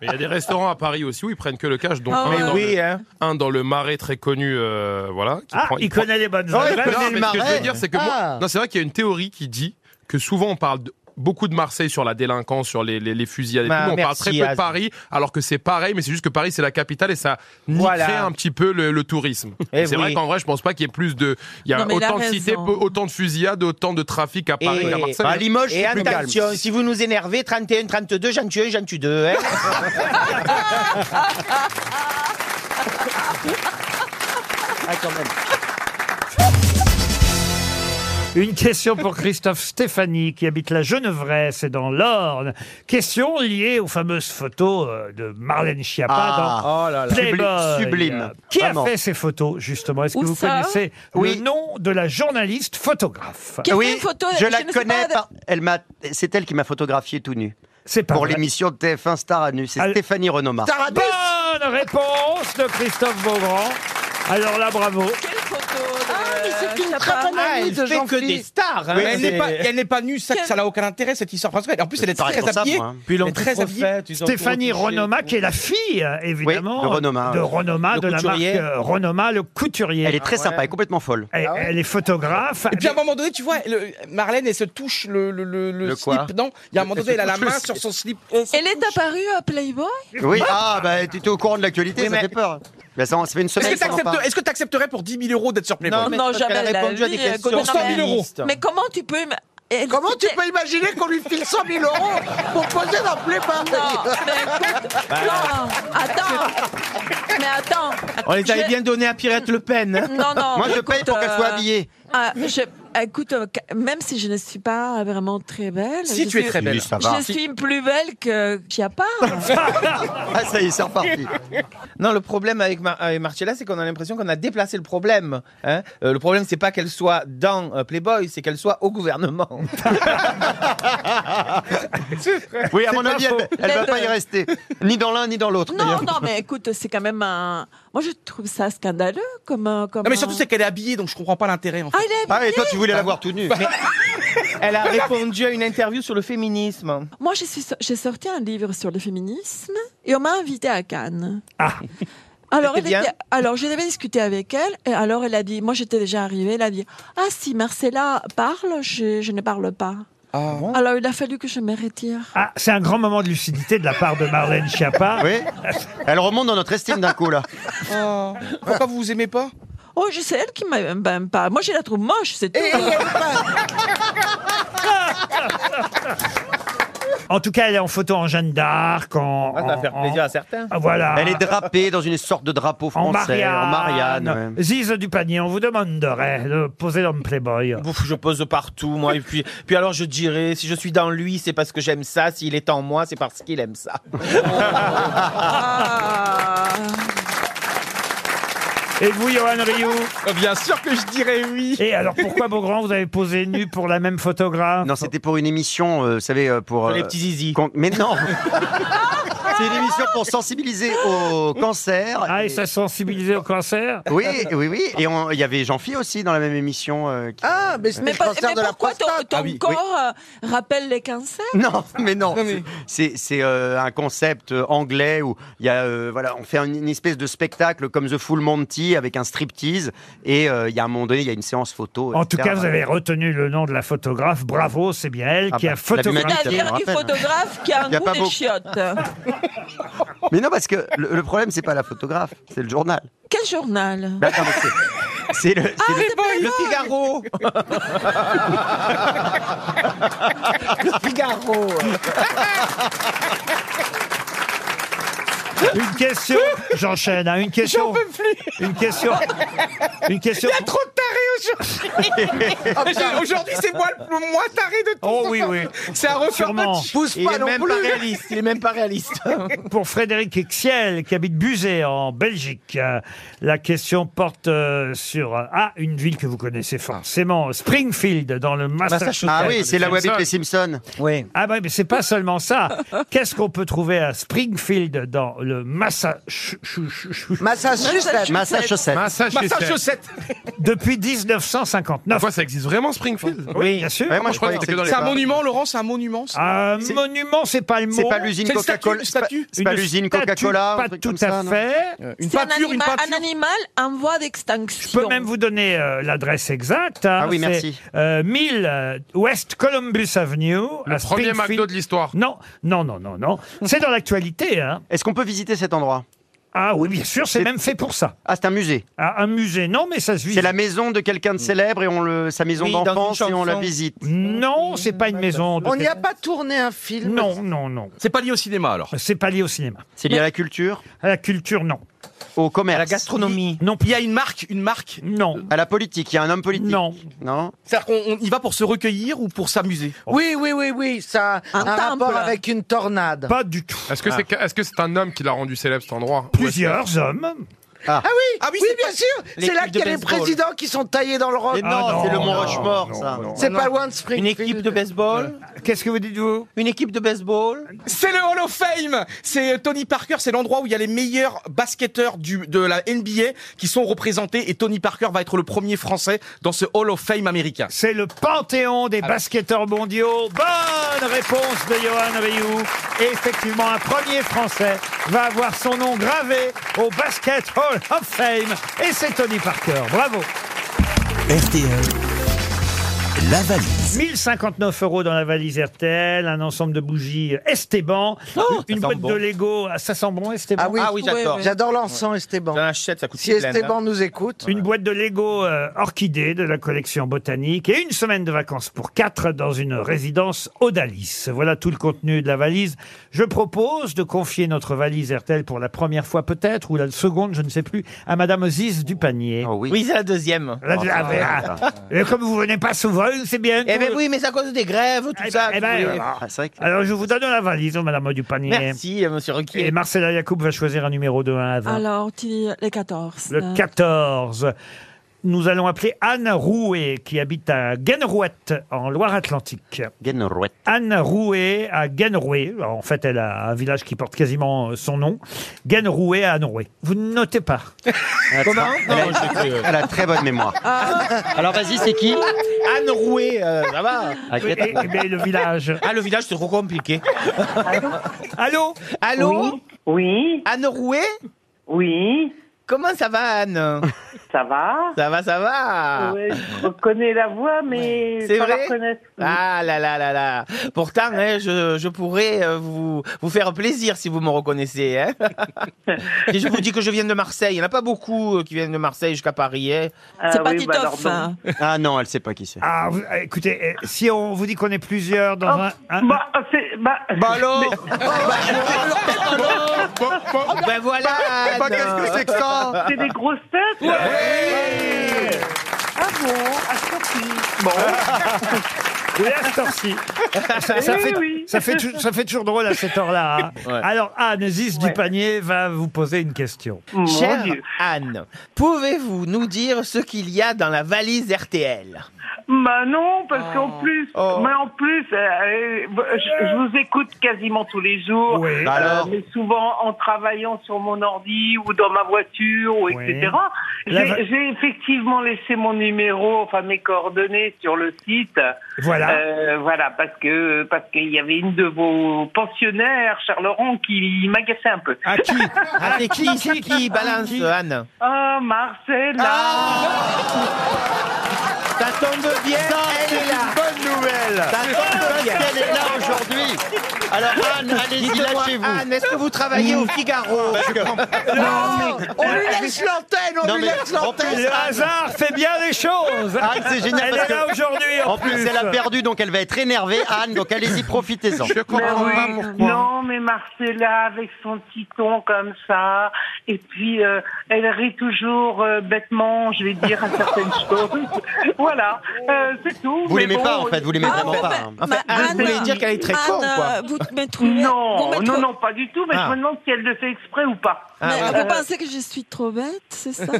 Il y a des restaurants à Paris aussi où ils prennent que le cash, dont Ah un, ouais. Mais dans oui, le, hein. un dans le Marais très connu, euh, voilà. qui Ah, prend- il prend- connaît les bonnes Non, mais adresses. ce que je veux dire, c'est que moi- Ah. non, c'est vrai qu'il y a une théorie qui dit que souvent on parle de- beaucoup de Marseille sur la délinquance, sur les, les, les fusillades et Bah, tout. On parle merci, très peu de Az. Paris, alors que c'est pareil, mais c'est juste que Paris, c'est la capitale et ça niquerait Voilà. un petit peu le, le tourisme. Eh Et c'est oui. vrai qu'en vrai, je pense pas qu'il y ait plus de. Il y a Non, mais il a autant de cités, raison. peu- autant de fusillades, autant de trafic Eh à Paris qu'à Bah, Marseille. hein. et attention, si vous nous énervez, 31, 32, j'en tue un, j'en tue deux. hein. ah, quand même. Une question pour Christophe [LAUGHS] Stéphanie, qui habite la Genevraie, c'est dans l'Orne. Question liée aux fameuses photos euh, de Marlène Schiappa Ah, dans oh là là. Playboy. Sublime, sublime. Qui a Vraiment. fait ces photos, justement Est-ce que Où vous ça connaissez Oui. le nom de la journaliste photographe oui, je la connais. par- Elle m'a, c'est elle qui m'a photographié tout nu. C'est pas pour vrai. l'émission de TF1 Star à nu. C'est Stéphanie Renomar. Bonne réponse de Christophe Beaugrand. Alors là, bravo. Ah, mais c'est une très bonne amie elle de fait Jean-Philippe. que des stars. hein. Oui, elle c'est- n'est pas, elle n'est pas nue, ça, ça n'a aucun intérêt cette histoire parce que- En plus, elle est Pareil très pour ça, habillée. moi, hein. Elle est Puis ils l'ont très trop habillée. fait, ils ont Stéphanie Renoma, qui est la fille, euh, évidemment, de Renoma, de, oui. Renoma, Le de la marque couturier. euh, Renoma, le couturier. Ah Elle est très sympa, elle est complètement folle. Elle, elle est photographe. Ah Et puis à un moment donné, tu vois, le- Marlène, elle se touche le, le, le, le Le quoi slip. Non, il y a un moment donné, elle a la Elle se touche main le sur son slip. Elle est apparue à Playboy [LAUGHS] Oui. Ah bah t'étais au courant de l'actualité, Oui, ça mais- fait peur. Bah, ça, ça fait une Est-ce que semaine. qu'on en parle. t'accepterais- est-ce que tu accepterais pour 10 000 euros d'être sur Playboy Non, non, jamais. elle a dit, euh, que- Pour non, 100 mais- 000 euros. Mais comment tu peux... Comment tu peux imaginer qu'on lui file 100 000 euros pour poser dans Playboy Non, mais écoute, non, attends, mais attends. [LAUGHS] On les avait Je- bien donnés à Pirate Le Pen. hein. Non, non. Moi, je écoute, paye pour qu'elle soit habillée. ah, je- écoute, euh, que- même si je ne suis pas vraiment très belle. Si, je tu es suis- très belle. Oui, ça va. Je suis plus belle que Chiappa. Ah ça y est, c'est reparti. Non, le problème avec, Mar- avec Marcella, c'est qu'on a l'impression qu'on a déplacé le problème. hein. Euh, le problème, c'est pas qu'elle soit dans euh, Playboy, c'est qu'elle soit au [LAUGHS] gouvernement. [LAUGHS] Oui, à C'est mon pas avis, elle, faux. elle va Mais pas de- y rester, ni dans l'un ni dans l'autre. euh, Non, d'ailleurs. non, mais [LAUGHS] écoute, c'est quand même un. Moi, je trouve ça scandaleux comme. euh, comme Non, mais un- surtout, c'est qu'elle est habillée, donc je comprends pas l'intérêt. En fait. Bah, Ah, il est Ah et toi, habillé tu voulais la voir tout nue. Elle a répondu à une interview sur le féminisme. Moi, je suis so- j'ai sorti un livre sur le féminisme et on m'a invité à Cannes. Ah. Alors, C'était elle bien était- alors, je devais discuter avec elle, et alors elle a dit, moi j'étais déjà arrivée, elle a dit, ah si Marcella parle, je, je ne parle pas. Alors il a fallu que je me retire. Ah, c'est un grand moment de lucidité de la part de Marlène Schiappa. [LAUGHS] [LAUGHS] Oui. Elle remonte dans notre estime d'un coup là. Oh, Pourquoi vous vous aimez pas Oh, je sais, elle qui m'aime ben, pas. Moi, je la trouve moche, c'est Eh, tout. [LAUGHS] En tout cas, elle est en photo en Jeanne d'Arc, en. Ah, ça va en- faire en- plaisir à certains. Ah, voilà. Elle est drapée dans une sorte de drapeau En français, Marianne. en Marianne. ouais. Ziz du panier, on vous demanderait de poser l'homme Playboy. Ouf, je pose partout, moi. Et puis, puis alors, je dirais, si je suis dans lui, c'est parce que j'aime ça. S'il est en moi, c'est parce qu'il aime ça. Et vous, Johan Rioux Oh, Bien sûr que je dirais oui. Et alors pourquoi, Beaugrand, vous avez posé nu pour la même photographe Non, c'était pour une émission, euh, vous savez, euh, pour... Pour les euh, petits zizi. con- Mais non [LAUGHS] C'est une émission pour sensibiliser au cancer. Ah, et ça sensibilisé au cancer Oui, oui, oui. Et on- il y avait Jean-Phi aussi dans la même émission. euh, qui- Ah, mais c'était mais, le pas- cancer mais de la pourquoi ton, prostate. ton Ah oui, oui. corps euh, rappelle les cancers [LAUGHS] Non, mais non. C'est c'est, euh, un concept euh, anglais où il y a, euh, voilà, on fait une, une espèce de spectacle comme The Full Monty avec un striptease. Et euh, il y a un moment donné, il y a une séance photo. En tout etc. cas, vous avez retenu le nom de la photographe. Bravo, c'est bien elle Ah qui bah, a la photographié. humanité, C'est-à-dire je me une rappelle. photographe qui a un Y a goût pas de beaucoup. [LAUGHS] chiottes. Mais non, parce que le, le problème, c'est pas la photographe, c'est le journal. Quel journal Ah, Mais Bah, attends, mais c'est- c'est le, c'est le- Le Figaro Ah. Le Figaro [LAUGHS] Une question, j'enchaîne, hein, une question. Une [LAUGHS] question. Une question. Il y a trop de tarés [LAUGHS] aujourd'hui. J'ai- aujourd'hui, c'est moi le moins taré de tous. Oh oui, oui. C'est à refaire Sûrement. match. Il est même pas réaliste, il est même pas réaliste. [LAUGHS] Pour Frédéric Exiel, qui habite Buzet, en Belgique, euh, la question porte euh, sur euh, ah, une ville que vous connaissez forcément, Springfield, dans le bah Massachusetts. Ah oui, c'est là où habitent les Simpsons. Simpsons. Oui. Ah bah, mais c'est pas seulement ça. Qu'est-ce qu'on peut trouver à Springfield, dans le Massachusetts Massachusetts. Massachusetts. Massachusetts. Depuis 19 1959. Enfin, ça existe vraiment Springfield Oui, bien sûr. C'est un monument, Laurent, c'est un monument. ça Un C'est- monument, c'est pas le mot. C'est pas l'usine une statue, Coca-Cola, une c'est pas- statue. c'est pas Une l'usine statue, Coca-Cola, un Pas truc tout comme à ça, non fait. C'est un animal, un animal en voie d'extinction. Je peux même vous donner euh, l'adresse exacte. hein. Ah oui, C'est, merci. euh, 1000 euh, West Columbus Avenue. Le premier McDo de l'histoire. Non, non, non, non, non. C'est dans l'actualité. hein. Est-ce qu'on peut visiter cet endroit Ah oui, bien sûr, c'est même fait pour ça. Ah, c'est un musée Ah, un musée, non, mais ça se visite. C'est la maison de quelqu'un de célèbre et on le, sa maison Oui, dans une d'enfance et on la chanson. visite. Non, c'est pas une maison. de On n'y a quelqu'un. pas tourné un film Non, non, non. C'est pas lié au cinéma alors C'est pas lié au cinéma. C'est lié à la culture À la culture, non. Au commerce À la gastronomie Non. Il y a une marque Une marque Non. À la politique Il y a un homme politique Non. Non C'est-à-dire qu'on on y va pour se recueillir ou pour s'amuser Oui, oui, oui, oui, ça a un, rapport avec une tornade. Pas du tout. Est-ce que c'est est -ce c'est un homme qui l'a rendu célèbre cet endroit Plusieurs hommes. Ah, oui, oui, oui, bien sûr. les C'est là clips qu'il y a de les baseball. présidents qui sont taillés dans le roc. Mais non, Ah c'est le Mont Rushmore, ça. Ah C'est pas loin de Springfield. de baseball Qu'est-ce que vous dites, vous Une équipe de baseball C'est le Hall of Fame C'est euh, Tony Parker, c'est l'endroit où il y a les meilleurs basketteurs du, de la NBA qui sont représentés et Tony Parker va être le premier français dans ce Hall of Fame américain. C'est le panthéon des basketteurs mondiaux. Bonne réponse de Johan Rioux. Et effectivement, un premier Français va avoir son nom gravé au Basket Hall of Fame. Et c'est Tony Parker. Bravo. RTL, la valise. 1059 euros dans la valise RTL, un ensemble de bougies Esteban, Oh, une boîte de Lego. Ah, Ça sent bon, Esteban Ah oui, Ah oui, j'adore. J'adore l'encens Esteban. achète, ça coûte Si hein. Esteban nous écoute, Une boîte de Lego euh, orchidée de la collection botanique et une semaine de vacances pour quatre dans une résidence Odalis. Voilà tout le contenu de la valise. Je propose de confier notre valise RTL pour la première fois peut-être ou la seconde, je ne sais plus, à Madame Ziz du panier. oui. c'est la deuxième. La- la- la- Et comme vous venez pas souvent, c'est bien. Eh ben oui, mais c'est à cause des grèves, tout ça. eh vous ben, voyez. alors, Ah, c'est vrai que- alors, je vous donne la valise, Madame du panier. Merci, euh, monsieur Et Ruquier. Marcella Yacoub va choisir un numéro de 1 à 20. Alors, tu dis Euh, les 14. Le 14. Nous allons appeler Anne Rouet, qui habite à Guenrouette, en Loire-Atlantique. Guenrouette. Anne Rouet à Guenrouet. Alors, En fait, elle a un village qui porte quasiment euh, son nom. Guenrouet à Anne Rouet. Vous ne notez pas. Elle a très- elle, a, elle a très bonne mémoire. [LAUGHS] Alors Ah, vas-y, c'est qui Anne Rouet, euh, ça va. Ah, Et, Greta. et- Eh, mais le village. Ah, le village, c'est trop compliqué. Allô Allô Oui, Anne Rouet oui, Comment ça va, Anne ça va. Ça va, ça va Ouais, je reconnais la voix, mais C'est pas la vrai reconnaître. Ah là là là là Pourtant, hein, je, je pourrais euh, vous, vous faire plaisir si vous me reconnaissez. hein. [LAUGHS] Et je vous dis que je viens de Marseille. Il n'y en a pas beaucoup euh, qui viennent de Marseille jusqu'à Paris. hein. Ah C'est pas oui, bah Titoff. alors, hein. Ah non, elle sait pas qui c'est. Ah, vous- euh, écoutez, euh, si on vous dit qu'on est plusieurs dans un- un- non. Bah, c'est, bah, Bah alors Ben voilà Bah, Anne. qu'est-ce que c'est que ça c'est des grosses têtes. Ah bon, à surprise. [LAUGHS] Oui, à cette heure-ci. Ça, ça Oui, fait, oui. ça, fait tou- ça fait toujours drôle à cette heure-là. hein. Alors, Anne Ziz du Ouais. panier va vous poser une question. Mon Chère Dieu. Anne, pouvez-vous nous dire ce qu'il y a dans la valise RTL Bah non, parce qu'en plus, Oh. mais en plus, euh, euh, je, je vous écoute quasiment tous les jours. Oui. Euh, Alors mais souvent en travaillant sur mon ordi ou dans ma voiture ou Oui. etc. La va- J'ai j'ai effectivement laissé mon numéro, enfin mes coordonnées sur le site. Voilà. Euh, voilà, parce que parce qu'il y avait une de vos pensionnaires, Charles Laurent, qui m'agaçait un peu. À qui [LAUGHS] Ah, c'est qui C'est qui Balance, hein Anne Ah, Marcella Ah. Ça tombe bien, elle est là Bonne nouvelle Ça tombe bien Elle est là aujourd'hui Alors Anne, allez-y, Dites-moi, lâchez-vous Anne, est-ce que vous travaillez au Figaro Non, on lui laisse l'antenne, on Non, lui mais- laisse en plus, Le l'antelle. hasard fait bien les choses. Anne, c'est génial Elle parce est là que- aujourd'hui. En, En plus, elle a perdu, donc elle va être énervée, Anne, donc allez-y, profitez-en. Je Mais comprends oui. pas pourquoi. Non, mais Marcella, avec son petit ton comme ça, et puis euh, elle rit toujours euh, bêtement, je vais dire, à [LAUGHS] certaines choses. voilà, Euh, c'est tout. Vous Mais l'aimez bon, euh, bah, pas en fait, vous l'aimez Ah, vraiment mais- pas. hein. mais Anne, vous voulez Anne, dire qu'elle est très con, Anne, quoi. euh, Vous me trouvez. vous Non, me non, trouvez- non, pas du tout, mais Ah. je me demande si elle le fait exprès ou pas. Ah, Mais ouais. [LAUGHS] vous pensez que je suis trop bête, c'est ça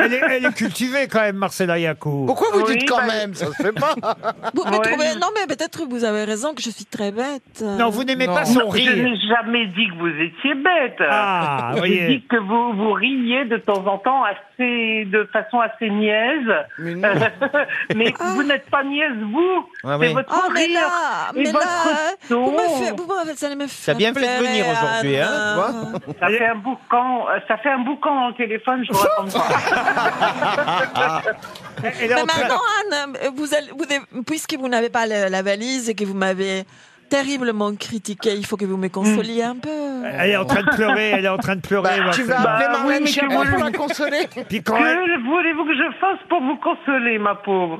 Elle est, elle est cultivée quand même, Marcella Yacoub. Pourquoi vous Oui, dites quand bah- même Ça se fait pas. [LAUGHS] Vous me Ouais. trouvez- Non, mais peut-être que vous avez raison que je suis très bête. Non, vous n'aimez pas son Non, rire. Je n'ai jamais dit que vous étiez bête. Ah, J'ai voyez. dit que vous, vous riez de temps en temps assez, de façon assez niaise. Mais, [LAUGHS] Ah. vous n'êtes pas niaise, vous. Ah C'est oui. votre Oh, mais rire là, et mais votre là, Ah, vous ton. me faites, vous me faites, ça me fait T'as bien fait de venir pleurer, aujourd'hui, hein, Anne. tu vois Ça fait un boucan, euh, ça fait un boucan dans le téléphone, [LAUGHS] je vous raconte Ah. pas. Mais maintenant, Anne, vous allez- vous devez- puisque vous n'avez pas la, la valise et que vous m'avez terriblement critiqué, il faut que vous me consoliez un peu. Elle est en train de pleurer, elle est en train de pleurer. Marcella. consoler. [LAUGHS] Puis quand elle- Que voulez-vous que je fasse pour vous consoler, ma [LAUGHS] pauvre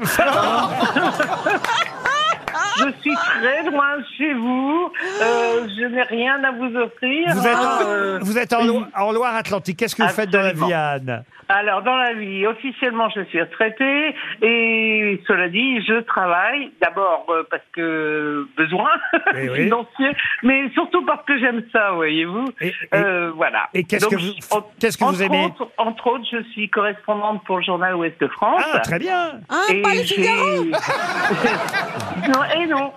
Je suis très loin de chez vous. euh, je n'ai rien à vous offrir. Vous êtes, Euh, en, vous êtes en Lo- en Loire-Atlantique. Qu'est-ce que vous faites dans la vie, Anne Alors, dans la vie, officiellement, je suis retraitée et cela dit, je travaille d'abord euh, parce que besoin Eh [LAUGHS] oui. financier, mais surtout parce que j'aime ça, voyez-vous. Euh, voilà. et qu'est-ce Donc, que vous- je- en- qu'est-ce que vous entre aimez autres- Entre autres, je suis correspondante pour le journal Ouest de France. Ah, très bien. Ah, pas le Figaro [LAUGHS] non, et non. [LAUGHS]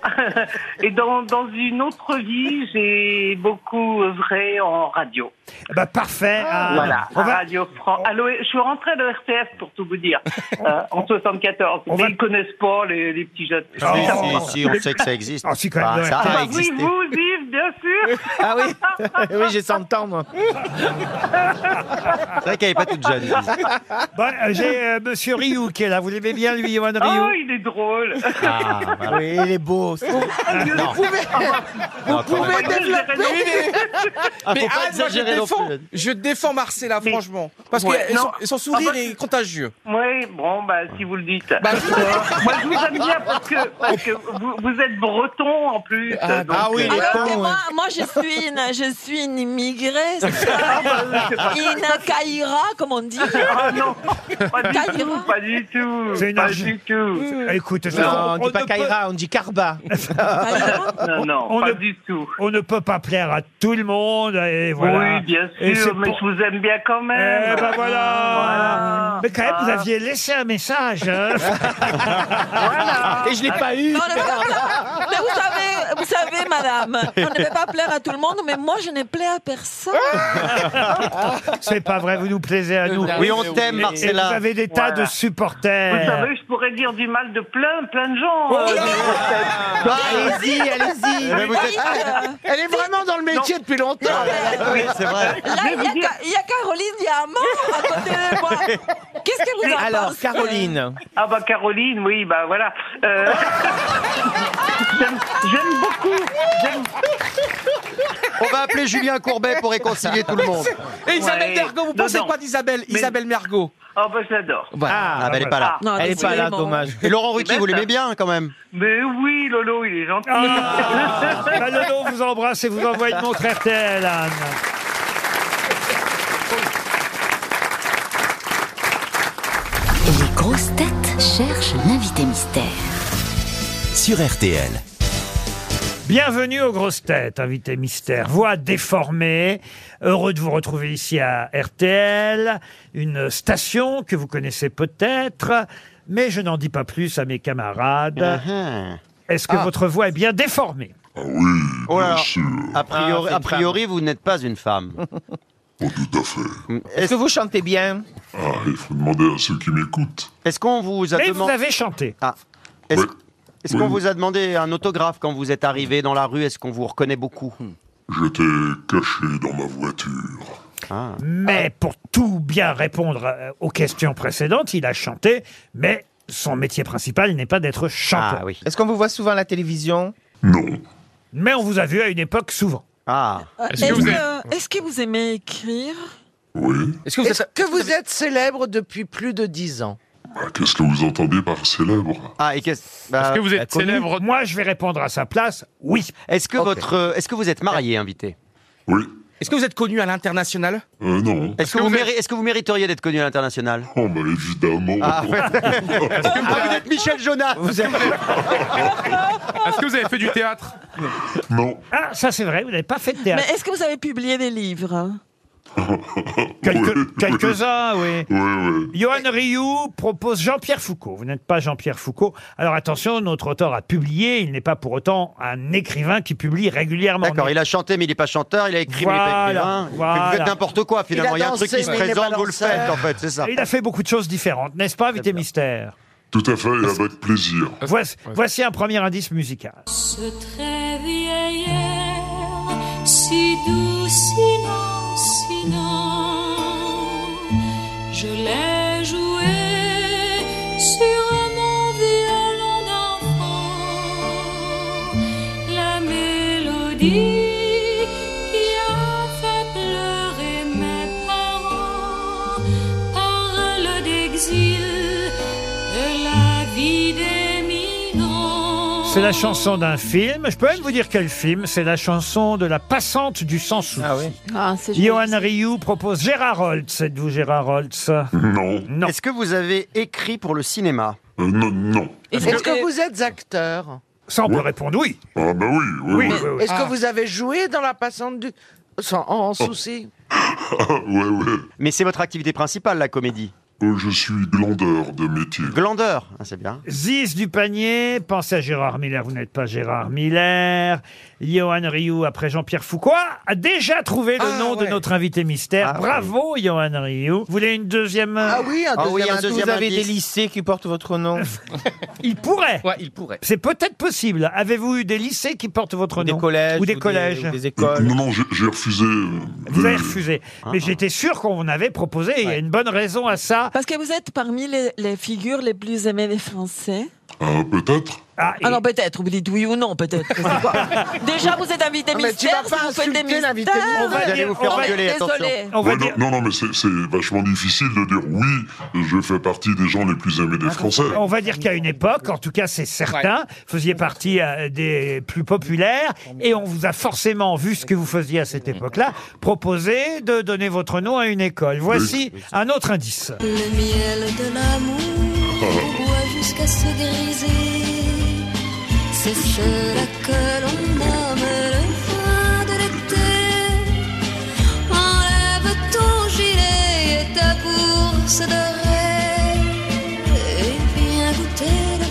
Et dans, dans une autre vie, j'ai beaucoup œuvré en radio. Ah. Bah, parfait. Anne. Voilà, On à va- Radio France. Allô, je suis rentré de RTF pour tout vous [LAUGHS] dire, euh, en 74. Mais ils connaissent pas les, les petits jeunes. Oh. Si, si, si, on sait [LAUGHS] que ça existe. Ah, si, quand même, Ah, ouais. ça bah a oui, existé. vous, Yves, bien sûr. Ah oui, [LAUGHS] oui j'ai 100 ans, moi. C'est vrai qu'elle n'est pas toute [LAUGHS] jeune. Bon, euh, J'ai euh, Monsieur Rioux qui est là. Vous l'aimez bien, lui, Yohan Rioux Oh, il est drôle. Ah, Ah, bah bah [LAUGHS] Oui, il est beau. c'est- Vous pouvez, vous Non, quand pouvez même. développer. Ah, mais faut pas Anne, moi, je exagérer non défends, plus. je défends Marcella, franchement. Parce Ouais, que non. son, son sourire Ah bah- est contagieux. Oui, bon, bah, si vous le dites. Euh, Moi, je vous aime bien parce que, parce que vous, vous êtes breton en plus. Ah, donc, ah oui, euh, les voilà. cons, Mais moi, moi, je suis une, je suis une immigrée, c'est ça une caïra, comme on dit. Ah non, pas du Caïra. tout, pas du tout. C'est une pas arge- du tout. Écoute, je- Non, on on dit pas ne Ah, Kaira, on dit [LAUGHS] Karba. Non, non, on pas ne- du tout. peut- on ne peut pas plaire à tout le monde. Et voilà. Oui, bien Et c'est sûr, mais pour- je vous aime bien quand même. Eh ben voilà. Voilà. Mais quand même, vous Ah. aviez laissé un message. [LAUGHS] hein. Et je l'ai pas eu. Non, non, non, non. Mais vous savez, vous savez, madame, on ne peut pas plaire à tout le monde, mais moi, je ne plais à personne. Ah, Ah, C'est pas vrai, vous nous plaisez à nous. Oui, on t'aime, Et- et Marcella. Vous avez des tas Voilà. de Euh. Vous supporters. savez, je pourrais dire du mal de plein, plein de gens. Oh, euh, des grosses Bah, allez-y, Mais vous allez-y. êtes- Ah, Elle est vraiment dans le métier depuis longtemps. Oui, c'est vrai. Là, il y, a Ca- il y a Caroline Diamant à côté de moi. Qu'est-ce que vous en Alors, pensez Caroline. têtes. Ah bah Caroline, oui, bah voilà. Euh, [LAUGHS] j'aime j'aime beaucoup. j'aime- On va appeler Julien Courbet pour réconcilier tout le monde. Et Isabelle Ouais. Mergo, vous Non, pensez non. quoi d'Isabelle Mais- Isabelle Mergo. Ah bah je l'adore. Voilà. Ah, bah, elle est pas là. Non, Elle est pas là, décidément. dommage. Et Laurent C'est Ruquier, vous bête, l'aimez hein. bien quand même Mais oui, Lolo, il est gentil. Ah, bah, Lolo vous embrasse et vous envoie une montre RTL, Anne. Les grosses têtes cherchent l'invité mystère. sur RTL. Bienvenue aux grosses têtes, invité mystère. Voix déformée. Heureux de vous retrouver ici à RTL, une station que vous connaissez peut-être, mais je n'en dis pas plus à mes camarades. Uh-huh. Ah, Est-ce Ah. que votre voix est bien déformée Oh là là. A priori, Ah, c'est a priori vous n'êtes pas une [LAUGHS] femme. Est-ce que vous chantez bien Ah, il faut demander à ceux qui m'écoutent. Est-ce qu'on vous a Mais vous demandé avez chanté. Ah. Est-ce est-ce qu'on Oui. vous a demandé un autographe quand vous êtes arrivé dans la rue Est-ce qu'on vous reconnaît beaucoup J'étais caché dans ma voiture. Ah. Mais pour tout bien répondre euh, aux questions précédentes, il a chanté, mais son métier principal n'est pas d'être chanteur. Ah oui. Est-ce qu'on vous voit souvent à la télévision Mais on vous a vu à une époque souvent. Ah. Euh, Est-ce que, est-ce que vous aimez écrire Est-ce que vous Est-ce êtes. que vous êtes célèbre depuis plus de 10 ans Ah, Qu'est-ce que vous entendez par célèbre Ah, et qu'est-ce Est-ce bah, que vous êtes connu. célèbre Moi, je vais répondre à sa place. Oui. Est-ce que votre euh, est-ce que vous êtes marié invité Oui. Est-ce que vous êtes connu à l'international Euh, non. Est-ce que, vous méri- est-ce que vous mériteriez d'être connu à l'international Oh, bah évidemment. Ah, [LAUGHS] vous êtes Michel Jonas Est-ce que vous avez fait du théâtre Non. Ah, ça c'est vrai, vous n'avez pas fait de Mais théâtre. est-ce que vous avez publié des livres Quelque- Quelques-uns, oui. Ouais, ouais. Johan Rioux propose Jean-Pierre Foucault. Vous n'êtes pas Jean-Pierre Foucault. Alors attention, notre auteur a publié, il n'est pas pour autant un écrivain qui publie régulièrement. D'accord, il a chanté mais il n'est pas chanteur, il a écrit Voilà, mais il n'est pas écrivain. voilà. Vous faites n'importe quoi finalement, il, y a un truc qui se présente, vous le faites en fait, c'est ça. Il a fait beaucoup de choses différentes, n'est-ce pas, Vité Mystère Tout à fait, et avec plaisir. voici, voici un premier indice musical. Ce très vieil air, si doux, si lent, si lent, je l'ai joué sur mon violon d'enfant. La mélodie qui a fait pleurer mes parents parle d'exil, de la vie des migrants. C'est la chanson d'un film. Je peux même vous dire quel film. C'est la chanson de la passante du sans souci. Ah, c'est Johan Rioux propose Gérard Holtz. Êtes-vous Gérard Holtz [LAUGHS] Non. Est-ce que vous avez écrit pour le cinéma Non, Euh, non. Est-ce que vous êtes acteur Ça, on peut répondre oui. Ah. Ah bah oui, oui, oui. Est-ce Ah. que vous avez joué dans la passante du... Sans, en, en souci [LAUGHS] Oh. ouais, ouais. Mais c'est votre activité principale, la comédie. Euh, Je suis glandeur de métier. Glandeur, Ah, c'est bien. Ziz du panier, pensez à Gérard Miller, vous n'êtes pas Gérard Miller. Johan Rioux après Jean-Pierre Foucault a déjà trouvé Ah le nom de notre invité mystère. Bravo Johan Rioux. Vous voulez une deuxième euh, Ah oui, un deuxième, indice. indice. Vous avez des lycées qui portent votre nom. [LAUGHS] Il pourrait. ouais, il pourrait. C'est peut-être possible. Avez-vous eu des lycées qui portent votre nom Des collèges. Ou des collèges. ou des Euh, écoles. Non, non, j'ai j'ai refusé. euh, Vous de- avez refusé. Mais j'étais sûr qu'on en avait proposé. Il y a une bonne raison à ça. Parce que vous êtes parmi les, les figures les plus aimées des Français. Ah, peut-être Ah, et- Alors peut-être, vous dites oui ou non, peut-être. je sais pas. Déjà, vous êtes invité mais tu vas mystère, si pas vous faites des insulter mystères. l'invité mystère. On va allez dire- vous faire on va- engueuler. Désolé. attention. on va Ouais, non, dire- non, non, mais c'est c'est vachement difficile de dire oui, je fais partie des gens les plus aimés Ah, des Français. On va dire qu'à une époque, en tout cas c'est certain, faisiez partie euh, des plus populaires et on vous a forcément, vu ce que vous faisiez à cette époque-là, proposé de donner votre nom à une école. Voici un autre indice. Le miel de l'amour boit jusqu'à se griser. C'est cela que l'on nomme le vin de l'été. Enlève ton gilet et ta bourse d'oreille. Et viens goûter le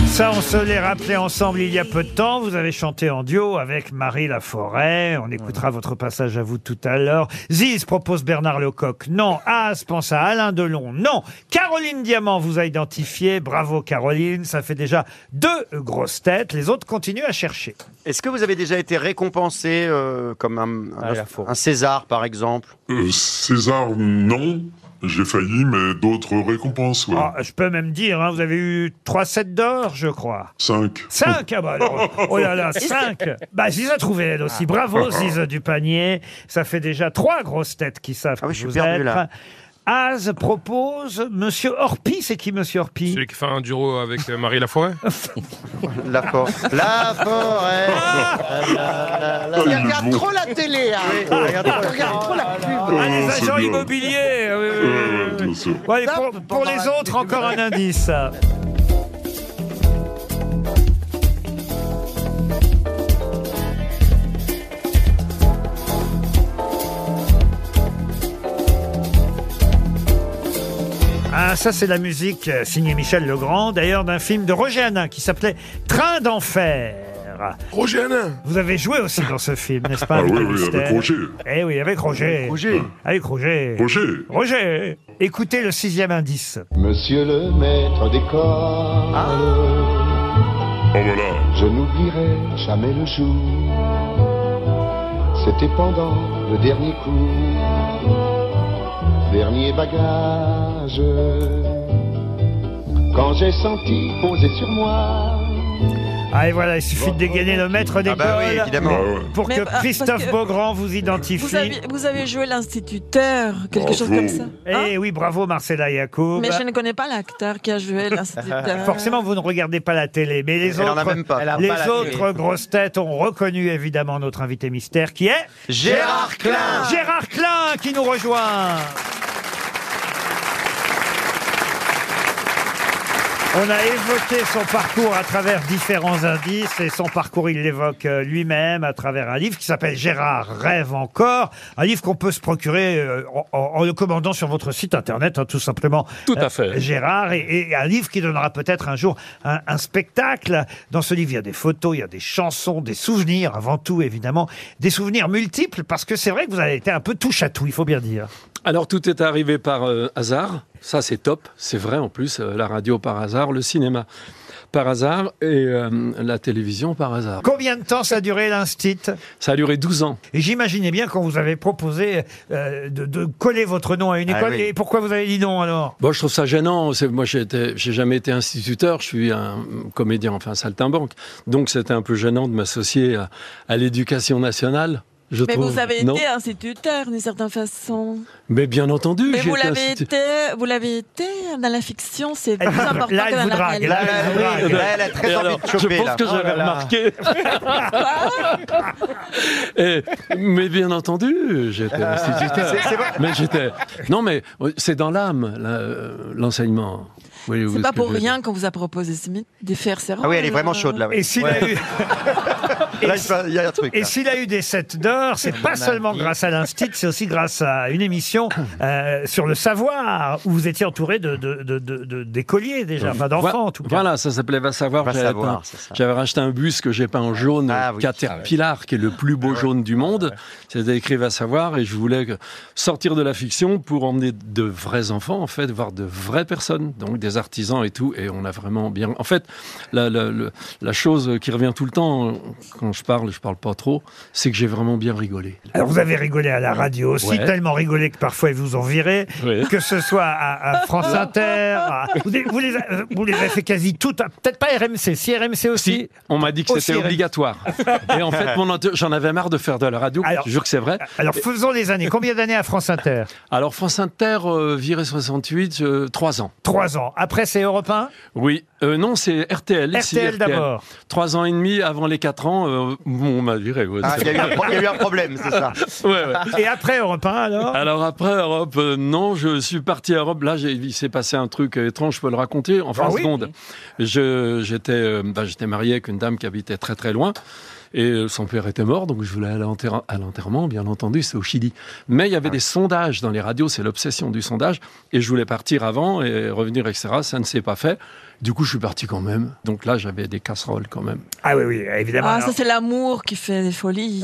vin. Ça, on se l'est rappelé ensemble il y a peu de temps. Vous avez chanté en duo avec Marie Laforêt. On écoutera votre passage à vous tout à l'heure. Ziz propose Bernard Lecoq. Non. As pense à Alain Delon. Non. Caroline Diamant vous a identifié. Bravo Caroline. Ça fait déjà deux grosses têtes. Les autres continuent à chercher. Est-ce que vous avez déjà été récompensé euh, comme un, Ah, un- un César, par exemple Euh, César, non. J'ai failli, mais d'autres récompenses, ouais. Ah, je peux même dire, hein, vous avez eu trois sets d'or, je crois. Cinq. Cinq ah bah [LAUGHS] alors, Oh là là, cinq Bah, Ziz a trouvé elle Ah. aussi. Bravo, Ziz du panier. Ça fait déjà trois grosses têtes qui savent Ah oui, qui je suis vous perdu, êtes. là. Az propose Monsieur Orpi. C'est qui Monsieur Orpi Celui qui fait un duo avec euh, Marie [LAUGHS] Laforêt La, for- la forêt Ah. La- la- la- Il la- regarde trop la télé, hein. Oui, regarde, Il regarde trop la pub. Ah, les Oh, c'est agents bien. immobiliers oui, oui, oui, oui, oui. Ouais, bien sûr. Bon, allez, pour, Tape pour pendant les la- autres, encore un indice. Ah, ça, c'est la musique euh, signée Michel Legrand, d'ailleurs d'un film de Roger Hanin qui s'appelait Train d'enfer. Roger Hanin Vous avez joué aussi dans ce film, n'est-ce pas Ah oui, Michel oui, avec Mystère Roger. Eh oui, avec Roger. Roger. Avec Roger. Roger Roger, écoutez le sixième indice. Monsieur le maître d'école, Oh voilà. je n'oublierai jamais le jour. C'était pendant le dernier cours, dernier bagage. Quand j'ai senti poser sur moi Ah et voilà, il suffit de dégainer le maître Ah d'école bah oui, évidemment. Ah ouais. pour Mais, que euh, parce Christophe que- Beaugrand vous identifie. Vous avez, vous avez joué l'instituteur, Oh, quelque chose Bravo. comme ça. Hein Eh oui, bravo Marcella Yacoub. Mais je ne connais pas l'acteur qui a joué l'instituteur. [LAUGHS] Forcément, vous ne regardez pas la télé, mais les Elle en a autres, même pas. Elle a les pas la autres télé. grosses têtes ont reconnu évidemment notre invité mystère qui est Gérard Klein Gérard Klein qui nous rejoint. On a évoqué son parcours à travers différents indices et son parcours, il l'évoque euh, lui-même à travers un livre qui s'appelle Gérard rêve encore, un livre qu'on peut se procurer euh, en, en- en le commandant sur votre site internet, hein, tout simplement. Tout à fait. Euh, Gérard, et, et un livre qui donnera peut-être un jour un, un spectacle. Dans ce livre, il y a des photos, il y a des chansons, des souvenirs, avant tout évidemment, des souvenirs multiples, parce que c'est vrai que vous avez été un peu touche à tout, il faut bien dire. Alors tout est arrivé par euh, hasard, ça c'est top, c'est vrai en plus, euh, la radio par hasard, le cinéma par hasard et euh, la télévision par hasard. Combien de temps ça a duré l'instit Ça a duré 12 ans. Et j'imaginais bien quand vous avez proposé euh, de, de coller votre nom à une Ah école. oui. Et pourquoi vous avez dit non alors Bon, je trouve ça gênant. C'est- Moi, j'ai été- j'ai jamais été instituteur. Je suis un comédien, enfin saltimbanque. Donc, c'était un peu gênant de m'associer à, à l'éducation nationale. Je Mais trouve. vous avez Non. été euh, instituteur d'une certaine façon. Mais bien entendu. Mais j'ai vous été l'avez institu- été, vous l'avez été dans la fiction, Eh, c'est plus Là, important elle que dans vous la drague, réalité. [LAUGHS] là, elle vous drague. Eh ben, Là, elle a très et envie alors, de choper, Je pense là. que Oh j'avais là là. remarqué. [LAUGHS] Eh, mais bien entendu, j'étais Ah, instituteur. c'est- c'est vrai. Mais j'étais. Non, mais euh, c'est dans l'âme la- euh, l'enseignement. Voyez-vous C'est ce pas que je Ah pour veux dire rien qu'on vous a proposé Smith de faire ses Et s'il a eu. Là, il se passe- il y a un truc. Et là. s'il a eu des 7 d'or, c'est mon pas seulement avis. grâce à l'Institut, c'est aussi grâce à une émission euh, sur le savoir, où vous étiez entouré d'écoliers de, de, de, d'écoliers déjà, enfin d'enfants en tout cas. Voilà, ça s'appelait Va savoir. Va J'avais savoir, peint- c'est ça. J'avais racheté un bus que j'ai peint en jaune, Ah Caterpillar, qui est le plus beau jaune du monde. C'était écrit Va savoir et je voulais que- sortir de la fiction pour emmener de vrais enfants, en fait, voir de vraies personnes, donc des artisans et tout. Et on a vraiment bien. En fait, la, la- la- la chose qui revient tout le temps euh, quand je parle, je parle pas trop, c'est que j'ai vraiment bien rigolé. Alors vous avez rigolé à la radio aussi, Ouais. tellement rigolé que parfois ils vous ont viré, Oui. que ce soit à, à [LAUGHS] France Inter, à- vous, les, vous les a- euh, vous les avez fait quasi toutes, à- peut-être pas RMC, si RMC aussi. On m'a dit que Aussi c'était RMC. [LAUGHS] obligatoire. Et en fait, mon inter- j'en avais marre de faire de la radio. je te jure que c'est vrai. Alors faisons les années, combien d'années à France Inter Alors France Inter, euh, viré 68, 3 ans. Trois ans. Après c'est Europe 1 Oui, Euh, non, c'est RTL. ici, RTL d'abord. Trois ans et demi avant les quatre ans, euh, bon, on m'a viré. ouais, Ah, c'est il y a eu vrai. un pro- il y a eu un problème, c'est ça. [LAUGHS] Ouais, ouais. Et après Europe 1 alors Alors après Europe, euh, non, je suis parti à Europe. Là, j'ai- il s'est passé un truc euh, étrange, je peux le raconter en 20 Ah oui. secondes. Je- J'étais euh, bah, j'étais marié avec une dame qui habitait très très loin. Et euh, son père était mort, donc je voulais aller à l'enterra- à l'enterrement, bien entendu, c'est au Chili. Mais il y Ah. avait des sondages dans les radios, c'est l'obsession du sondage. Et je voulais partir avant et revenir, etc. Ça ne s'est pas fait. Du coup, je suis parti quand même. Donc là, j'avais des casseroles quand même. Ah oui, oui, évidemment. Ah, alors. ça c'est l'amour qui fait des folies.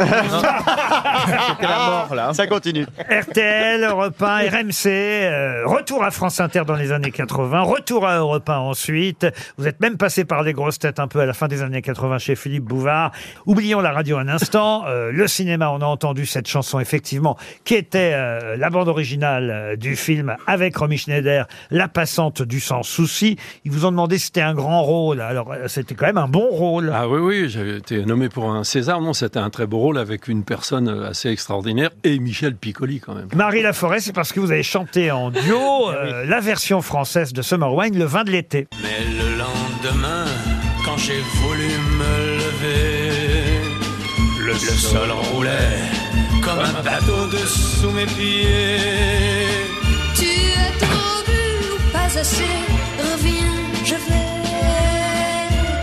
Ah, ah, Ça [LAUGHS] continue. RTL, Europe 1, RMC, euh, retour à France Inter dans les années 80, retour à Europe 1 ensuite. Vous êtes même passé par les grosses têtes un peu à la fin des années 80 chez Philippe Bouvard. Oublions la radio un instant. Euh, le cinéma, on a entendu cette chanson effectivement, qui était euh, la bande originale euh, du film avec Romy Schneider, La passante du sans souci. Ils vous ont demandé si c'était un grand rôle. Alors euh, c'était quand même un bon rôle. Ah oui, oui, j'avais été nommé pour un César. Non, c'était un très beau rôle avec une personne assez extraordinaire et Michel Piccoli quand même. Marie Laforêt, c'est parce que vous avez chanté en duo euh, la version française de Summer Wine, le vin de l'été. Mais le lendemain, quand j'ai voulu me lever, le, sol roulait comme un bateau de sous mes pieds. Tu as trop bu ou pas assez Reviens, je vais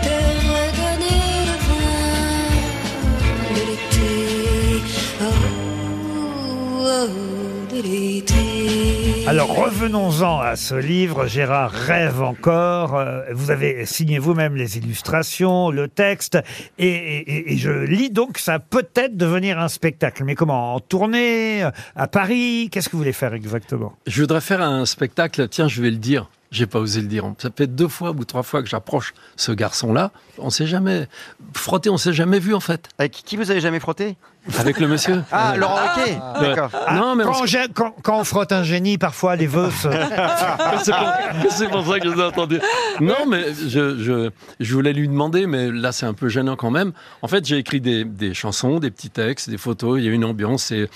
te redonner le vin de l'été. Oh, oh, de l'été. Alors revenons-en à ce livre, Gérard rêve encore. Euh, Vous avez signé vous-même les illustrations, le texte, et, et- et je lis donc que ça peut être devenir un spectacle. Mais comment En tournée euh, À Paris Qu'est-ce que vous voulez faire exactement Je voudrais faire un spectacle, tiens, je vais le dire. J'ai pas osé le dire. Ça fait deux fois ou trois fois que j'approche ce garçon-là. On s'est jamais frotté, on s'est jamais vu en fait. Avec qui vous avez jamais frotté Avec le monsieur. Ah, Laurent Ruquier. Roquet. D'accord. Ah, Non, mais on quand, se- j'ai- quand- quand on frotte un génie, parfois les [LAUGHS] vœux se... c'est pour, c'est pour ça que je l'ai entendu. Non, mais je, je, je voulais lui demander, mais là, c'est un peu gênant quand même. En fait, j'ai écrit des, des chansons, des petits textes, des photos. Il y a une ambiance, c'est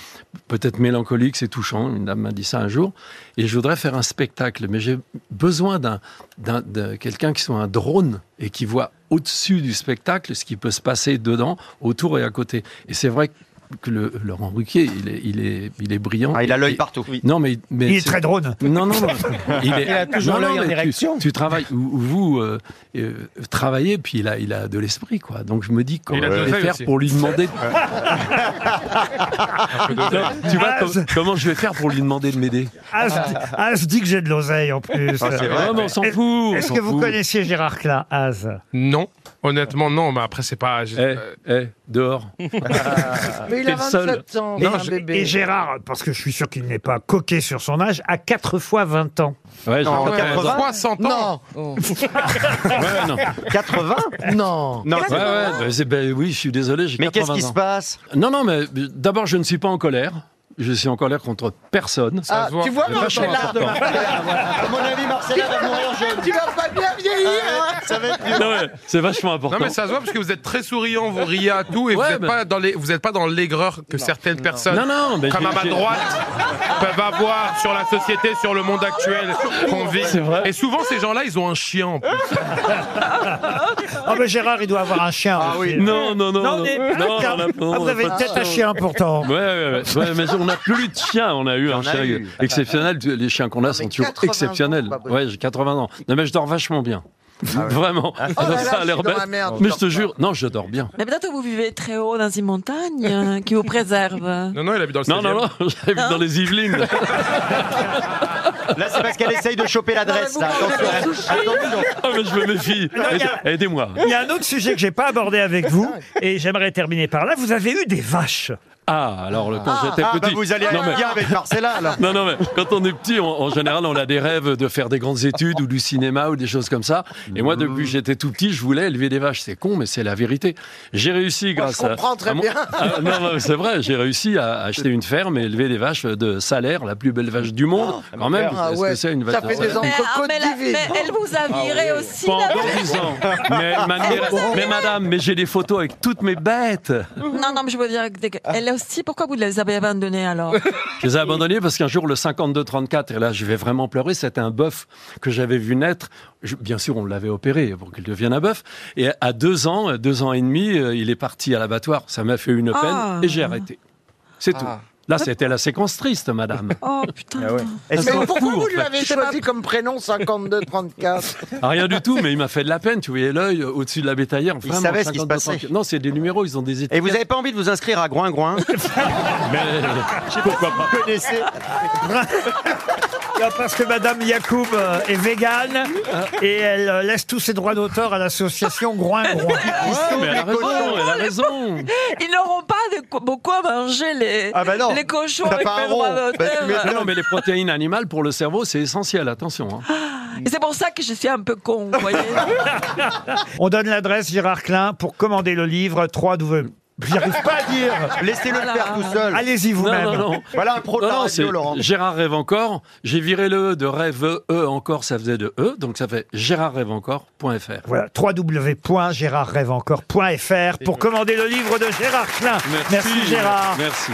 peut-être mélancolique, c'est touchant. Une dame m'a dit ça un jour. Et je voudrais faire un spectacle, mais j'ai besoin d'un, d'un, de quelqu'un qui soit un drone et qui voit au-dessus du spectacle ce qui peut se passer dedans, autour et à côté. Et c'est vrai que que le, Laurent Ruquier, il est, il est, il est brillant. Ah, il a l'œil partout. Non, mais, mais Il est c'est- très drôle. Non, [LAUGHS] non, non. Il a toujours l'œil en mais tu- érection. Tu, travailles, ou- ou vous euh, euh, travaillez, puis il a, il a de l'esprit, quoi. Donc je me dis comment Il a je deux vais feuilles faire aussi. pour lui demander. de Non, tu vois com- comment je vais faire pour lui demander de m'aider Ah, je dis- ah, je dis que j'ai de l'oseille en plus. Ah, c'est vrai. Ah, mais on s'en Est- fout, on Est-ce s'en que vous fout. connaissiez Gérard Klein, Az Non, honnêtement, non, mais après, c'est pas. Eh, [LAUGHS] dehors. Mais il a 27 ans, Et, c'est un bébé. et Gérard, parce que je suis sûr qu'il n'est pas coquet sur son âge, a 4 fois 20 ans. Ouais, Non, j'ai- ouais, 80. 60 ans. Non. Ouais, non. 80 Non. ouais, ouais, bah, c'est- bah oui, je suis désolé, j'ai Mais qu'est-ce 80 qui ans. se passe Non, non, mais d'abord, je ne suis pas en colère. Je suis en colère contre personne. Ah, tu vois, C'est vachement Marcella, de important. Marcella, voilà. À mon avis, Marcella va mourir jeune. Ah Tu vas pas bien vieillir. hein. Non, mais C'est vachement important. Non mais ça se voit parce que vous êtes très souriant, vous riez à tout et vous Ouais, n'êtes mais- pas dans les, vous êtes pas dans l'aigreur que certaines personnes, Non, non, mais comme à j'ai- ma j'ai- droite, peuvent avoir sur la société, sur le monde actuel qu'on vit. C'est vrai. Et souvent ces gens-là, ils ont un chien. en plus. Ah, mais Gérard, il doit avoir un chien. Ah aussi. oui. Non, non, non, Non, non. mais- Non, Ah, on a- non, on vous a avez pas de peut-être un chien. chien pourtant. Ouais, ouais, ouais. Ouais, mais on n'a plus de chien. On a eu un a chien eu. exceptionnel. Les chiens qu'on a sont toujours 80 Ah, ans, exceptionnels. pas possible. Ah Ouais, j'ai 80 ans. Non, mais je dors vachement bien. Vraiment. Oh là Donc, là, ça je a suis l'air dans bête. la merde, je Mais je dors te jure, non, je dors bien. Mais peut-être que vous vivez très haut dans une montagne euh, qui vous préserve. Non, non, il habite dans Non, le non, non, [LAUGHS] j'habite Non. Hein dans les Yvelines. Là, c'est parce qu'elle essaye de choper l'adresse. là. Attention. Attention. [LAUGHS] Ah, mais je me méfie. Non, il y Aide- a- Aidez-moi. Il y a un autre sujet que j'ai pas abordé avec vous et j'aimerais terminer par là. Vous avez eu des vaches. [LAUGHS] Ah, alors le- quand Ah, j'étais ah, petit. bah, vous allez Non, aller mais- bien avec Marcella, alors. Non, non, mais quand on est petit, on- en général, on a des rêves de faire des grandes études ou du cinéma ou des choses comme ça. Et moi, depuis que j'étais tout petit, je voulais élever des vaches. C'est con, mais c'est la vérité. J'ai réussi grâce à. comprends très à bien. Ah, non, non, mais c'est vrai, j'ai réussi à acheter une ferme et élever des vaches de salaire, la plus belle vache du monde. quand même, Ah parce que ouais, c'est une vache ça de fait des salaire. Mais, ah, Entrecôte mais la- divine. mais elle vous a viré aussi. la Ah Pendant vache. 10 [LAUGHS] ans. Mais, manière- Elle vous a mais viré. madame, mais j'ai des photos avec toutes mes bêtes. Non, non, mais je veux dire, que- elle aussi, pourquoi vous les avez abandonnées [LAUGHS] alors Je les ai abandonnés parce qu'un jour, le 52-34, et là, je vais vraiment pleurer, c'était un bœuf que j'avais vu naître. Je- bien sûr, on l'avait opéré pour qu'il devienne un bœuf. Et à deux ans, euh, deux ans et demi, euh, il est parti à l'abattoir. Ça m'a fait une peine Ah. et j'ai arrêté. C'est tout. Ah. Là, c'était la séquence triste, madame. Oh putain. Ah Est-ce Mais qu'on pourquoi fout, vous lui en fait [LAUGHS] avez choisi comme prénom 52-34 Ah, rien du tout, mais il m'a fait de la peine. Tu voyais l'œil euh, au-dessus de la bétaillère. Il Vraiment, savait ce qui se 52-34. passait. Non, c'est des numéros, ils ont des étiquettes. Et vous n'avez pas envie de vous inscrire à Groin-Groin [LAUGHS] Mais euh, pourquoi pas Vous connaissez Non, Parce que Madame Yacoub euh, est végane et elle euh, laisse tous ses droits d'auteur à l'association Groin Groin. mais elle a raison, elle a raison. Ils n'auront pas de quoi- beaucoup à manger, les, Ah bah non, les cochons t'as avec pas un le droit rond. Bah, d'auteur. Mais non, mais les protéines animales pour le cerveau, c'est essentiel. Attention. hein. Et c'est pour ça que je suis un peu con, vous [LAUGHS] voyez. On donne l'adresse Gérard Klein pour commander le livre 3 W. J'arrive pas à dire. Laissez-le le Voilà. faire tout seul. Allez-y vous-même. Non, non, non. Voilà un pro de Non, la non, radio, c'est Laurent. Gérard rêve encore. J'ai viré le E de rêve E encore, ça faisait de E, donc ça fait gérardrêveencore.fr. Voilà, www.gérardrêveencore.fr pour commander le livre de Gérard Klein. Merci Gérard. Merci.